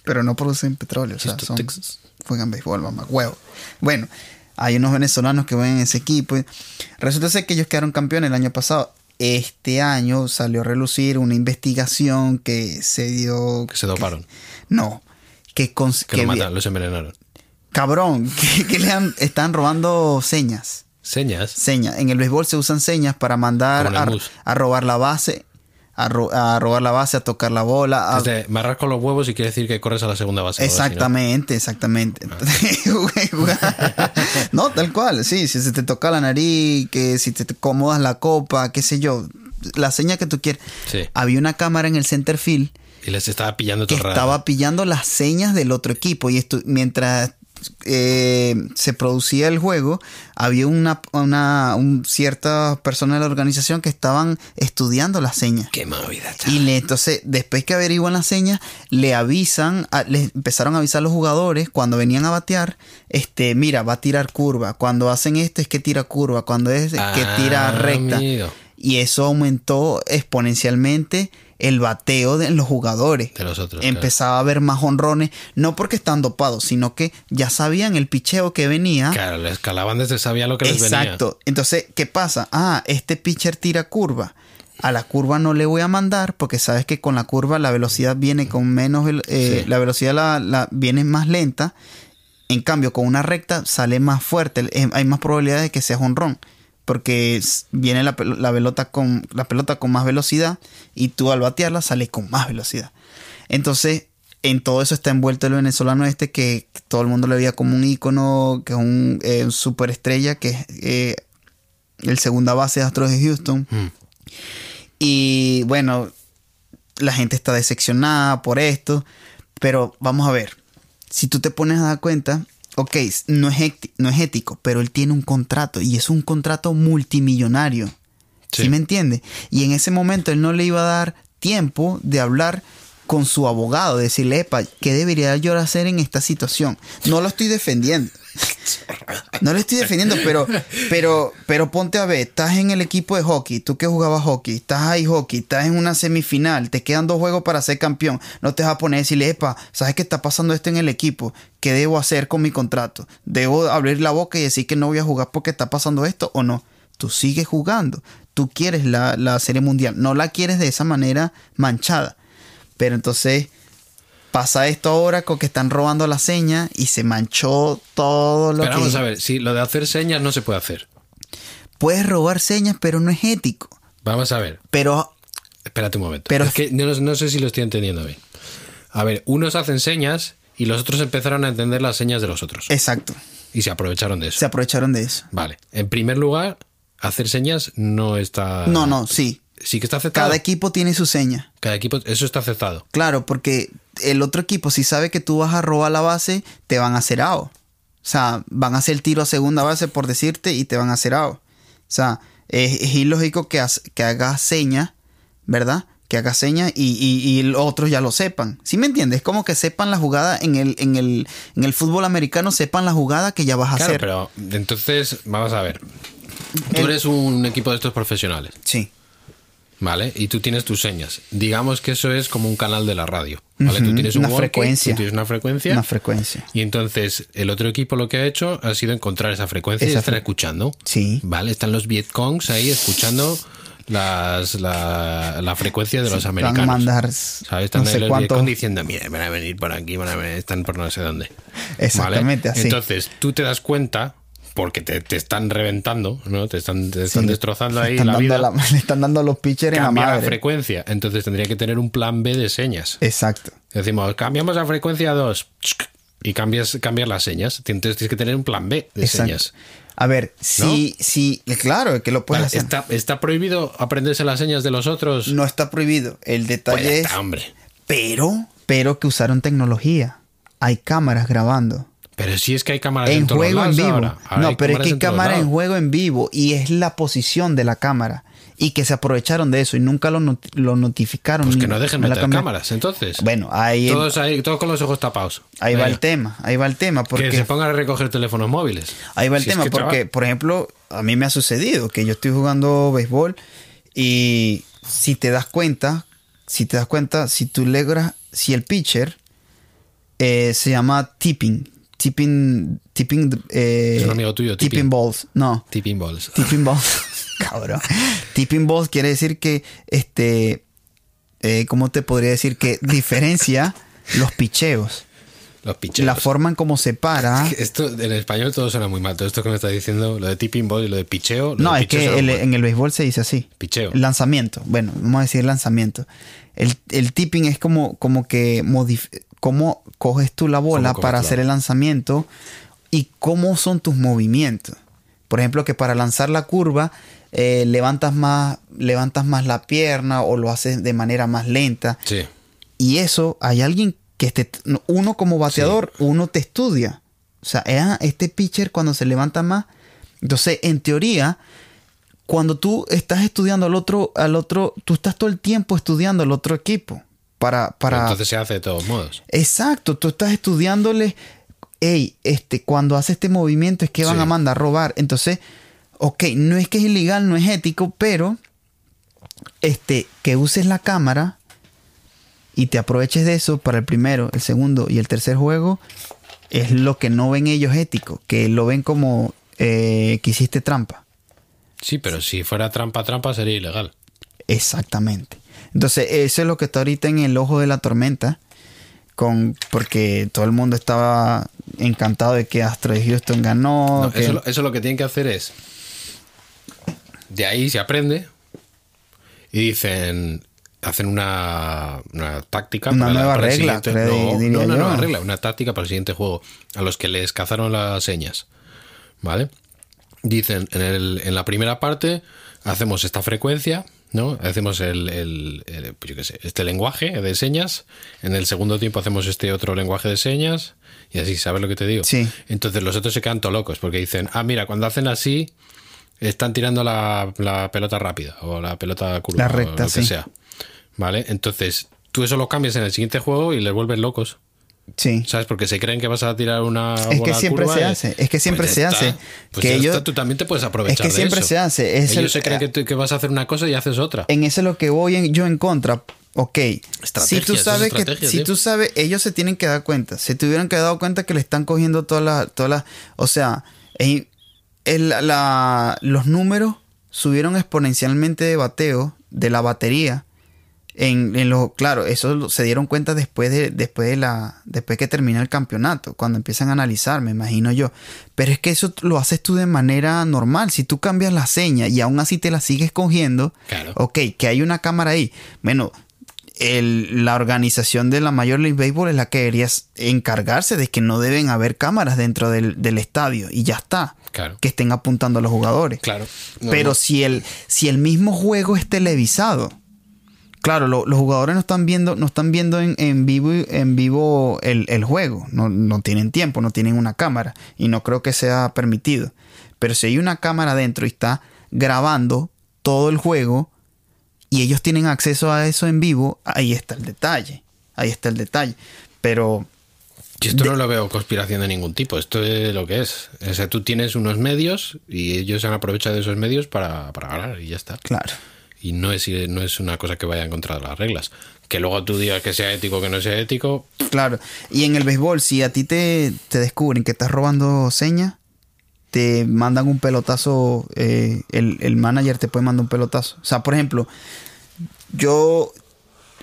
[SPEAKER 2] pero no producen petróleo. O sea,
[SPEAKER 3] Houston,
[SPEAKER 2] son-
[SPEAKER 3] Texas.
[SPEAKER 2] juegan béisbol, mamá, huevo. Bueno, hay unos venezolanos que juegan en ese equipo. Resulta ser que ellos quedaron campeones el año pasado. Este año salió a relucir una investigación que se dio.
[SPEAKER 3] Que se doparon.
[SPEAKER 2] No. Que, cons-
[SPEAKER 3] Que
[SPEAKER 2] que
[SPEAKER 3] lo
[SPEAKER 2] vi-
[SPEAKER 3] mataron, los envenenaron.
[SPEAKER 2] Cabrón, que, que le han- están robando señas.
[SPEAKER 3] Señas.
[SPEAKER 2] Señas. En el béisbol se usan señas para mandar
[SPEAKER 3] Como en
[SPEAKER 2] a,
[SPEAKER 3] el mus.
[SPEAKER 2] a robar la base. A, ro- a robar la base, a tocar la bola, a
[SPEAKER 3] Es de, Este, me arrasco los huevos y quiere decir que corres a la segunda base. o algo así, ¿no?
[SPEAKER 2] Ah. Exactamente, exactamente. Entonces, jugué-
[SPEAKER 3] Ah.
[SPEAKER 2] jugar. no, tal cual, sí, si se te toca la nariz, que si te te acomodas la copa, qué sé yo, la seña que tú quieras.
[SPEAKER 3] Sí.
[SPEAKER 2] Había una cámara en el center field
[SPEAKER 3] Y les estaba pillando
[SPEAKER 2] que
[SPEAKER 3] todo el rato.
[SPEAKER 2] estaba pillando las señas del otro equipo y esto mientras eh, se producía el juego había una, una un cierta persona de la organización que estaban estudiando las señas
[SPEAKER 3] Qué movida, chaval.
[SPEAKER 2] y le, entonces, después que averiguan las señas, le avisan, a- les empezaron a avisar a los jugadores cuando venían a batear, este, mira, va a tirar curva. Cuando hacen esto es que tira curva, cuando es es que tira
[SPEAKER 3] Ah,
[SPEAKER 2] recta.
[SPEAKER 3] amigo.
[SPEAKER 2] Y eso aumentó exponencialmente el bateo de los jugadores.
[SPEAKER 3] De los otros,
[SPEAKER 2] Empezaba a haber más honrones, no porque están dopados, sino que ya sabían el picheo que venía.
[SPEAKER 3] Claro, les calaban desde sabía lo que les venía.
[SPEAKER 2] Ah. Exacto. Entonces, ¿qué pasa? Ah, este pitcher tira curva. A la curva no le voy a mandar porque sabes que con la curva la velocidad viene con menos, vel- eh,
[SPEAKER 3] Sí.
[SPEAKER 2] la velocidad la, la- viene más lenta. En cambio, con una recta sale más fuerte. Eh, Hay más probabilidades de que sea jonrón porque es- viene la, pel- la pelota con la pelota con más velocidad y tú al batearla sales con más velocidad. Entonces, en todo eso está envuelto el venezolano este que todo el mundo le veía como un ícono, que es un, eh, un superestrella, que es eh, el segunda base de Astros de Houston.
[SPEAKER 3] Mm.
[SPEAKER 2] Y bueno, la gente está decepcionada por esto, pero vamos a ver. Si tú te pones a dar cuenta, ok, no es, éti- no es ético, pero él tiene un contrato y es un contrato multimillonario. ¿Sí,
[SPEAKER 3] Sí.
[SPEAKER 2] me entiende? Y en ese momento él no le iba a dar tiempo de hablar con su abogado, de decirle, epa, ¿qué debería yo hacer en esta situación? No lo estoy defendiendo. No lo estoy defendiendo, pero, pero, pero ponte a ver, estás en el equipo de hockey, tú que jugabas hockey, estás ahí hockey, estás en una semifinal, te quedan dos juegos para ser campeón, no te vas a poner a decirle, epa, ¿sabes qué está pasando esto en el equipo? ¿Qué debo hacer con mi contrato? ¿Debo abrir la boca y decir que no voy a jugar porque está pasando esto o no? Tú sigues jugando, tú quieres la, la serie mundial, no la quieres de esa manera manchada, pero entonces pasa esto ahora con que están robando la seña y se manchó todo lo
[SPEAKER 3] Pero
[SPEAKER 2] que...
[SPEAKER 3] vamos a ver, si lo de hacer señas no se puede hacer.
[SPEAKER 2] Puedes robar señas, pero no es ético.
[SPEAKER 3] Vamos a ver,
[SPEAKER 2] Pero
[SPEAKER 3] espérate un momento.
[SPEAKER 2] Pero-
[SPEAKER 3] es que no, no sé si lo estoy entendiendo bien. A ver, unos hacen señas y los otros empezaron a entender las señas de los otros.
[SPEAKER 2] Exacto.
[SPEAKER 3] Y se aprovecharon de eso.
[SPEAKER 2] Eh. Se aprovecharon de eso.
[SPEAKER 3] Vale. En primer lugar, hacer señas no está.
[SPEAKER 2] No, no, sí.
[SPEAKER 3] Sí que está aceptado.
[SPEAKER 2] Cada
[SPEAKER 3] Cada,
[SPEAKER 2] equipo tiene su seña.
[SPEAKER 3] equipo, eso está aceptado.
[SPEAKER 2] Claro, porque el otro equipo, si sabe que tú vas a robar la base, te van a hacer AO. O sea, van a hacer tiro a segunda base por decirte y te van a hacer AO. O sea, es, es ilógico que, hagas que hagas seña, ¿verdad? Que hagas seña y, y- y los otros ya lo sepan. ¿Sí me entiendes? Es como que sepan la jugada en el, en el, en el fútbol americano, sepan la jugada que ya vas a
[SPEAKER 3] Claro,
[SPEAKER 2] hacer.
[SPEAKER 3] pero entonces, vamos a ver. Tú
[SPEAKER 2] El-
[SPEAKER 3] eres un equipo de estos profesionales,
[SPEAKER 2] Sí.
[SPEAKER 3] ¿vale? Y tú tienes tus señas. Digamos que eso es como un canal de la radio, ¿vale?
[SPEAKER 2] Ujú,
[SPEAKER 3] Tú tienes un
[SPEAKER 2] una
[SPEAKER 3] walkie,
[SPEAKER 2] frecuencia.
[SPEAKER 3] tú tienes una frecuencia.
[SPEAKER 2] Una frecuencia.
[SPEAKER 3] y entonces el otro equipo lo que ha hecho ha sido encontrar esa frecuencia y
[SPEAKER 2] Esa
[SPEAKER 3] están
[SPEAKER 2] fre-
[SPEAKER 3] escuchando.
[SPEAKER 2] Sí.
[SPEAKER 3] Vale, están los Vietcongs ahí escuchando las, la, la frecuencia de los
[SPEAKER 2] Te van a
[SPEAKER 3] americanos.
[SPEAKER 2] mandar.
[SPEAKER 3] ¿Sabes? Están
[SPEAKER 2] No
[SPEAKER 3] ahí
[SPEAKER 2] sé
[SPEAKER 3] los
[SPEAKER 2] cuánto.
[SPEAKER 3] direcos diciendo, mira, van a venir por aquí, van a venir, están por no sé dónde.
[SPEAKER 2] Exactamente, así.
[SPEAKER 3] Entonces, tú te das cuenta, porque te, te están reventando, ¿no? Te están, te están
[SPEAKER 2] Sí,
[SPEAKER 3] destrozando
[SPEAKER 2] le
[SPEAKER 3] ahí
[SPEAKER 2] están
[SPEAKER 3] la
[SPEAKER 2] dando
[SPEAKER 3] vida.
[SPEAKER 2] la- le están dando los pitchers en la
[SPEAKER 3] cambia la
[SPEAKER 2] madre.
[SPEAKER 3] frecuencia. Entonces tendría que tener un plan B de señas.
[SPEAKER 2] Exacto.
[SPEAKER 3] Decimos, cambiamos la frecuencia a 2 y cambias, cambias las señas. Entonces tienes que tener un plan B de
[SPEAKER 2] exacto.
[SPEAKER 3] señas.
[SPEAKER 2] A ver, si, si, claro, que lo puedes
[SPEAKER 3] Vale,
[SPEAKER 2] hacer.
[SPEAKER 3] está, está prohibido aprenderse las señas de los otros.
[SPEAKER 2] No está prohibido. El
[SPEAKER 3] Pues ya
[SPEAKER 2] detalle es,
[SPEAKER 3] está, hombre.
[SPEAKER 2] pero, pero que usaron tecnología. Hay cámaras grabando.
[SPEAKER 3] Pero si es que hay cámaras
[SPEAKER 2] En
[SPEAKER 3] todos
[SPEAKER 2] juego en
[SPEAKER 3] lados
[SPEAKER 2] vivo.
[SPEAKER 3] ahora. Ahora hay
[SPEAKER 2] no, pero es que hay
[SPEAKER 3] en todos
[SPEAKER 2] cámara en
[SPEAKER 3] lados.
[SPEAKER 2] juego en vivo y es la posición de la cámara. Y que se aprovecharon de eso y nunca lo, not- lo notificaron.
[SPEAKER 3] Pues
[SPEAKER 2] ni-
[SPEAKER 3] que no dejen
[SPEAKER 2] ni la
[SPEAKER 3] meter
[SPEAKER 2] cámara.
[SPEAKER 3] cámaras, entonces.
[SPEAKER 2] Bueno, ahí,
[SPEAKER 3] todos, ahí- todos con los ojos tapados.
[SPEAKER 2] ahí va
[SPEAKER 3] Venga.
[SPEAKER 2] el tema. Ahí va el tema. Porque
[SPEAKER 3] Que se pongan a recoger teléfonos móviles.
[SPEAKER 2] Ahí va el
[SPEAKER 3] Si es
[SPEAKER 2] tema,
[SPEAKER 3] que
[SPEAKER 2] porque, por ejemplo, a mí me ha sucedido que yo estoy jugando béisbol y si te das cuenta, si te das cuenta, si tú logras, si el pitcher eh, se llama tipping, tipping, tipping, eh,
[SPEAKER 3] Es un amigo tuyo,
[SPEAKER 2] tipping,
[SPEAKER 3] tipping.
[SPEAKER 2] balls, no,
[SPEAKER 3] traba- Tipping balls.
[SPEAKER 2] tipping balls, cabrón, tipping balls quiere decir que, este, eh, ¿cómo te podría decir? Que diferencia los picheos,
[SPEAKER 3] Los picheos.
[SPEAKER 2] la forma en cómo se para.
[SPEAKER 3] Esto en español todo suena muy mal. Todo esto que me estás diciendo, lo de tipping ball y lo de picheo. lo
[SPEAKER 2] No,
[SPEAKER 3] de
[SPEAKER 2] es
[SPEAKER 3] picheo suena
[SPEAKER 2] que el-
[SPEAKER 3] muy mal.
[SPEAKER 2] en el béisbol se dice así.
[SPEAKER 3] Picheo.
[SPEAKER 2] Lanzamiento. Bueno, vamos a decir lanzamiento. El, el tipping es como, como que modif- cómo coges tú la bola
[SPEAKER 3] Cómo coges
[SPEAKER 2] para
[SPEAKER 3] tú la
[SPEAKER 2] hacer el lanzamiento y cómo son tus movimientos. Por ejemplo, que para lanzar la curva eh, levantas, más, levantas más la pierna o lo haces de manera más lenta.
[SPEAKER 3] Sí.
[SPEAKER 2] Y eso, hay alguien que este, uno como bateador, uno te estudia. O sea, eh, este pitcher cuando se levanta más. Entonces, en teoría, cuando tú estás estudiando al otro, al otro, tú estás todo el tiempo estudiando al otro equipo. Para, para.
[SPEAKER 3] Entonces se hace de todos modos.
[SPEAKER 2] Exacto, tú estás estudiándoles, hey, este, cuando hace este movimiento es que van
[SPEAKER 3] Sí.
[SPEAKER 2] a mandar a robar. Entonces, ok, no es que es ilegal, no es ético, pero este, que uses la cámara y te aproveches de eso para el primero, el segundo y el tercer juego, es lo que no ven ellos ético, que lo ven como eh, que hiciste trampa.
[SPEAKER 3] Sí, pero si fuera trampa, trampa sería ilegal.
[SPEAKER 2] Exactamente. Entonces, eso es lo que está ahorita en el ojo de la tormenta. Con, porque todo el mundo estaba encantado de que Astro de Houston ganó.
[SPEAKER 3] No,
[SPEAKER 2] que-
[SPEAKER 3] eso, lo- eso lo que tienen que hacer es. De ahí se aprende. Y dicen. Hacen una, una táctica.
[SPEAKER 2] Una
[SPEAKER 3] para la-
[SPEAKER 2] nueva
[SPEAKER 3] para el
[SPEAKER 2] regla,
[SPEAKER 3] siguiente-
[SPEAKER 2] creo,
[SPEAKER 3] no,
[SPEAKER 2] diría
[SPEAKER 3] no, una
[SPEAKER 2] yo.
[SPEAKER 3] nueva regla, una táctica para el siguiente juego. A los que les cazaron las señas. ¿Vale? Dicen en, el- en la primera parte. Hacemos esta frecuencia. ¿No? Hacemos el, el- el- pues yo qué sé, este lenguaje de señas. En el segundo tiempo hacemos este otro lenguaje de señas. Y así, ¿sabes lo que te digo?
[SPEAKER 2] Sí.
[SPEAKER 3] Entonces los otros se quedan todos locos porque dicen, ah, mira, cuando hacen así, están tirando la, la pelota rápida o la pelota curva
[SPEAKER 2] La recta,
[SPEAKER 3] o lo
[SPEAKER 2] sí.
[SPEAKER 3] que sea. ¿Vale? Entonces tú eso lo cambias en el siguiente juego y les vuelves locos.
[SPEAKER 2] sí.
[SPEAKER 3] ¿Sabes? Porque se creen que vas a tirar una.
[SPEAKER 2] que
[SPEAKER 3] bola
[SPEAKER 2] siempre
[SPEAKER 3] curva
[SPEAKER 2] se
[SPEAKER 3] y-
[SPEAKER 2] hace, es que siempre
[SPEAKER 3] ya
[SPEAKER 2] se
[SPEAKER 3] está.
[SPEAKER 2] hace.
[SPEAKER 3] Pues
[SPEAKER 2] Que
[SPEAKER 3] ya
[SPEAKER 2] ellos-
[SPEAKER 3] está, tú también te puedes aprovechar.
[SPEAKER 2] es que
[SPEAKER 3] de
[SPEAKER 2] siempre
[SPEAKER 3] eso.
[SPEAKER 2] se hace, es
[SPEAKER 3] ellos
[SPEAKER 2] el-
[SPEAKER 3] se creen que, tú- que vas a hacer una cosa y haces otra.
[SPEAKER 2] En eso es lo que voy en- yo en contra. Ok, si
[SPEAKER 3] Estrategias,
[SPEAKER 2] tú
[SPEAKER 3] es
[SPEAKER 2] sabes que
[SPEAKER 3] estrategia,
[SPEAKER 2] si
[SPEAKER 3] tío.
[SPEAKER 2] tú sabes, ellos se tienen que dar cuenta. Se tuvieron que dar cuenta que le están cogiendo todas las, todas las, o sea, en- en la- la- los números subieron exponencialmente de bateo de la batería. En, en los, claro, eso lo- se dieron cuenta después de, después de la, después que termina el campeonato, cuando empiezan a analizar, me imagino yo. Pero es que eso lo haces tú de manera normal. Si tú cambias la seña y aún así te la sigues cogiendo,
[SPEAKER 3] Claro.
[SPEAKER 2] ok, que hay una cámara ahí. Bueno, el- la organización de la Major League Baseball es la que debería s- encargarse de que no deben haber cámaras dentro del, del estadio y ya está.
[SPEAKER 3] Claro.
[SPEAKER 2] Que estén apuntando a los jugadores.
[SPEAKER 3] Claro. No,
[SPEAKER 2] Pero
[SPEAKER 3] no.
[SPEAKER 2] Si, el, si el mismo juego es televisado. Claro, lo- los jugadores no están viendo, no están viendo en, en vivo, en vivo el, el juego. No, no tienen tiempo, no tienen una cámara. Y no creo que sea permitido. Pero si hay una cámara dentro y está grabando todo el juego y ellos tienen acceso a eso en vivo, ahí está el detalle. Ahí está el detalle. Pero
[SPEAKER 3] Yo esto no lo veo conspiración de ningún tipo, esto es lo que es. O sea, tú tienes unos medios y ellos han aprovechado de esos medios para, para ganar y ya está.
[SPEAKER 2] Claro.
[SPEAKER 3] Y no es, no es una cosa que vaya en contra de las reglas. Que luego tú digas que sea ético o que no sea ético,
[SPEAKER 2] Claro. Y en el béisbol, si a ti te, te descubren que estás robando señas, te mandan un pelotazo, eh, el, el manager te puede mandar un pelotazo. O sea, por ejemplo, yo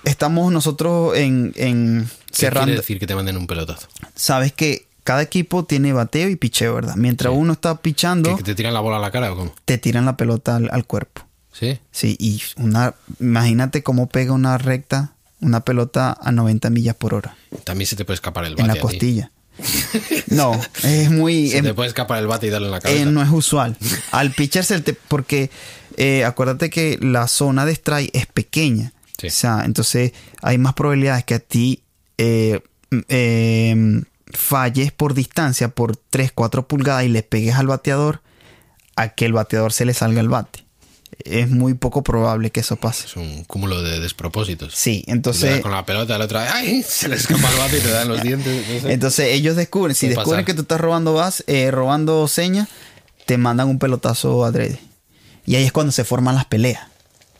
[SPEAKER 2] estamos nosotros en, en
[SPEAKER 3] ¿Qué
[SPEAKER 2] cerrando.
[SPEAKER 3] quiere decir que te manden un pelotazo?
[SPEAKER 2] Sabes que cada equipo tiene bateo y picheo, ¿verdad? Mientras uno está
[SPEAKER 3] ¿Que,
[SPEAKER 2] pichando,
[SPEAKER 3] que te tiran la bola a la cara o cómo?
[SPEAKER 2] te tiran la pelota al, al cuerpo.
[SPEAKER 3] ¿Sí?
[SPEAKER 2] Sí, y una, imagínate cómo pega una recta, una pelota a 90 millas por hora
[SPEAKER 3] También se te puede escapar el bate.
[SPEAKER 2] en la
[SPEAKER 3] a ti.
[SPEAKER 2] costilla. No, es muy.
[SPEAKER 3] Se
[SPEAKER 2] es-
[SPEAKER 3] te puede escapar el bate y darle en la cabeza.
[SPEAKER 2] Eh, no es usual. Al pitcher se te- porque eh, acuérdate que la zona de strike es pequeña.
[SPEAKER 3] Sí.
[SPEAKER 2] O sea, entonces hay más probabilidades que a ti eh, mm, eh, falles por distancia por 3, 4 pulgadas y le pegues al bateador a que el bateador se le salga el bate. Es muy poco probable que eso pase.
[SPEAKER 3] Es un cúmulo de despropósitos.
[SPEAKER 2] Sí,
[SPEAKER 3] Te das
[SPEAKER 2] entonces,
[SPEAKER 3] con la pelota, la otra, ¡ay! Se le escapa el bate y te dan los dientes. no sé.
[SPEAKER 2] entonces ellos descubren, si
[SPEAKER 3] Puede
[SPEAKER 2] descubren
[SPEAKER 3] pasar.
[SPEAKER 2] que tú estás robando vas, eh, robando señas, te mandan un pelotazo adrede. Y ahí es cuando se forman las peleas.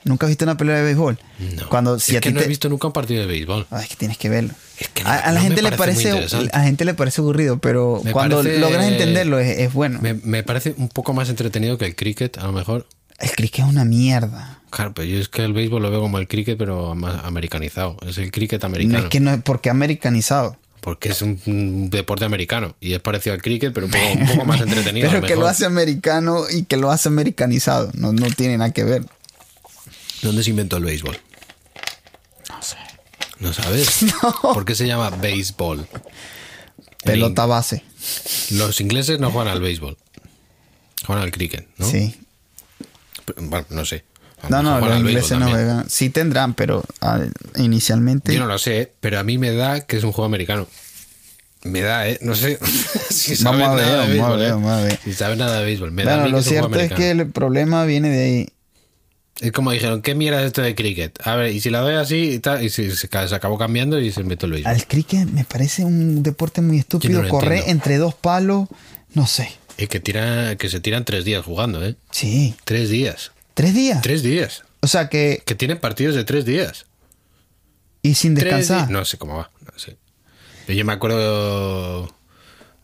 [SPEAKER 2] ¿Nunca viste una pelea de béisbol?
[SPEAKER 3] No.
[SPEAKER 2] Cuando si
[SPEAKER 3] es
[SPEAKER 2] a
[SPEAKER 3] que
[SPEAKER 2] ti
[SPEAKER 3] no he
[SPEAKER 2] te-
[SPEAKER 3] visto nunca un partido de béisbol.
[SPEAKER 2] Ay, es que tienes que verlo.
[SPEAKER 3] Es que no-
[SPEAKER 2] a, a la
[SPEAKER 3] no me
[SPEAKER 2] gente le
[SPEAKER 3] parece muy
[SPEAKER 2] parece,
[SPEAKER 3] interesante.
[SPEAKER 2] a la gente le parece aburrido, pero
[SPEAKER 3] Me
[SPEAKER 2] cuando
[SPEAKER 3] parece-
[SPEAKER 2] logras entenderlo es, es bueno.
[SPEAKER 3] Me, me parece un poco más entretenido que el cricket, a lo mejor.
[SPEAKER 2] El cricket es una mierda.
[SPEAKER 3] Claro, pero yo es que el béisbol lo veo como el cricket, pero más americanizado. Es el cricket
[SPEAKER 2] No
[SPEAKER 3] americano.
[SPEAKER 2] es que no, porque americanizado.
[SPEAKER 3] Porque es un, un deporte americano. Y es parecido al cricket, pero un poco, un poco más entretenido. a
[SPEAKER 2] Pero
[SPEAKER 3] lo
[SPEAKER 2] que lo
[SPEAKER 3] mejor.
[SPEAKER 2] hace americano y que lo hace americanizado. No, no tiene nada que ver.
[SPEAKER 3] ¿Dónde se inventó el béisbol? No sé. ¿No sabes? ¿Por qué se llama béisbol? En
[SPEAKER 2] Pelota base.
[SPEAKER 3] ing- Los ingleses no juegan al béisbol. Juegan al cricket, ¿no?
[SPEAKER 2] Sí.
[SPEAKER 3] Pero, Bueno, no sé. A lo
[SPEAKER 2] No, no,
[SPEAKER 3] mejor juegan
[SPEAKER 2] los
[SPEAKER 3] al béisbol
[SPEAKER 2] ingleses no
[SPEAKER 3] también.
[SPEAKER 2] juegan. Sí tendrán, pero a ver, inicialmente.
[SPEAKER 3] Yo no lo sé, pero a mí me da que es un juego americano. Me da, ¿eh? No sé si sabes
[SPEAKER 2] Vamos a ver,
[SPEAKER 3] nada de
[SPEAKER 2] vamos a
[SPEAKER 3] béisbol.
[SPEAKER 2] ver,
[SPEAKER 3] ¿eh?
[SPEAKER 2] vamos a ver.
[SPEAKER 3] Si sabes nada de béisbol. Me da a
[SPEAKER 2] Bueno,
[SPEAKER 3] mí
[SPEAKER 2] lo
[SPEAKER 3] que es un juego
[SPEAKER 2] cierto es que
[SPEAKER 3] americano.
[SPEAKER 2] el problema viene de ahí.
[SPEAKER 3] Es como dijeron, ¿qué mierda es esto de cricket? A ver, y si la doy así y tal, y se, se, ca- se acabó cambiando y se inventó el béisbol.
[SPEAKER 2] Al cricket me parece un deporte muy estúpido.
[SPEAKER 3] lo
[SPEAKER 2] Correr
[SPEAKER 3] entiendo.
[SPEAKER 2] entre dos palos, no sé.
[SPEAKER 3] Es que, tira, que se tiran tres días jugando, ¿eh?
[SPEAKER 2] Sí,
[SPEAKER 3] Tres días.
[SPEAKER 2] tres días.
[SPEAKER 3] Tres días.
[SPEAKER 2] O sea que,
[SPEAKER 3] Que tienen partidos de tres días.
[SPEAKER 2] y sin
[SPEAKER 3] Tres
[SPEAKER 2] descansar.
[SPEAKER 3] di- No sé cómo va. No sé. Yo me acuerdo.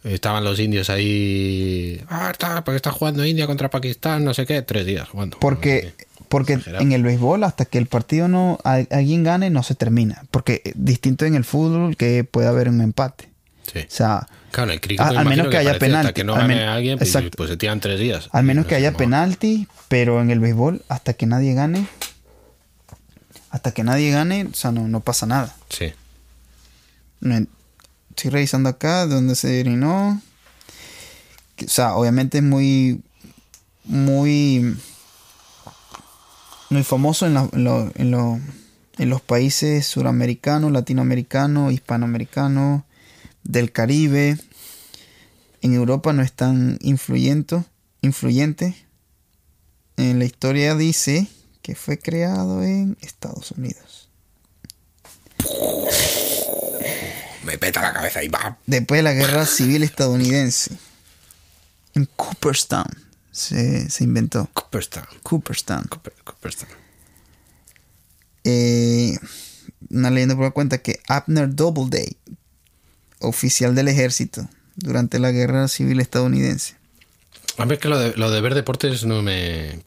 [SPEAKER 3] Estaban los indios ahí. Ah, está, porque está jugando India contra Pakistán, no sé qué. Tres días jugando.
[SPEAKER 2] porque porque
[SPEAKER 3] Exagerado.
[SPEAKER 2] en el béisbol, hasta que el partido no a- alguien gane, no se termina. Porque eh, distinto en el fútbol que puede haber un empate.
[SPEAKER 3] Sí.
[SPEAKER 2] O sea,
[SPEAKER 3] Claro, en el cricket.
[SPEAKER 2] a-
[SPEAKER 3] me
[SPEAKER 2] al menos
[SPEAKER 3] imagino
[SPEAKER 2] que haya
[SPEAKER 3] parece
[SPEAKER 2] penalti,
[SPEAKER 3] Hasta que no
[SPEAKER 2] al
[SPEAKER 3] gane
[SPEAKER 2] men-
[SPEAKER 3] alguien, pues,
[SPEAKER 2] exacto.
[SPEAKER 3] pues se tiran tres días.
[SPEAKER 2] al menos
[SPEAKER 3] No
[SPEAKER 2] que
[SPEAKER 3] sé
[SPEAKER 2] haya
[SPEAKER 3] cómo va.
[SPEAKER 2] penalti, pero en el béisbol, hasta que nadie gane, hasta que nadie gane, o sea, no, no pasa nada.
[SPEAKER 3] Sí.
[SPEAKER 2] No en- Estoy revisando acá donde se orinó. Que- O sea, obviamente es muy. Muy. Muy famoso en, la- en lo- en lo- en los países suramericanos, latinoamericanos, hispanoamericanos, del Caribe. En Europa no es tan influyente. influyente. En la historia dice que fue creado en Estados Unidos.
[SPEAKER 3] Me peta la cabeza y va.
[SPEAKER 2] después de la guerra civil estadounidense. En Cooperstown se, se inventó.
[SPEAKER 3] Cooperstown.
[SPEAKER 2] Cooperstown.
[SPEAKER 3] Cooper- Cooperstown.
[SPEAKER 2] Eh, una leyenda por la cuenta que Abner Doubleday, oficial del ejército durante la guerra civil estadounidense.
[SPEAKER 3] A ver, que lo de, lo de ver deportes no me.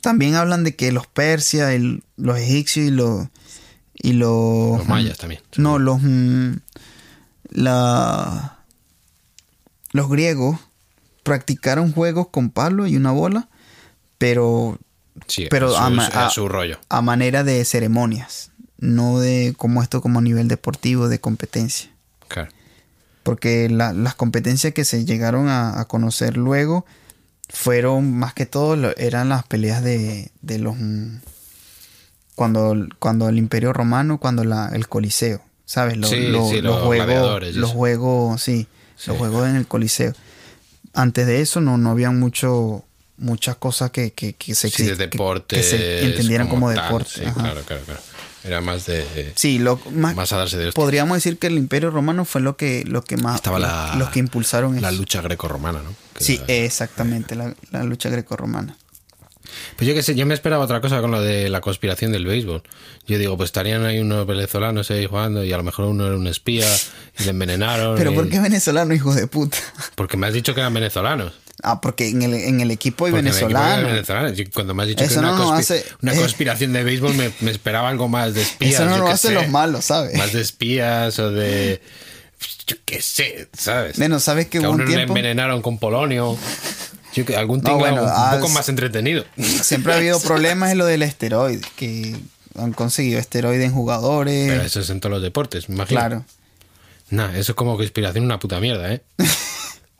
[SPEAKER 2] También hablan de que los persias, el- los egipcios y los. Y los,
[SPEAKER 3] Los mayas también.
[SPEAKER 2] No, los. mm, la- los griegos practicaron juegos con palo y una bola, pero.
[SPEAKER 3] Sí,
[SPEAKER 2] pero
[SPEAKER 3] es su,
[SPEAKER 2] a, ma-
[SPEAKER 3] es
[SPEAKER 2] a-
[SPEAKER 3] su rollo.
[SPEAKER 2] a manera de ceremonias, no de como esto como a nivel deportivo, de competencia.
[SPEAKER 3] Claro.
[SPEAKER 2] Porque la- las competencias que se llegaron a, a conocer luego fueron más que todo lo- eran las peleas de, de los mm, cuando, cuando el Imperio Romano, cuando la- el Coliseo, ¿sabes? Lo-
[SPEAKER 3] Sí,
[SPEAKER 2] lo-
[SPEAKER 3] sí, los gladiadores y
[SPEAKER 2] los
[SPEAKER 3] eso.
[SPEAKER 2] juegos, sí, los juegos en el Coliseo. Antes de eso no, no había mucho muchas cosas que, que, que se
[SPEAKER 3] Sí, de
[SPEAKER 2] que- que-
[SPEAKER 3] deporte.
[SPEAKER 2] que se entendieran como, deporte.
[SPEAKER 3] Sí,
[SPEAKER 2] ajá.
[SPEAKER 3] claro, claro, claro. Era más de.
[SPEAKER 2] Sí, lo más,
[SPEAKER 3] Más a darse de hostias.
[SPEAKER 2] podríamos decir que el Imperio Romano fue lo que lo que más
[SPEAKER 3] Estaba la.
[SPEAKER 2] los que impulsaron
[SPEAKER 3] La
[SPEAKER 2] eso.
[SPEAKER 3] lucha grecorromana, ¿no? Que
[SPEAKER 2] Sí,
[SPEAKER 3] era-
[SPEAKER 2] exactamente, la, la lucha grecorromana.
[SPEAKER 3] Pues yo qué sé, yo me esperaba otra cosa con lo de la conspiración del béisbol. Yo digo, pues estarían ahí unos venezolanos ahí jugando y a lo mejor uno era un espía y le envenenaron.
[SPEAKER 2] Pero
[SPEAKER 3] y-
[SPEAKER 2] ¿por qué venezolano, hijo de puta?
[SPEAKER 3] Porque me has dicho que eran venezolanos.
[SPEAKER 2] Ah, porque en el, en el equipo hay
[SPEAKER 3] Porque me equivoco
[SPEAKER 2] venezolanos.
[SPEAKER 3] de venezolanos. Yo Cuando me has dicho
[SPEAKER 2] Eso
[SPEAKER 3] que era
[SPEAKER 2] no
[SPEAKER 3] una,
[SPEAKER 2] lo
[SPEAKER 3] conspi-
[SPEAKER 2] hace-
[SPEAKER 3] una
[SPEAKER 2] eh.
[SPEAKER 3] conspiración de béisbol, me, me esperaba algo más de espías.
[SPEAKER 2] Eso no
[SPEAKER 3] yo
[SPEAKER 2] lo
[SPEAKER 3] qué
[SPEAKER 2] hacen
[SPEAKER 3] sé.
[SPEAKER 2] los malos, ¿sabes?
[SPEAKER 3] Más de espías o de. Yo qué sé, ¿sabes?
[SPEAKER 2] Bueno, ¿sabes que
[SPEAKER 3] que a
[SPEAKER 2] hubo
[SPEAKER 3] uno
[SPEAKER 2] un
[SPEAKER 3] le
[SPEAKER 2] tiempo?
[SPEAKER 3] envenenaron con Polonio. Yo que- algún
[SPEAKER 2] No,
[SPEAKER 3] tinglao
[SPEAKER 2] bueno,
[SPEAKER 3] un
[SPEAKER 2] ah,
[SPEAKER 3] poco
[SPEAKER 2] es-
[SPEAKER 3] más entretenido.
[SPEAKER 2] Siempre ha habido problemas en lo del esteroide, que han conseguido esteroide en jugadores.
[SPEAKER 3] Pero eso es en todos los deportes, me imagino.
[SPEAKER 2] claro.
[SPEAKER 3] Nah, eso es como conspiración, una puta mierda, ¿eh?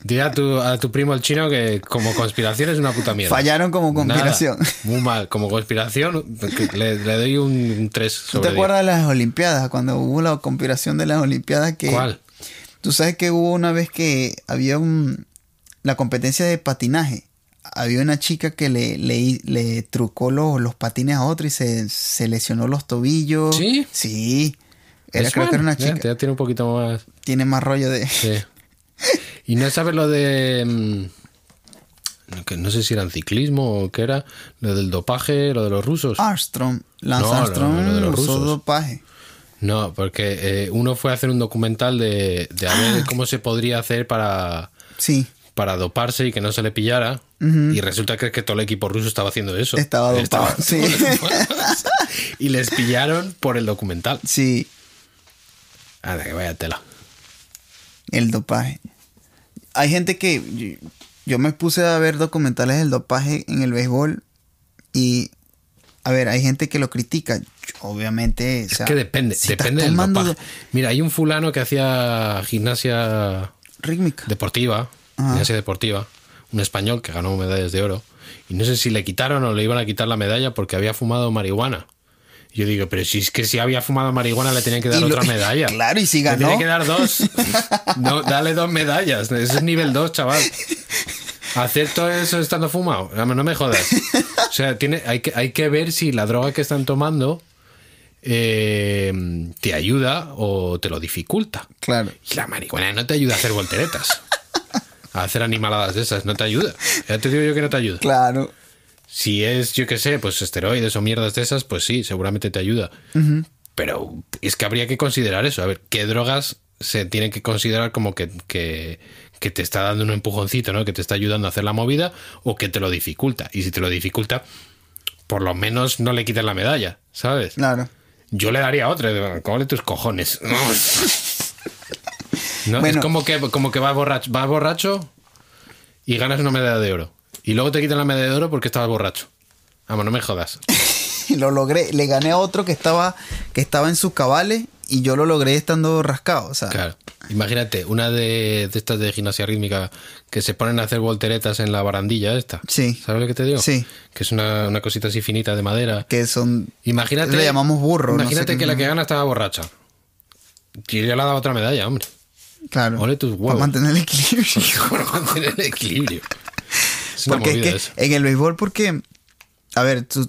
[SPEAKER 3] Dile a tu, a tu primo el chino que como conspiración es una puta mierda.
[SPEAKER 2] Fallaron como conspiración.
[SPEAKER 3] Nada, muy mal, como conspiración que le, le doy un 3
[SPEAKER 2] ¿Tú
[SPEAKER 3] sobre
[SPEAKER 2] te
[SPEAKER 3] 10.
[SPEAKER 2] acuerdas de las Olimpiadas? Cuando hubo la conspiración de las Olimpiadas que...
[SPEAKER 3] ¿Cuál?
[SPEAKER 2] Tú sabes que hubo una vez que había un, la competencia de patinaje. Había una chica que le, le, le trucó los, los patines a otro y se, se lesionó los tobillos.
[SPEAKER 3] ¿Sí?
[SPEAKER 2] Sí. Era,
[SPEAKER 3] Es
[SPEAKER 2] creo que era una
[SPEAKER 3] bueno, ya,
[SPEAKER 2] chica.
[SPEAKER 3] ya tiene un poquito más.
[SPEAKER 2] Tiene más rollo de...
[SPEAKER 3] sí. Y no sabes lo de. mm, no- que No sé si eran ciclismo o qué era. Lo del dopaje, lo de los rusos.
[SPEAKER 2] Ah. Armstrong. Lance
[SPEAKER 3] No, lo-
[SPEAKER 2] Armstrong
[SPEAKER 3] lo de los
[SPEAKER 2] usó
[SPEAKER 3] rusos.
[SPEAKER 2] dopaje.
[SPEAKER 3] No, porque eh, uno fue a hacer un documental de, de a
[SPEAKER 2] Ah.
[SPEAKER 3] ver cómo se podría hacer para,
[SPEAKER 2] Sí.
[SPEAKER 3] para doparse y que no se le pillara. Y resulta que, que todo el equipo ruso estaba haciendo eso.
[SPEAKER 2] Estaba dopado, sí.
[SPEAKER 3] y les pillaron por el documental.
[SPEAKER 2] Sí.
[SPEAKER 3] Anda, que vaya tela.
[SPEAKER 2] El dopaje. Hay gente que. Yo, yo me puse a ver documentales del dopaje en el béisbol. Y. A ver, hay gente que lo critica. Yo, Obviamente. o sea,
[SPEAKER 3] que depende,
[SPEAKER 2] si estás
[SPEAKER 3] depende del
[SPEAKER 2] tomando
[SPEAKER 3] dopaje. Mira, hay un fulano que hacía gimnasia
[SPEAKER 2] Rítmica.
[SPEAKER 3] deportiva,
[SPEAKER 2] Ajá.
[SPEAKER 3] gimnasia deportiva, un español que ganó medallas de oro. Y no sé si le quitaron o le iban a quitar la medalla porque había fumado marihuana. Yo digo, pero si es que si había fumado marihuana le tenían que dar
[SPEAKER 2] Y lo-
[SPEAKER 3] otra medalla.
[SPEAKER 2] Claro, y si
[SPEAKER 3] Le
[SPEAKER 2] ganó.
[SPEAKER 3] tiene que dar dos. No, dale dos medallas. Ese es nivel dos, chaval. Hacer todo eso estando fumado. Ah, No me- no me jodas. O sea, tiene, hay, que, hay que ver si la droga que están tomando eh, te ayuda o te lo dificulta.
[SPEAKER 2] Claro.
[SPEAKER 3] Y la marihuana no te ayuda a hacer volteretas. A hacer animaladas de esas, no te ayuda. Ya te digo yo que no te ayuda.
[SPEAKER 2] Claro.
[SPEAKER 3] Si es, yo qué sé, pues esteroides o mierdas de esas, pues sí, seguramente te ayuda. Pero es que habría que considerar eso. A ver, ¿qué drogas se tienen que considerar como que, que, que te está dando un empujoncito, ¿no? Que te está ayudando a hacer la movida o que te lo dificulta. Y si te lo dificulta, por lo menos no le quites la medalla, ¿sabes?
[SPEAKER 2] Claro.
[SPEAKER 3] Yo le daría otra, cómale tus cojones. No,
[SPEAKER 2] Bueno.
[SPEAKER 3] Es como que, como que vas borracho, vas borracho y ganas una medalla de oro. Y luego te quitan la medalla de oro porque estabas borracho. Vamos, no me jodas.
[SPEAKER 2] Lo logré. Le gané a otro que estaba, que estaba en sus cabales. Y yo lo logré estando rascado. O sea.
[SPEAKER 3] Claro. Imagínate, una de, de estas de gimnasia rítmica que se ponen a hacer volteretas en la barandilla esta.
[SPEAKER 2] Sí.
[SPEAKER 3] ¿Sabes lo que te digo?
[SPEAKER 2] Sí.
[SPEAKER 3] Que es una, una cosita así finita de madera.
[SPEAKER 2] Que son.
[SPEAKER 3] Imagínate.
[SPEAKER 2] Le llamamos burro, no
[SPEAKER 3] Imagínate
[SPEAKER 2] sé qué-
[SPEAKER 3] que la que gana estaba borracha. Y ya le ha dado otra medalla, hombre.
[SPEAKER 2] Claro.
[SPEAKER 3] Ole tus huevos.
[SPEAKER 2] Para mantener el equilibrio.
[SPEAKER 3] para mantener el equilibrio. Es una
[SPEAKER 2] Porque es
[SPEAKER 3] movida
[SPEAKER 2] que
[SPEAKER 3] eso.
[SPEAKER 2] en el béisbol, porque, a ver, tú-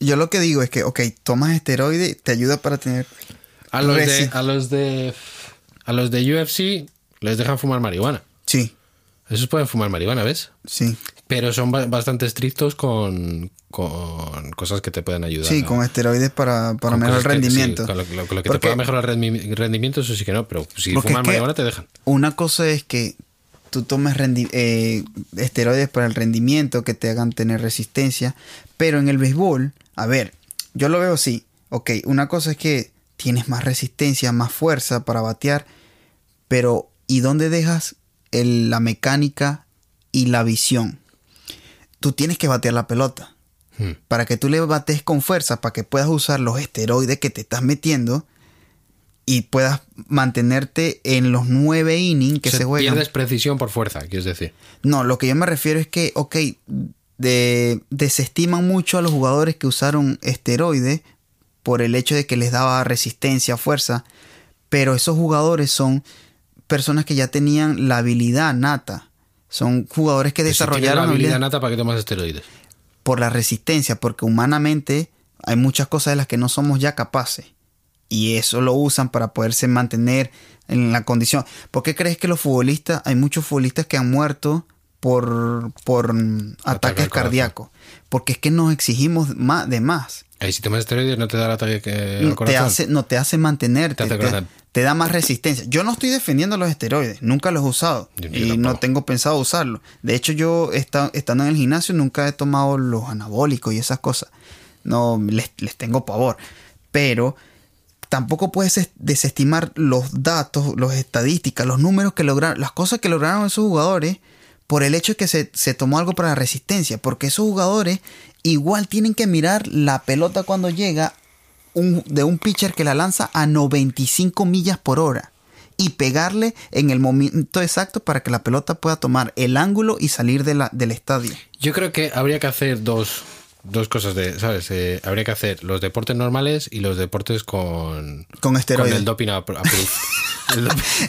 [SPEAKER 2] yo lo que digo es que, ok, tomas esteroide, te ayuda para tener...
[SPEAKER 3] A los, de,
[SPEAKER 2] resi-
[SPEAKER 3] a los de a los de UFC les dejan fumar marihuana.
[SPEAKER 2] Sí,
[SPEAKER 3] Esos pueden fumar marihuana, ¿ves?
[SPEAKER 2] sí,
[SPEAKER 3] Pero son ba- bastante estrictos con, con cosas que te pueden ayudar.
[SPEAKER 2] sí,
[SPEAKER 3] a-
[SPEAKER 2] con esteroides para, para
[SPEAKER 3] con
[SPEAKER 2] mejorar el
[SPEAKER 3] cosas que- sí,
[SPEAKER 2] rendimiento.
[SPEAKER 3] con lo, lo- lo que te
[SPEAKER 2] Porque-
[SPEAKER 3] pueda mejorar el rendimi- rendimiento, eso sí que no, pero si
[SPEAKER 2] porque
[SPEAKER 3] fumas
[SPEAKER 2] es que
[SPEAKER 3] marihuana te dejan.
[SPEAKER 2] Una cosa es que tú tomes rendi- eh, esteroides para el rendimiento, que te hagan tener resistencia, pero en el béisbol, a ver, yo lo veo así, ok, una cosa es que tienes más resistencia, más fuerza para batear, pero ¿y dónde dejas el- la mecánica y la visión? Tú tienes que batear la pelota.
[SPEAKER 3] Hmm.
[SPEAKER 2] Para que tú le bates con fuerza, para que puedas usar los esteroides que te estás metiendo y puedas mantenerte en los nueve innings que
[SPEAKER 3] O sea,
[SPEAKER 2] se juegan.
[SPEAKER 3] Pierdes precisión por fuerza, quieres decir.
[SPEAKER 2] No, lo que yo me refiero es que, ok, de- desestiman mucho a los jugadores que usaron esteroides por el hecho de que les daba resistencia, fuerza, pero esos jugadores son personas que ya tenían la habilidad nata. Son jugadores que
[SPEAKER 3] Que si tienes la
[SPEAKER 2] desarrollaron
[SPEAKER 3] habilidad nata para que tomas esteroides.
[SPEAKER 2] por la resistencia, porque humanamente hay muchas cosas de las que no somos ya capaces. Y eso lo usan para poderse mantener en la condición. ¿Por qué crees que los futbolistas, hay muchos futbolistas que han muerto por, por mm,
[SPEAKER 3] al
[SPEAKER 2] ataques
[SPEAKER 3] corazón.
[SPEAKER 2] cardíacos? Porque es que nos exigimos más, de más.
[SPEAKER 3] Ahí si tomas esteroides no te da el ataque que, al
[SPEAKER 2] Mm, Te
[SPEAKER 3] corazón.
[SPEAKER 2] hace, no te hace mantenerte.
[SPEAKER 3] Te hace
[SPEAKER 2] te-
[SPEAKER 3] corazón.
[SPEAKER 2] te da más resistencia. Yo no estoy defendiendo los esteroides, nunca los he usado
[SPEAKER 3] Yo- yo
[SPEAKER 2] y no
[SPEAKER 3] tampoco.
[SPEAKER 2] tengo pensado usarlos. De hecho, yo esta- estando en el gimnasio nunca he tomado los anabólicos y esas cosas. No, les, les tengo pavor. Pero tampoco puedes es- desestimar los datos, las estadísticas, los números que lograron, las cosas que lograron esos jugadores por el hecho de que se, se tomó algo para la resistencia, porque esos jugadores igual tienen que mirar la pelota cuando llega un- de un pitcher que la lanza a 95 millas por hora y pegarle en el momento exacto para que la pelota pueda tomar el ángulo y salir de la- del estadio.
[SPEAKER 3] Yo creo que habría que hacer dos, dos cosas de, ¿sabes? Eh, habría que hacer los deportes normales y los deportes con,
[SPEAKER 2] Con
[SPEAKER 3] con
[SPEAKER 2] esteroides.
[SPEAKER 3] el doping a,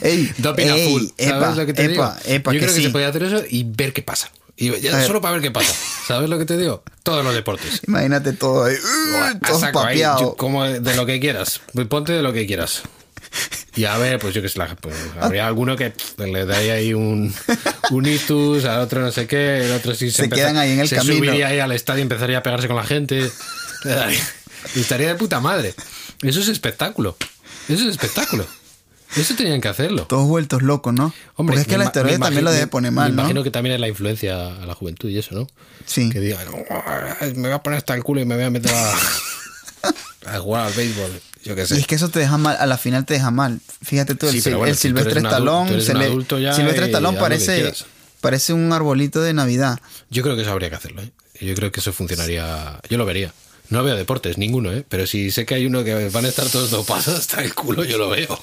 [SPEAKER 2] Ey,
[SPEAKER 3] doping a
[SPEAKER 2] ey,
[SPEAKER 3] full. ¿Sabes
[SPEAKER 2] epa,
[SPEAKER 3] lo que te
[SPEAKER 2] epa,
[SPEAKER 3] digo?
[SPEAKER 2] epa,
[SPEAKER 3] Yo
[SPEAKER 2] que
[SPEAKER 3] creo que
[SPEAKER 2] sí.
[SPEAKER 3] se podía hacer eso y ver qué pasa. Y ya
[SPEAKER 2] A ver.
[SPEAKER 3] solo para ver qué pasa. ¿Sabes lo que te digo? Todos los deportes.
[SPEAKER 2] Imagínate todo ahí, ¡uh!
[SPEAKER 3] A
[SPEAKER 2] todo
[SPEAKER 3] saco ahí,
[SPEAKER 2] papeado.
[SPEAKER 3] yo- como de lo que quieras. Ponte de lo que quieras. Y a ver, pues yo que sé, la- pues, habría alguno que pff, le daría ahí un, un ictus, al otro no sé qué, el otro sí se,
[SPEAKER 2] Se quedan ahí en el
[SPEAKER 3] se
[SPEAKER 2] camino.
[SPEAKER 3] subiría ahí al estadio y empezaría a pegarse con la gente. Le daría- y estaría de puta madre. Eso es espectáculo. Eso es espectáculo. Eso tenían que hacerlo.
[SPEAKER 2] Todos vueltos locos, ¿no?
[SPEAKER 3] Hombre,
[SPEAKER 2] Porque es que
[SPEAKER 3] me
[SPEAKER 2] el
[SPEAKER 3] ima-
[SPEAKER 2] esteroide
[SPEAKER 3] me
[SPEAKER 2] también lo
[SPEAKER 3] imagino-
[SPEAKER 2] debe poner
[SPEAKER 3] me
[SPEAKER 2] mal, ¿no?
[SPEAKER 3] imagino que también es la influencia a la juventud y eso, ¿no?
[SPEAKER 2] Sí.
[SPEAKER 3] Que digan, "Uah, me voy a poner hasta el culo y me voy a meter a, a jugar al béisbol. Yo qué sé.
[SPEAKER 2] Y es que eso te deja mal, a la final te deja mal. Fíjate tú,
[SPEAKER 3] Sí,
[SPEAKER 2] el,
[SPEAKER 3] pero bueno,
[SPEAKER 2] el
[SPEAKER 3] si tú eres
[SPEAKER 2] Silvestre
[SPEAKER 3] un adu- tú
[SPEAKER 2] Stallone,
[SPEAKER 3] eres
[SPEAKER 2] se
[SPEAKER 3] un
[SPEAKER 2] le-
[SPEAKER 3] adulto ya
[SPEAKER 2] Silvestre
[SPEAKER 3] y
[SPEAKER 2] Stallone
[SPEAKER 3] haz lo que
[SPEAKER 2] parece,
[SPEAKER 3] quieras.
[SPEAKER 2] parece un arbolito de Navidad.
[SPEAKER 3] Yo creo que eso habría que hacerlo, ¿eh? Yo creo que eso funcionaría. Yo lo vería. No veo deportes, ninguno, ¿eh? Pero si sé que hay uno que van a estar todos dopados hasta el culo, yo lo veo.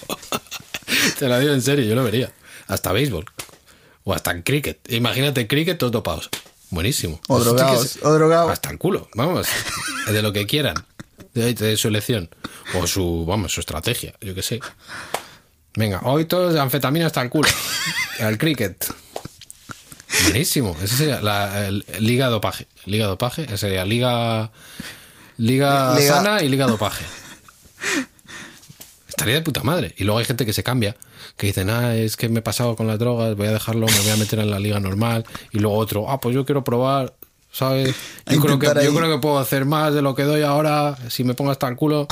[SPEAKER 3] Te lo digo en serio, yo lo vería. Hasta béisbol. O hasta en cricket. Imagínate, cricket todos dopados. Buenísimo.
[SPEAKER 2] O
[SPEAKER 3] Pues, ¿tú
[SPEAKER 2] drogados,
[SPEAKER 3] qué sé?
[SPEAKER 2] o drogados.
[SPEAKER 3] Hasta el culo, vamos. De lo que quieran. De, de su elección. O su, vamos, su estrategia, yo qué sé. Venga, hoy todos de anfetamina hasta el culo. Al cricket. Buenísimo. Esa sería la el- Liga Dopaje. Liga Dopaje. Esa sería Liga. Liga,
[SPEAKER 2] Liga-
[SPEAKER 3] Sana y Liga Dopaje. Estaría de puta madre. Y luego hay gente que se cambia, que dicen, ah, es que me he pasado con las drogas, voy a dejarlo, me voy a meter en la liga normal. Y luego otro, ah, pues yo quiero probar, ¿sabes?
[SPEAKER 2] A
[SPEAKER 3] Yo, creo que,
[SPEAKER 2] intentar
[SPEAKER 3] yo
[SPEAKER 2] ahí.
[SPEAKER 3] creo que puedo hacer más de lo que doy ahora si me pongo hasta el culo.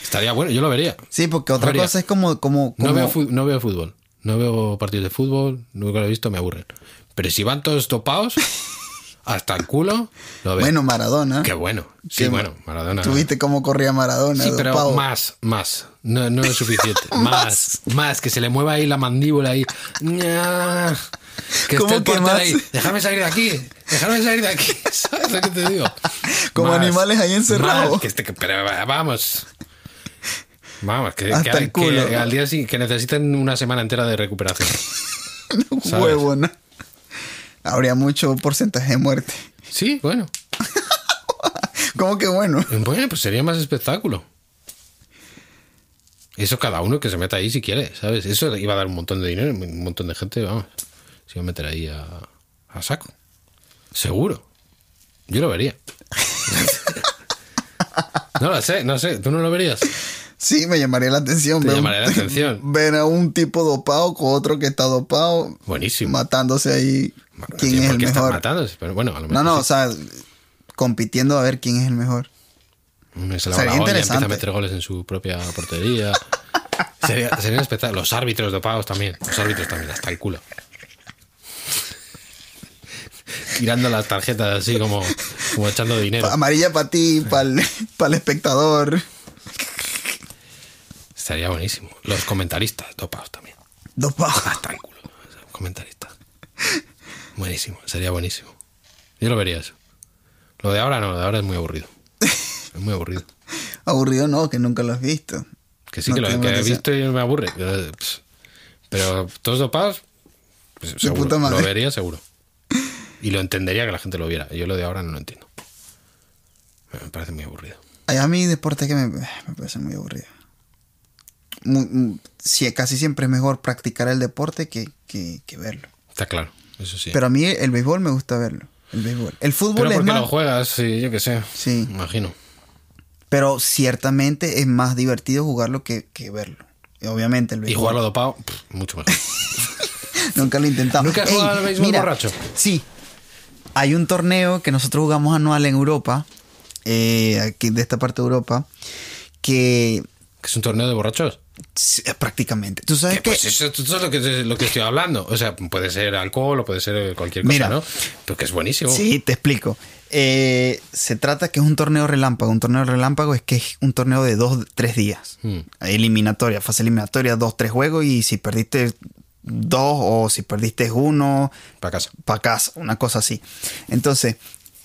[SPEAKER 3] Estaría bueno, yo lo vería.
[SPEAKER 2] Sí, porque otra
[SPEAKER 3] María,
[SPEAKER 2] cosa es como, como, como
[SPEAKER 3] No veo, fu- no veo fútbol. No veo partidos de fútbol. Nunca lo he visto, me aburren. Pero si van todos topados, hasta el culo, lo veo.
[SPEAKER 2] bueno Maradona.
[SPEAKER 3] Qué bueno. Sí,
[SPEAKER 2] Qué
[SPEAKER 3] bueno, Maradona.
[SPEAKER 2] Tuviste cómo corría Maradona.
[SPEAKER 3] Sí, pero
[SPEAKER 2] dopado.
[SPEAKER 3] más, más. No, no es suficiente. más, más. Que se le mueva ahí la mandíbula ahí. Ña. Que
[SPEAKER 2] ¿Cómo
[SPEAKER 3] esté el
[SPEAKER 2] que
[SPEAKER 3] portero
[SPEAKER 2] más?
[SPEAKER 3] ahí. Déjame salir de aquí. Déjame salir de aquí. ¿Sabes lo que te digo?
[SPEAKER 2] Como animales ahí encerrados.
[SPEAKER 3] más, que este- que- pero va- vamos. Vamos, que,
[SPEAKER 2] Hasta
[SPEAKER 3] que-
[SPEAKER 2] el culo.
[SPEAKER 3] que al día sí, que necesiten una semana entera de recuperación. ¿sabes?
[SPEAKER 2] Huevo, ¿no? Habría mucho porcentaje de muerte.
[SPEAKER 3] Sí, bueno.
[SPEAKER 2] ¿Cómo que bueno?
[SPEAKER 3] Bueno, pues sería más espectáculo. Eso cada uno que se meta ahí si quiere, ¿sabes? Eso iba a dar un montón de dinero, un montón de gente, vamos. Se iba a meter ahí a, a saco. Seguro. Yo lo vería. No lo sé, no sé. ¿Tú no lo verías?
[SPEAKER 2] Sí, me llamaría la atención.
[SPEAKER 3] Te
[SPEAKER 2] ver un-
[SPEAKER 3] llamaría la atención.
[SPEAKER 2] Ver a un tipo dopado con otro que está dopado.
[SPEAKER 3] Buenísimo.
[SPEAKER 2] Matándose ahí. ¿Quién
[SPEAKER 3] Tío,
[SPEAKER 2] es
[SPEAKER 3] ¿por
[SPEAKER 2] el
[SPEAKER 3] qué estás
[SPEAKER 2] mejor?
[SPEAKER 3] matándose? Pero bueno, a
[SPEAKER 2] No,
[SPEAKER 3] lo mejor
[SPEAKER 2] no, o sea, compitiendo a ver quién es el mejor.
[SPEAKER 3] Hombre, se lava
[SPEAKER 2] Sería
[SPEAKER 3] la olla, empieza
[SPEAKER 2] interesante.
[SPEAKER 3] a meter goles en su propia portería. Sería, sería un espectáculo. Los árbitros dopados también. Los árbitros también, hasta el culo. Tirando las tarjetas así como, como echando dinero.
[SPEAKER 2] Amarilla para ti, para el, espectador.
[SPEAKER 3] Estaría buenísimo. Los comentaristas dopados también.
[SPEAKER 2] Dopado.
[SPEAKER 3] Hasta el culo. Comentaristas. Buenísimo, sería buenísimo. Yo lo vería eso. Lo de ahora no, lo de ahora es muy aburrido. Es muy aburrido.
[SPEAKER 2] Aburrido no, que nunca lo has visto.
[SPEAKER 3] Que sí,
[SPEAKER 2] No
[SPEAKER 3] que lo
[SPEAKER 2] tengo
[SPEAKER 3] que he
[SPEAKER 2] noticia.
[SPEAKER 3] visto y me aburre. Eh, pss. Pero todos dopados, pues, seguro.
[SPEAKER 2] puta madre.
[SPEAKER 3] Lo vería seguro. Y lo entendería que la gente lo viera. Yo lo de ahora no lo entiendo. Me parece muy aburrido.
[SPEAKER 2] Ay, A mí deporte que me, me parece muy aburrido. Mu- mu- sí, casi siempre es mejor practicar el deporte que, que- que verlo.
[SPEAKER 3] Está claro, eso sí.
[SPEAKER 2] Pero a mí el béisbol me gusta verlo. El béisbol. El
[SPEAKER 3] Pero
[SPEAKER 2] fútbol es
[SPEAKER 3] porque
[SPEAKER 2] más,
[SPEAKER 3] lo juegas, sí, yo qué sé.
[SPEAKER 2] Sí.
[SPEAKER 3] Imagino.
[SPEAKER 2] pero ciertamente es más divertido jugarlo que, que verlo. Y obviamente el
[SPEAKER 3] Y
[SPEAKER 2] béisbol.
[SPEAKER 3] jugarlo dopado, pff, mucho mejor.
[SPEAKER 2] Nunca lo he intentado.
[SPEAKER 3] ¿Nunca has
[SPEAKER 2] Ey,
[SPEAKER 3] jugado al béisbol borracho?
[SPEAKER 2] Sí. Hay un torneo que nosotros jugamos anual en Europa, eh, aquí de esta parte de Europa, que
[SPEAKER 3] ¿Que ¿Es un torneo de borrachos?
[SPEAKER 2] Sí, prácticamente. Tú sabes
[SPEAKER 3] Que,
[SPEAKER 2] que.
[SPEAKER 3] pues eso, eso es lo que, lo que estoy hablando. O sea, puede ser alcohol o puede ser cualquier cosa,
[SPEAKER 2] Mira.
[SPEAKER 3] ¿no? Pero que es buenísimo.
[SPEAKER 2] Sí, te explico. Eh, se trata que es un torneo relámpago. Un torneo relámpago es que es un torneo de dos, tres días.
[SPEAKER 3] Mm.
[SPEAKER 2] Eliminatoria, fase eliminatoria, dos, tres juegos. Y si perdiste dos o si perdiste uno,
[SPEAKER 3] Para casa.
[SPEAKER 2] para casa, una cosa así. Entonces,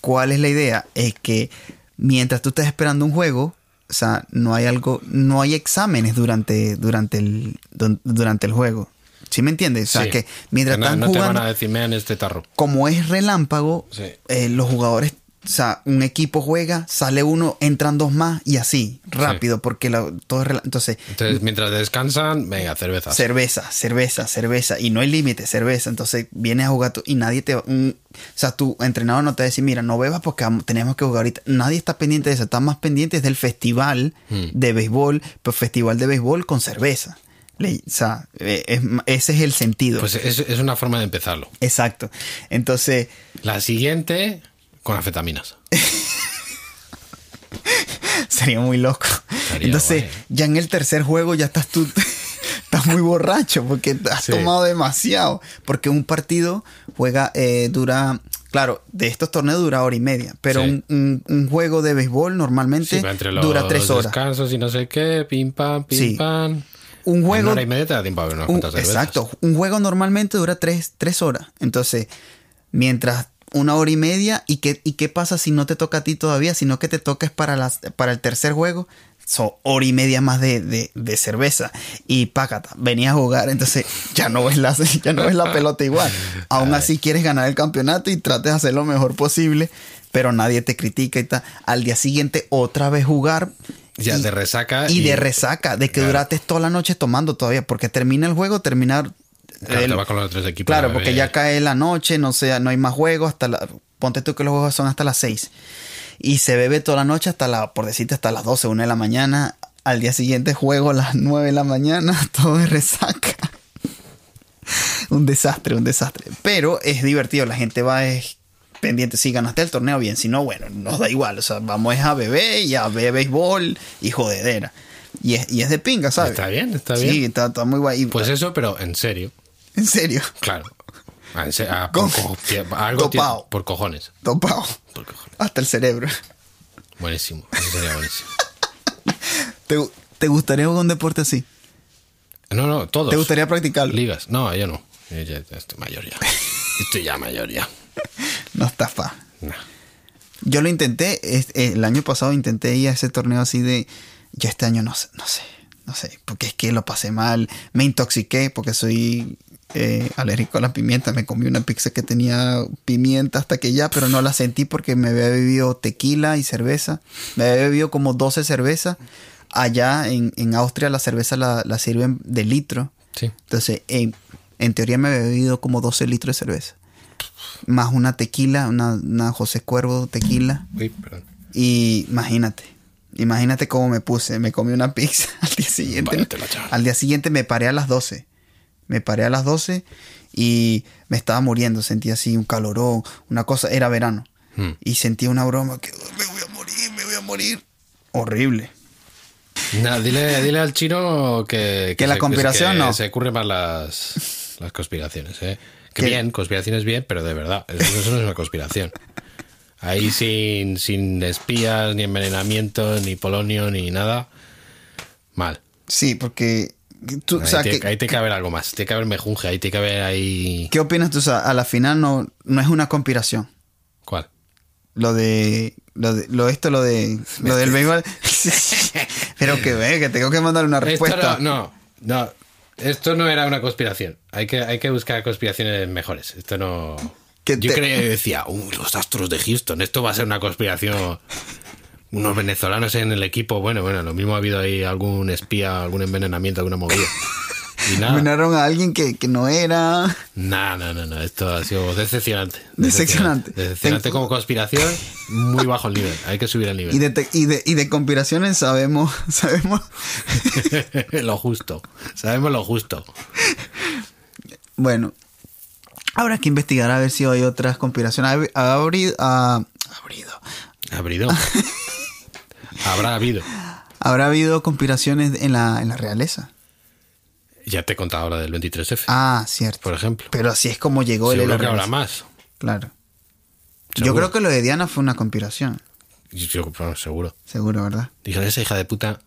[SPEAKER 2] ¿cuál es la idea? Es que mientras tú estás esperando un juego, o sea, no hay algo, no hay exámenes durante, durante, el, dun- durante el juego. ¿Sí me entiendes? O sea,
[SPEAKER 3] Sí.
[SPEAKER 2] que mientras
[SPEAKER 3] no,
[SPEAKER 2] están
[SPEAKER 3] no te
[SPEAKER 2] jugando,
[SPEAKER 3] van a decir, "Mean este tarro.
[SPEAKER 2] como es relámpago,
[SPEAKER 3] Sí.
[SPEAKER 2] eh, los jugadores, o sea, un equipo juega, sale uno, entran dos más y así, rápido, porque la- todo es relá- Entonces,
[SPEAKER 3] Entonces, mientras descansan, venga, cerveza.
[SPEAKER 2] Cerveza, cerveza, cerveza. Y no hay límite, cerveza. Entonces vienes a jugar tú y nadie te va. un- o sea, tu entrenador no te va a decir, mira, no bebas porque vamos- tenemos que jugar ahorita. Nadie está pendiente de eso. Están más pendientes del festival
[SPEAKER 3] Hmm.
[SPEAKER 2] de béisbol, pero festival de béisbol con cerveza. Le- o sea, eh, es- ese es el sentido.
[SPEAKER 3] Pues es, es una forma de empezarlo.
[SPEAKER 2] Exacto. Entonces,
[SPEAKER 3] La siguiente, con anfetaminas.
[SPEAKER 2] sería muy loco.
[SPEAKER 3] Estaría
[SPEAKER 2] Entonces,
[SPEAKER 3] guay.
[SPEAKER 2] ya en el tercer juego ya estás tú. Estás muy borracho porque has
[SPEAKER 3] Sí.
[SPEAKER 2] tomado demasiado. Porque un partido juega, eh, dura. Claro, de estos torneos dura hora y media. Pero
[SPEAKER 3] Sí.
[SPEAKER 2] un, un- un juego de béisbol
[SPEAKER 3] Sí,
[SPEAKER 2] normalmente
[SPEAKER 3] pero entre los
[SPEAKER 2] dura tres horas.
[SPEAKER 3] descansos y no sé qué, pim pam, pim
[SPEAKER 2] Sí.
[SPEAKER 3] pam.
[SPEAKER 2] Un
[SPEAKER 3] En
[SPEAKER 2] juego.
[SPEAKER 3] una hora y media te da tiempo a ver unas
[SPEAKER 2] Un-
[SPEAKER 3] cuantas cervezas.
[SPEAKER 2] exacto. Un juego normalmente dura tres, tres horas. Entonces, mientras una hora y media, ¿y qué, ¿y qué pasa si no te toca a ti todavía? Sino que te toca es para, las, para el tercer juego. Son hora y media más de, de- de cerveza. Y pácata, venías a jugar, entonces ya no ves la, ya no ves la pelota igual. Aún así quieres ganar el campeonato y trates de hacer lo mejor posible, pero nadie te critica y tal. Al día siguiente otra vez jugar.
[SPEAKER 3] Ya
[SPEAKER 2] y-
[SPEAKER 3] de resaca
[SPEAKER 2] Y,
[SPEAKER 3] y-
[SPEAKER 2] de resaca, de que
[SPEAKER 3] Claro.
[SPEAKER 2] duraste toda la noche tomando todavía, porque termina el juego, terminar.
[SPEAKER 3] Claro, te vas con los otros equipos
[SPEAKER 2] Claro,
[SPEAKER 3] a
[SPEAKER 2] porque
[SPEAKER 3] ver.
[SPEAKER 2] ya cae la noche, no sea, no hay más juegos, hasta la, ponte tú que los juegos son hasta las 6. Y se bebe toda la noche hasta la, por decirte, hasta las 12, 1 de la mañana. Al día siguiente juego a las 9 de la mañana, todo es resaca. un desastre, un desastre. Pero es divertido, la gente va es pendiente. Si ganaste el torneo, bien. Si no, bueno, nos da igual. O sea, vamos es a beber y a ver béisbol y jodedera. Y es, y es de pinga, ¿sabes?
[SPEAKER 3] Está bien, está
[SPEAKER 2] Sí,
[SPEAKER 3] bien.
[SPEAKER 2] está, está muy guay. Y-
[SPEAKER 3] Pues eso, pero en serio.
[SPEAKER 2] en serio,
[SPEAKER 3] Claro. En se- a-
[SPEAKER 2] Con-
[SPEAKER 3] por co- que- algo tiene-
[SPEAKER 2] topao.
[SPEAKER 3] por cojones.
[SPEAKER 2] topado.
[SPEAKER 3] Por cojones.
[SPEAKER 2] Hasta el cerebro.
[SPEAKER 3] Buenísimo. Eso sería buenísimo.
[SPEAKER 2] ¿Te, te gustaría jugar un deporte así?
[SPEAKER 3] No, no, todos.
[SPEAKER 2] ¿Te gustaría practicarlo?
[SPEAKER 3] Ligas. No, yo no. Yo ya estoy mayor ya. Estoy ya mayor ya.
[SPEAKER 2] No está fa.
[SPEAKER 3] No.
[SPEAKER 2] Yo lo intenté, es- eh, el año pasado intenté ir a ese torneo así de... Yo este año no sé, no sé, no sé, porque es que lo pasé mal, me intoxiqué porque soy eh, alérgico a la pimienta, me comí una pizza que tenía pimienta hasta que ya, pero no la sentí porque me había bebido tequila y cerveza, me había bebido como 12 cervezas. Allá en, en Austria la cerveza la, la sirven de litro.
[SPEAKER 3] Sí.
[SPEAKER 2] Entonces, en, en teoría me he bebido como 12 litros de cerveza. Más una tequila, una, una José Cuervo tequila.
[SPEAKER 3] Uy, perdón.
[SPEAKER 2] Y imagínate, imagínate cómo me puse. Me comí una pizza al día siguiente.
[SPEAKER 3] Váyatela, chaval.
[SPEAKER 2] al día siguiente me paré a las 12. Me paré a las 12 y me estaba muriendo. Sentía así un calorón, una cosa. Era verano.
[SPEAKER 3] Hmm.
[SPEAKER 2] Y sentía una broma que "Oh, me voy a morir, me voy a morir. Horrible.
[SPEAKER 3] No, dile, dile al chino que,
[SPEAKER 2] Que la conspiración
[SPEAKER 3] que
[SPEAKER 2] no.
[SPEAKER 3] Se ocurren más las, las conspiraciones. ¿eh? Que
[SPEAKER 2] Que-
[SPEAKER 3] bien, conspiraciones bien, pero de verdad, eso, eso no es una conspiración. Ahí sin, sin espías, ni envenenamiento, ni polonio, ni nada. Mal.
[SPEAKER 2] Sí, porque... Tú,
[SPEAKER 3] Ahí,
[SPEAKER 2] o sea,
[SPEAKER 3] tiene-
[SPEAKER 2] que-
[SPEAKER 3] ahí tiene que haber algo más. Tiene que haber mejunje, ahí tiene que haber ahí.
[SPEAKER 2] ¿Qué opinas tú? O sea, a la final no, no es una conspiración.
[SPEAKER 3] ¿Cuál?
[SPEAKER 2] Lo de. Lo de lo esto, lo de. Lo del béisbol. Pero que ve, que tengo que mandar una respuesta.
[SPEAKER 3] Esto no, no, no. Esto no era una conspiración. Hay que, hay que buscar conspiraciones mejores. Esto no.
[SPEAKER 2] Que
[SPEAKER 3] Yo
[SPEAKER 2] te-
[SPEAKER 3] creía que decía, "Uh, los astros de Houston, esto va a ser una conspiración. Unos venezolanos en el equipo, bueno, bueno, lo mismo ha habido ahí algún espía, algún envenenamiento, alguna movida. Y nada.
[SPEAKER 2] Nominaron a alguien que, que no era.
[SPEAKER 3] No, no, no, no, esto ha sido decepcionante.
[SPEAKER 2] Decepcionante.
[SPEAKER 3] Decepcionante como conspiración, muy bajo el nivel. Hay que subir el
[SPEAKER 2] Y
[SPEAKER 3] nivel.
[SPEAKER 2] de, te- y de, y de conspiraciones sabemos. sabemos
[SPEAKER 3] lo justo. Sabemos lo justo.
[SPEAKER 2] Bueno, habrá que investigar a ver si hay otras conspiraciones. Ha, ha abri- ha- abrido.
[SPEAKER 3] Abrido. Habrá habido.
[SPEAKER 2] Habrá habido conspiraciones en la, en la realeza.
[SPEAKER 3] Ya te he contado ahora del 23F,
[SPEAKER 2] Ah, cierto.
[SPEAKER 3] por ejemplo.
[SPEAKER 2] Pero así es como llegó el
[SPEAKER 3] Seguro
[SPEAKER 2] Elo
[SPEAKER 3] que habrá
[SPEAKER 2] Reyes.
[SPEAKER 3] más.
[SPEAKER 2] Claro. Yo
[SPEAKER 3] Seguro.
[SPEAKER 2] creo que lo de Diana fue una conspiración.
[SPEAKER 3] Yo- yo- bueno, seguro.
[SPEAKER 2] Seguro, ¿verdad?
[SPEAKER 3] Dijeron, esa hija de puta.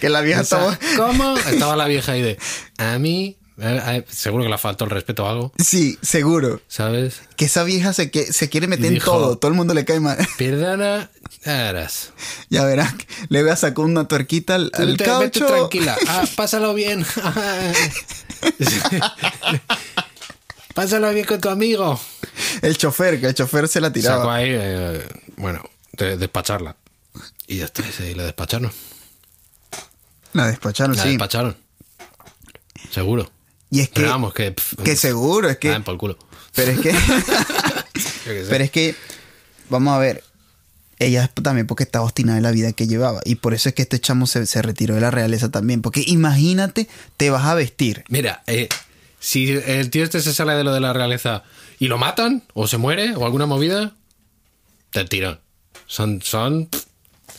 [SPEAKER 2] Que la vieja
[SPEAKER 3] esa-
[SPEAKER 2] estaba.
[SPEAKER 3] ¿Cómo? Estaba la vieja ahí de. A mí. a- a- seguro que le faltó el respeto o algo,
[SPEAKER 2] Sí, seguro.
[SPEAKER 3] ¿sabes?
[SPEAKER 2] Que esa vieja se, que, se quiere meter en
[SPEAKER 3] dijo-
[SPEAKER 2] todo. Todo el mundo le cae mal.
[SPEAKER 3] Perdona, harás.
[SPEAKER 2] ya verás. Le voy a sacar una tuerquita al, al
[SPEAKER 3] Vete- vete
[SPEAKER 2] caucho.
[SPEAKER 3] tranquila. Ah, pásalo bien. pásalo bien con tu amigo.
[SPEAKER 2] El chofer, que el chofer se la
[SPEAKER 3] Sacó
[SPEAKER 2] tiraba.
[SPEAKER 3] ahí, eh, bueno, de- despacharla. Y ya está, y se- y la despacharon.
[SPEAKER 2] La despacharon,
[SPEAKER 3] La
[SPEAKER 2] sí.
[SPEAKER 3] despacharon. Seguro.
[SPEAKER 2] Y es que.
[SPEAKER 3] Pero vamos, que. pff,
[SPEAKER 2] que seguro, es que-
[SPEAKER 3] la den por el culo.
[SPEAKER 2] Pero es que.
[SPEAKER 3] Yo qué sé.
[SPEAKER 2] Pero es que, vamos a ver, ella también porque estaba obstinada en la vida que llevaba. Y por eso es que este chamo se, se retiró de la realeza también. Porque imagínate, te vas a vestir.
[SPEAKER 3] Mira, eh, si el tío este se sale de lo de la realeza y lo matan, o se muere, o alguna movida, del tirón. Son, son. pff,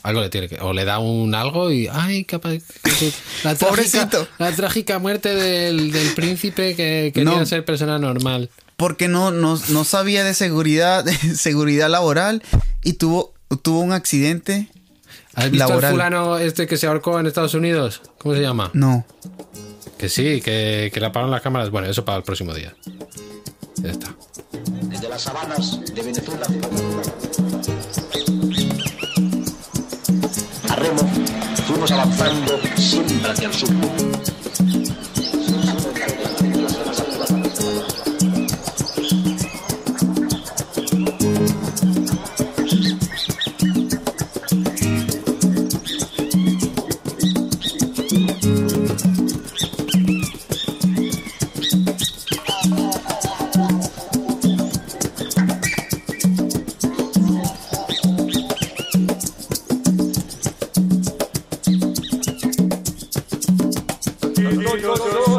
[SPEAKER 3] Algo le tiene que. O le da un algo y. ¡Ay, capaz! La trágica,
[SPEAKER 2] Pobrecito.
[SPEAKER 3] la trágica muerte del, del príncipe que quería
[SPEAKER 2] No.
[SPEAKER 3] ser persona normal.
[SPEAKER 2] Porque no, no, no sabía de seguridad, de seguridad laboral y tuvo, tuvo un accidente.
[SPEAKER 3] ¿Has visto
[SPEAKER 2] Laboral.
[SPEAKER 3] el fulano este que se ahorcó en Estados Unidos? ¿Cómo se llama?
[SPEAKER 2] No.
[SPEAKER 3] Que sí, que, que le apagaron las cámaras. Bueno, eso para el próximo día. Ya está.
[SPEAKER 1] Desde las sabanas de Venezuela. A remo fuimos avanzando siempre hacia el sur.
[SPEAKER 5] Yo, yo, yo, yo.